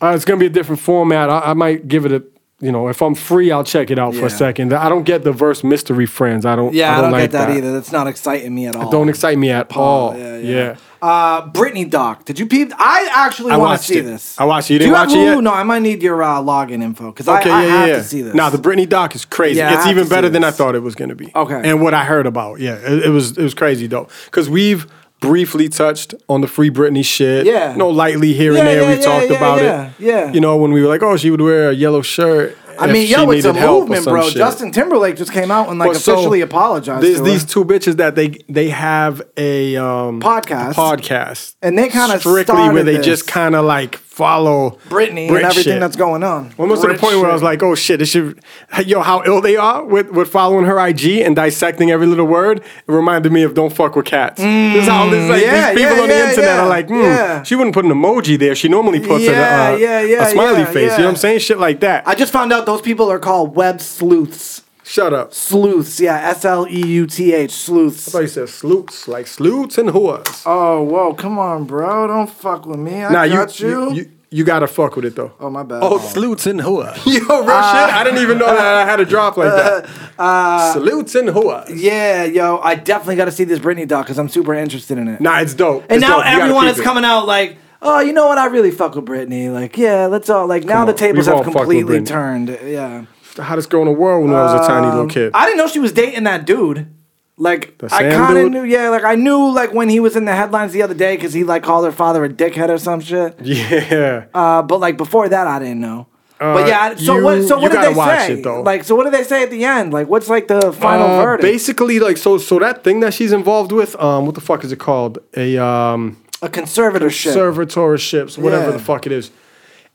A: Uh, it's gonna be a different format. I, I might give it a you know if I'm free, I'll check it out for
B: Yeah.
A: a second. I don't get the verse mystery friends. I don't.
B: Yeah, I don't,
A: like
B: get that, either. That's not exciting me at all.
A: It don't excite me at all. Yeah,
B: Uh, Britney Doc, did you peep? I actually
A: I
B: want
A: watched
B: to see
A: it.
B: this.
A: I watched it. You
B: Do
A: didn't
B: have
A: watch it
B: Hulu?
A: yet?
B: No, I might need your uh, login info because
A: Okay,
B: I, I
A: yeah,
B: have
A: yeah.
B: to see this.
A: Nah, the Britney doc is crazy.
B: Yeah, I
A: it's
B: have
A: even
B: to see
A: better than I
B: this.
A: thought it was going to be.
B: Okay.
A: and what I heard about, yeah, it, it was it was crazy though, because we've briefly touched on the free Britney shit.
B: Yeah.
A: no lightly here
B: Yeah,
A: and there.
B: yeah,
A: we
B: yeah,
A: talked
B: yeah,
A: about
B: yeah,
A: it.
B: yeah.
A: you know when we were like, oh, she would wear a yellow shirt.
B: I
A: if
B: mean,
A: she
B: yo, it's a
A: needed help or
B: movement,
A: some
B: bro.
A: shit.
B: Justin Timberlake just came out and like
A: But so,
B: officially apologized.
A: There's
B: to her.
A: these two bitches that they they have a um,
B: Podcast.
A: podcast,
B: And they kinda
A: strictly where
B: started
A: they
B: this.
A: just kind of like follow
B: Britney
A: Brit
B: and everything
A: shit.
B: that's going on.
A: Almost to the
B: Brit
A: point where I was
B: shit.
A: like, oh shit, this should, yo, how ill they are with, with following her IG and dissecting every little word. It reminded me of Don't Fuck with Cats. this is how this, like,
B: Mm. yeah,
A: these people
B: yeah,
A: on the
B: yeah,
A: internet
B: yeah,
A: are like, hmm,
B: yeah.
A: she wouldn't put an emoji there. She normally puts
B: Yeah,
A: a, uh,
B: yeah, yeah,
A: a smiley
B: yeah,
A: face. You know
B: yeah.
A: what I'm saying? Shit like that.
B: I just found out those people are called web sleuths.
A: Shut up.
B: Sleuths, yeah, S L E U T H, sleuths. I
A: thought you said sleuths, like sleuths and whores.
B: Oh, whoa, come on, bro. Don't fuck with me. I
A: nah,
B: got
A: you,
B: you.
A: you, you, you gotta fuck with it though. Oh
B: my Uh, bad.
A: Oh, salutes and hoa. [LAUGHS] Yo, real shit. I didn't even know that I had a drop like
B: [LAUGHS]
A: that.
B: Uh,
A: salutes and hoa.
B: Yeah, yo, I definitely got to see this Britney doc because I'm super interested in it.
A: Nah, it's dope.
B: And
A: It's
B: now
A: dope. You gotta
B: everyone
A: keep
B: is
A: it.
B: coming out like, oh, you know what? I really fuck with Britney. Like, yeah, let's all like now
A: Come
B: the
A: on,
B: tables
A: we've all
B: have
A: fucked with
B: completely
A: Britney.
B: turned. Yeah,
A: The hottest girl in the world when I was a tiny little
B: Um,
A: kid.
B: I didn't know she was dating that dude. Like
A: The
B: I
A: Sam
B: kind of
A: dude?
B: knew, yeah. Like I knew, like when he was in the headlines the other day, because he like called her father a dickhead or some shit.
A: [LAUGHS] yeah.
B: Uh, but like before that, I didn't know.
A: Uh,
B: but yeah, so
A: you-
B: what? So
A: you
B: what did
A: gotta
B: they
A: watch
B: say?
A: it, though.
B: Like, so what did they say at the end? Like, what's like the final
A: Uh,
B: verdict?
A: Basically, like so so that thing that she's involved with, um, what the fuck is it called? A um
B: a conservatorship.
A: Conservatorships, whatever
B: Yeah.
A: the fuck it is.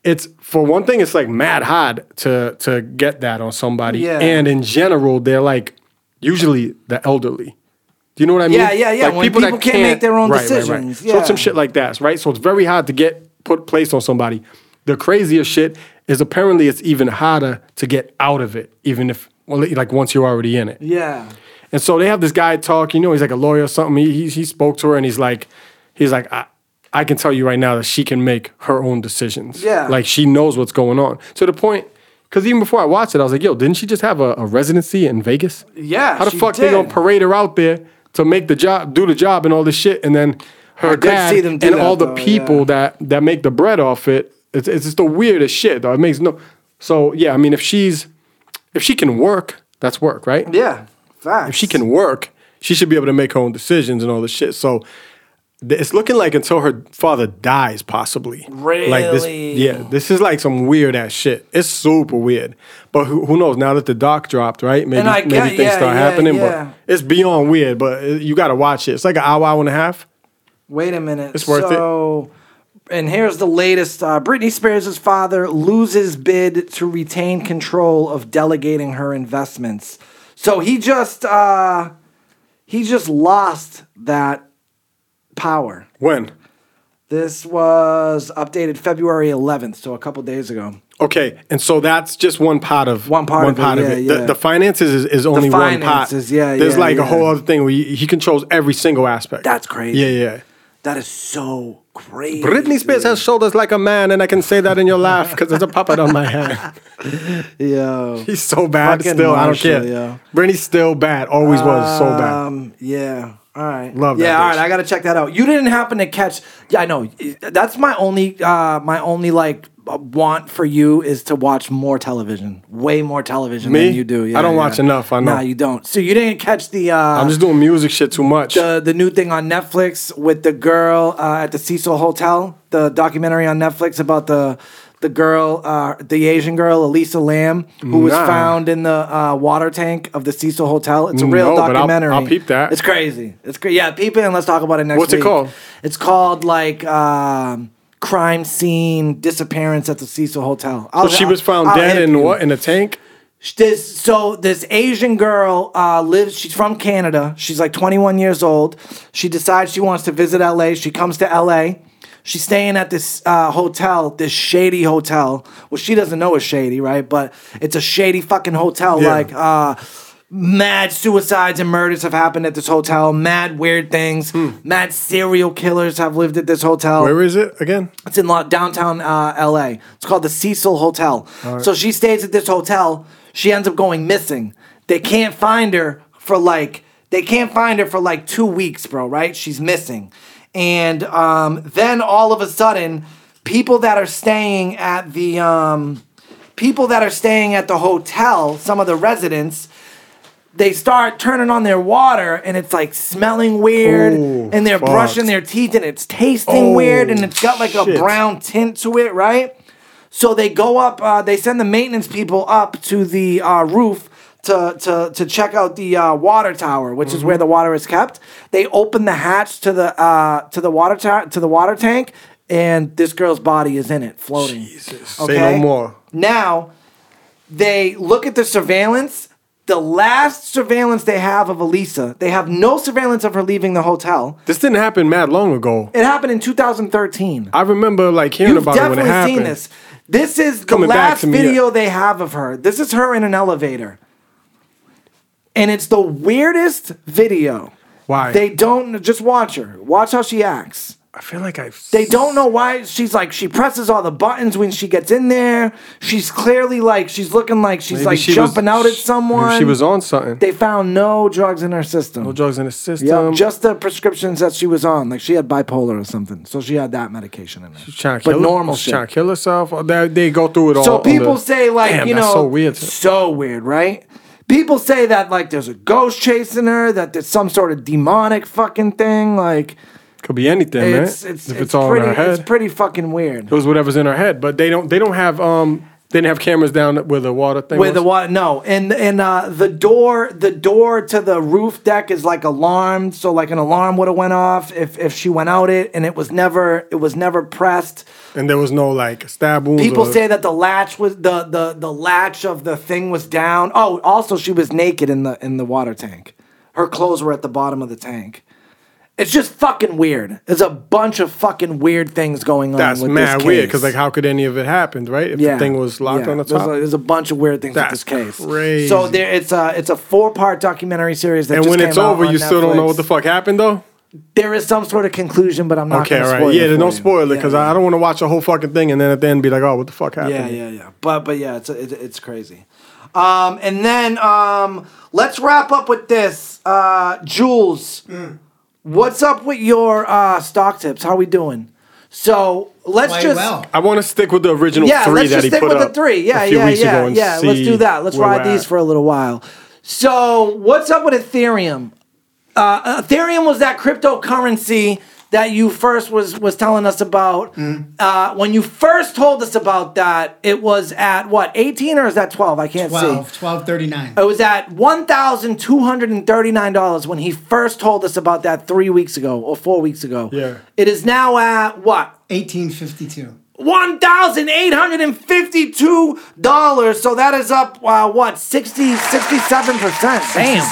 A: It's for one thing, it's like mad hard to to get that on somebody.
B: Yeah.
A: And in general, they're like usually the elderly. Do you know what I mean?
B: Yeah, yeah, yeah,
A: Like
B: when people can't make their own decisions,
A: So it's
B: yeah.
A: some shit like that, right? So it's very hard to get put placed on somebody. The craziest shit is apparently it's even harder to get out of it, even if well, like once you're already in it.
B: yeah.
A: And so they have this guy talk, you know, he's like a lawyer or something. He, he, he spoke to her and he's like, he's like, I, I can tell you right now that she can make her own decisions.
B: Yeah.
A: Like she knows what's going on to the point, because even before I watched it, I was like, yo, didn't she just have a, a residency in Vegas?
B: Yeah,
A: How the
B: she
A: fuck they
B: did.
A: gonna parade her out there to make the job, do the job, and all this shit, and then her
B: I did
A: dad
B: see them
A: and
B: do that,
A: all the
B: though,
A: people that that make the bread off it. It's, it's just the weirdest shit. Though it makes no. So yeah, I mean, if she's if she can work, that's work, right?
B: Yeah, facts.
A: If she can work, she should be able to make her own decisions and all this shit. So th- it's looking like until her father dies, possibly. Like this,
B: Really?
A: yeah. This is like some weird ass shit. It's super weird. But who, who knows? Now that the doc dropped, right? Maybe
B: I
A: maybe
B: get-
A: things
B: yeah,
A: start
B: yeah,
A: happening.
B: yeah.
A: But it's beyond weird. But uh, you got to watch it. It's like an hour, hour and a half.
B: Wait a minute.
A: It's worth it.
B: so, And here's the latest. Uh, Britney Spears' father loses bid to retain control of delegating her investments. So he just uh, he just lost that power.
A: When?
B: This was updated February 11th, so a couple days ago.
A: Okay, and so that's just one part of one
B: part
A: One
B: of it,
A: part of
B: yeah,
A: it.
B: yeah.
A: The, the finances is, is only one part.
B: finances, yeah,
A: There's
B: yeah,
A: like
B: yeah.
A: a whole other thing where he, he controls every single aspect.
B: That's crazy.
A: Yeah, yeah.
B: That is so crazy.
A: Britney Spears has shoulders like a man, and I can say that in your laugh because there's a puppet on my
B: [LAUGHS]
A: hand.
B: Yo.
A: He's so bad
B: Fucking
A: still. I don't
B: Marshall,
A: care.
B: yo.
A: Britney's still bad. Always was so bad.
B: Um, yeah. All right.
A: Love that
B: Yeah. All
A: bitch.
B: right. I gotta check that out. You didn't happen to catch? Yeah, I know. That's my only, uh, my only like want for you is to watch more television. Way more television
A: Me?
B: than you do.
A: I don't
B: yeah.
A: watch enough, I know.
B: Nah, you don't. So you didn't catch the. Uh,
A: I'm just doing music shit too much.
B: the the new thing on Netflix with the girl uh, at the Cecil Hotel, the documentary on Netflix about the the girl, uh, the Asian girl, Elisa Lam, who was
A: Nah.
B: found in the uh, water tank of the Cecil Hotel. It's a
A: Mm,
B: real
A: no, but I'll-
B: documentary.
A: I'll peep that.
B: It's crazy. It's crazy. Yeah, peep it and let's talk about it next
A: What's it
B: week.
A: called?
B: It's called like. Um, Crime scene disappearance at the Cecil Hotel.
A: so she was found
B: I'll
A: dead
B: hit
A: in
B: you.
A: what? In a tank?
B: This so this Asian girl uh, lives. She's from Canada. She's like 21 years old. She decides she wants to visit LA. She comes to LA. She's staying at this uh, hotel, this shady hotel. Well, she doesn't know it's shady, right? But it's a shady fucking hotel.
T: Yeah.
B: Like uh, mad suicides and murders have happened at this hotel. Mad weird things. Mad serial killers have lived at this hotel.
A: Where is it again?
B: It's in lo- downtown uh, LA. It's called the Cecil Hotel.
A: All right.
B: So she stays at this hotel. She ends up going missing. They can't find her for like they can't find her for like two weeks, bro. Right? She's missing, and um, then all of a sudden, people that are staying at the um, people that are staying at the hotel, some of the residents, they start turning on their water and it's like smelling weird
T: Ooh,
B: and they're
T: fuck.
B: brushing their teeth and it's tasting
T: Oh,
B: weird and it's got like a
T: shit.
B: brown tint to it, right? So they go up, uh, they send the maintenance people up to the uh, roof to, to, to check out the uh, water tower, which is where the water is kept. They open the hatch to the uh, to the water ta- to the water tank, and this girl's body is in it, floating. Jesus,
A: Say no more.
B: Now they look at the surveillance. The last surveillance they have of Elisa, they have no surveillance of her leaving the hotel.
A: This didn't happen mad long ago.
B: It happened in 2013.
A: I remember like hearing
B: You've
A: about it when
B: definitely
A: it happened.
B: seen this. This is the
A: Coming back
B: last
A: to me,
B: video they have of her. This is her in an elevator. And it's the weirdest video.
A: Why?
B: They don't just watch her. Watch how she acts.
A: I feel like I've
B: They don't know why she's like she presses all the buttons when she gets in there. She's clearly like she's looking like she's
A: Maybe
B: like
A: she was-
B: jumping out at someone.
A: Maybe she was on something.
B: They found no drugs in her system. No
A: drugs um, in her system.
B: Yeah, just the prescriptions that she was on. Like she had bipolar or something, so she had that medication in her.
A: She's trying to
B: But
A: kill
B: normal
A: she's
B: shit.
A: trying to kill herself. Or They, they go through it all.
B: So
A: on the-
B: people say, like,
A: Damn,
B: you
A: that's
B: know,
A: so weird.
B: so weird, right? People say that like there's a ghost chasing her, that there's some sort of demonic fucking thing. Like
A: Could be anything, man.
B: it's, it's,
A: if it's, all
B: pretty,
A: in her head.
B: it's pretty fucking weird.
A: It was whatever's in her head, but they don't. They don't have. Um, they didn't have cameras down where the water thing.
B: With the
A: was.
B: water, no, and and uh, the door, the door to the roof deck is like alarmed, so like an alarm would have went off if if she went out it, and it was never it was never pressed.
A: and there was no like stab wounds.
B: People
A: or-
B: say that the latch was the the the latch of the thing was down. Oh, also she was naked in the in the water tank. Her clothes were at the bottom of the tank. It's just fucking weird. There's a bunch of fucking weird things going on.
A: that's
B: with
A: mad
B: this
A: weird
B: case.
A: because like how could any of it happen, right? If
B: Yeah,
A: the thing was locked
B: yeah.
A: on the
B: There's
A: top.
B: a- there's a bunch of weird things
A: that's
B: with this case.
A: Crazy.
B: So there, it's a it's a four part documentary series that.
A: and
B: just
A: when
B: came
A: it's
B: out
A: over,
B: on
A: you still don't know
B: Netflix.
A: what the fuck happened though.
B: There is some sort of conclusion, but I'm not.
A: Okay,
B: gonna
A: all right.
B: Spoil
A: Yeah,
B: it
A: then
B: for
A: don't
B: you.
A: spoil it because
B: Yeah,
A: I don't want to watch a whole fucking thing and then at the end be like, oh, what the fuck
B: yeah.
A: happened?
B: Yeah, yeah, yeah. But but yeah, it's a, it, it's crazy. Um, and then um, let's wrap up with this. Uh, Jules, what's up with your uh, stock tips? How we doing? So let's just.
A: I want to stick with the original
B: yeah,
A: three
B: let's
A: that
B: just
A: he
B: stick
A: put
B: with
A: up
B: the three. Yeah,
A: a few
B: yeah,
A: weeks
B: yeah,
A: ago and
B: yeah. Let's
A: see
B: do that. Let's
A: where
B: ride
A: we're
B: these
A: at.
B: for a little while. So what's up with Ethereum? Uh, Ethereum was that cryptocurrency that you first was was telling us about. Uh, when you first told us about that, it was at what eighteen or is that twelve? I can't see.
F: 12, 1239.
B: It was at one thousand two hundred and thirty nine dollars when he first told us about that three weeks ago or four weeks ago. Yeah. It is now at what?
F: Eighteen fifty two.
B: One thousand eight hundred and fifty two dollars. So that is up uh, what 67 percent. Damn.
F: 67,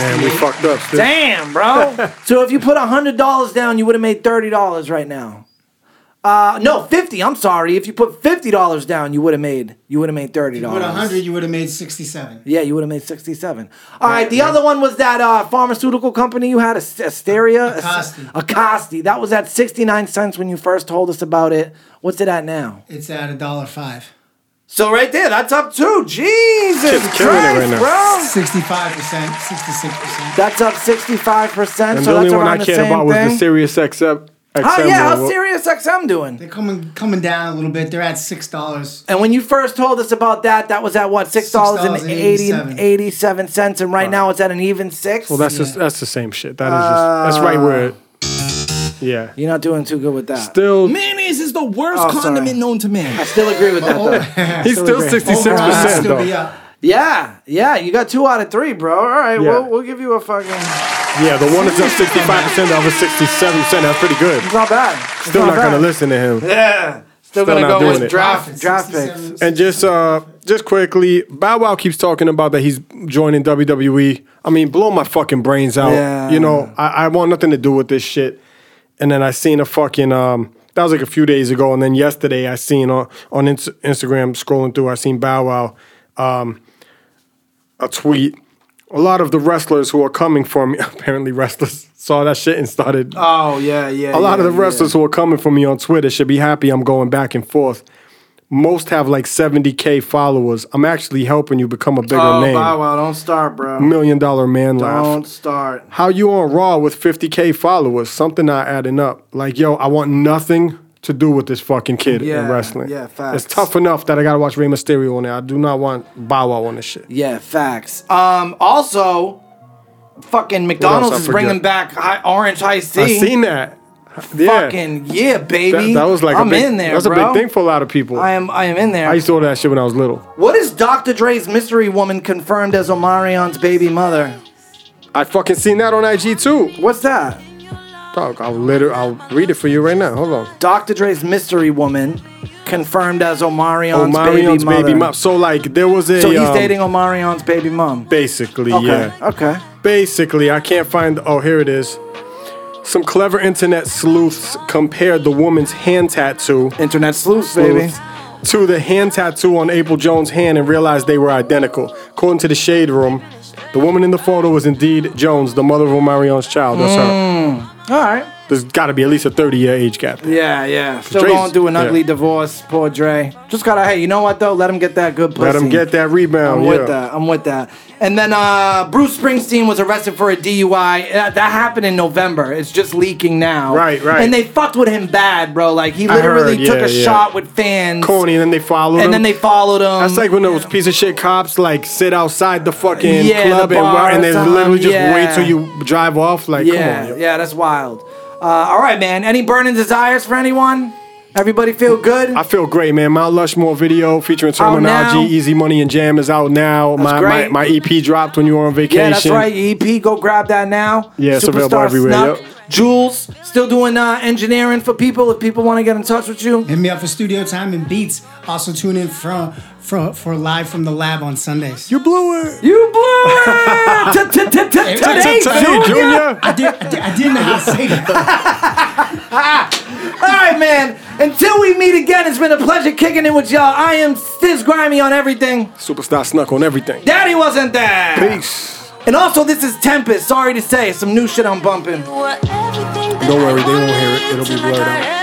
A: Damn, we
F: 68.
A: fucked up. Still.
B: Damn, bro. so if you put hundred dollars down, you would have made thirty dollars right now. Uh, no, fifty. I'm sorry. If you put fifty dollars down, you would have made you would have made thirty
F: If you put
B: dollars.
F: 100, you would have made 67.
B: Yeah, you would have made 67. All right, the other one was that uh, pharmaceutical company you had, As- Asteria.
F: Acasti.
B: Acosti. That was at 69 cents when you first told us about it. What's it at now?
F: It's at a dollar five.
B: So right there, that's up too. Jesus
A: Shit's killing it
B: Christ,
A: right now.
B: bro.
F: 65 percent, 66 percent.
B: That's up 65%.
A: And
B: so
A: the only
B: that's
A: one
B: around
A: I
B: the
A: cared
B: same
A: about was
B: thing.
A: the Sirius XM.
B: How,
A: XM
B: yeah, how's
A: one.
B: Sirius XM doing?
F: They're coming coming down a little bit. They're at six dollars.
B: And when you first told us about that, that was at what six dollars and
F: $6.87.
B: eighty-seven cents, and right now it's at an even six.
A: Well, that's just that's the same shit. That is just that's right where. It, yeah.
B: You're not doing too good with that.
A: Still,
U: Mayonnaise is the worst
B: Oh, sorry.
U: condiment known to man.
B: I still agree with that though.
A: He's still
B: agree.
A: 66% though.
B: [LAUGHS] Yeah, yeah, you got two out of three, bro. All right,
A: Yeah.
B: we'll, we'll give you a fucking. It's
A: Yeah, the one is up 65 percent, the other 67 percent. That's pretty good.
B: not bad. It's
A: Still not gonna
B: bad.
A: listen to him.
B: Yeah, still,
A: Still
B: gonna
A: not
B: go
A: doing
B: with
A: it.
B: draft draft picks.
A: And just uh, just quickly, Bow Wow keeps talking about that he's joining WWE. I mean, blow my fucking brains out.
B: Yeah.
A: You know, I, I want nothing to do with this shit. And then I seen a fucking um, that was like a few days ago, and then yesterday I seen on on Ins- Instagram scrolling through, I seen Bow Wow um, a tweet. A lot of the wrestlers who are coming for me, [LAUGHS] apparently wrestlers, saw that shit and started
B: Oh yeah, yeah.
A: a lot
B: yeah,
A: of the wrestlers who are coming for me on Twitter should be happy I'm going back and forth. Most have like 70K followers. I'm actually helping you become a bigger
B: yeah. Oh
A: name.
B: Bow Wow, don't start, bro.
A: Million dollar man laugh.
B: Don't start.
A: How you on Raw with 50K followers? Something not adding up. Like, yo, I want nothing to do with this fucking kid
B: Yeah,
A: in wrestling.
B: yeah, facts.
A: It's tough enough that I gotta watch Rey Mysterio on there. I do not want Bow Wow on this shit.
B: Yeah, facts. Um, also, fucking McDonald's
A: I
B: is bringing
A: forget?
B: back high, orange high C.
A: I seen that. Yeah.
B: Fucking yeah, baby.
A: That, that was like
B: I'm
A: a big,
B: in there.
A: That's
B: bro.
A: a big thing for a lot of people.
B: I am. I am in there.
A: I used to order that shit when I was little.
B: What is Dr. Dre's mystery woman confirmed as Omarion's baby mother?
A: I fucking seen that on IG too.
B: What's that?
A: Dog, I'll literally, I'll read it for you right now. Hold on.
B: Dr. Dre's mystery woman confirmed as Omarion's,
A: Omarion's
B: baby, mother.
A: baby mom. So like, there was a.
B: So he's
A: um,
B: dating Omarion's baby mom.
A: Basically,
B: Okay.
A: yeah.
B: Okay.
A: Basically, I can't find. Oh, here it is. Some clever internet sleuths compared the woman's hand tattoo.
B: Internet sleuths, baby.
A: To the hand tattoo on April Jones' hand and realized they were identical. According to the Shade Room, the woman in the photo was indeed Jones, the mother of Omarion's child. That's her.
B: All right.
A: There's got to be at least a 30 year age gap.
B: Mm. Yeah, yeah. Still
A: Dre's-
B: going through an
A: yeah.
B: ugly divorce, poor Dre. Just gotta, hey, you know what though? Let him get that good pussy.
A: Let him get that rebound.
B: I'm
A: yeah.
B: with that. I'm with that. And then uh, Bruce Springsteen was arrested for a DUI. Uh, that happened in November. It's just leaking now.
A: Right, right.
B: And they fucked with him bad, bro. Like he
A: I
B: literally
A: heard,
B: took
A: yeah,
B: a
A: yeah.
B: shot with fans.
A: corny, and then they followed
B: And
A: him.
B: then they followed him.
A: That's like when those piece of shit cops like sit outside the fucking
B: Yeah, the
A: club and,
B: bar
A: wa- and they
B: or something,
A: literally just
B: yeah.
A: wait till you drive off. Like,
B: yeah,
A: come on, yo.
B: yeah, that's wild. Uh, all right, man. Any burning desires for anyone? Everybody feel good?
A: I feel great, man. My Lushmore video featuring
B: Out Oh, now?
A: Terminology, Easy Money, and Jam is out now. My,
B: great.
A: my my EP dropped when you were on vacation.
B: Yeah, that's right. Your EP, go grab that now.
A: Yeah, it's available
B: Superstar
A: everywhere,
B: Snuck.
A: yep.
B: Jules, still doing uh, engineering for people if people want to get in touch with you.
F: Hit me up for studio time and beats. Also tune in from for for live from the lab on Sundays.
A: You blew it.
B: You blew
A: [LAUGHS]
B: it! T- t- t- t- Today,
A: Today,
B: Junior!
A: Junior.
F: I did I did- I didn't know how to say that.
B: All right, man. Until we meet again, it's been a pleasure kicking it with y'all. I am Stiz Grimy on everything.
A: Superstar snuck on everything.
B: Daddy wasn't there.
A: Peace.
B: And also, this is Tempest. Sorry to say, some new shit I'm bumping.
A: Don't worry, they won't hear it. It'll be blurred out.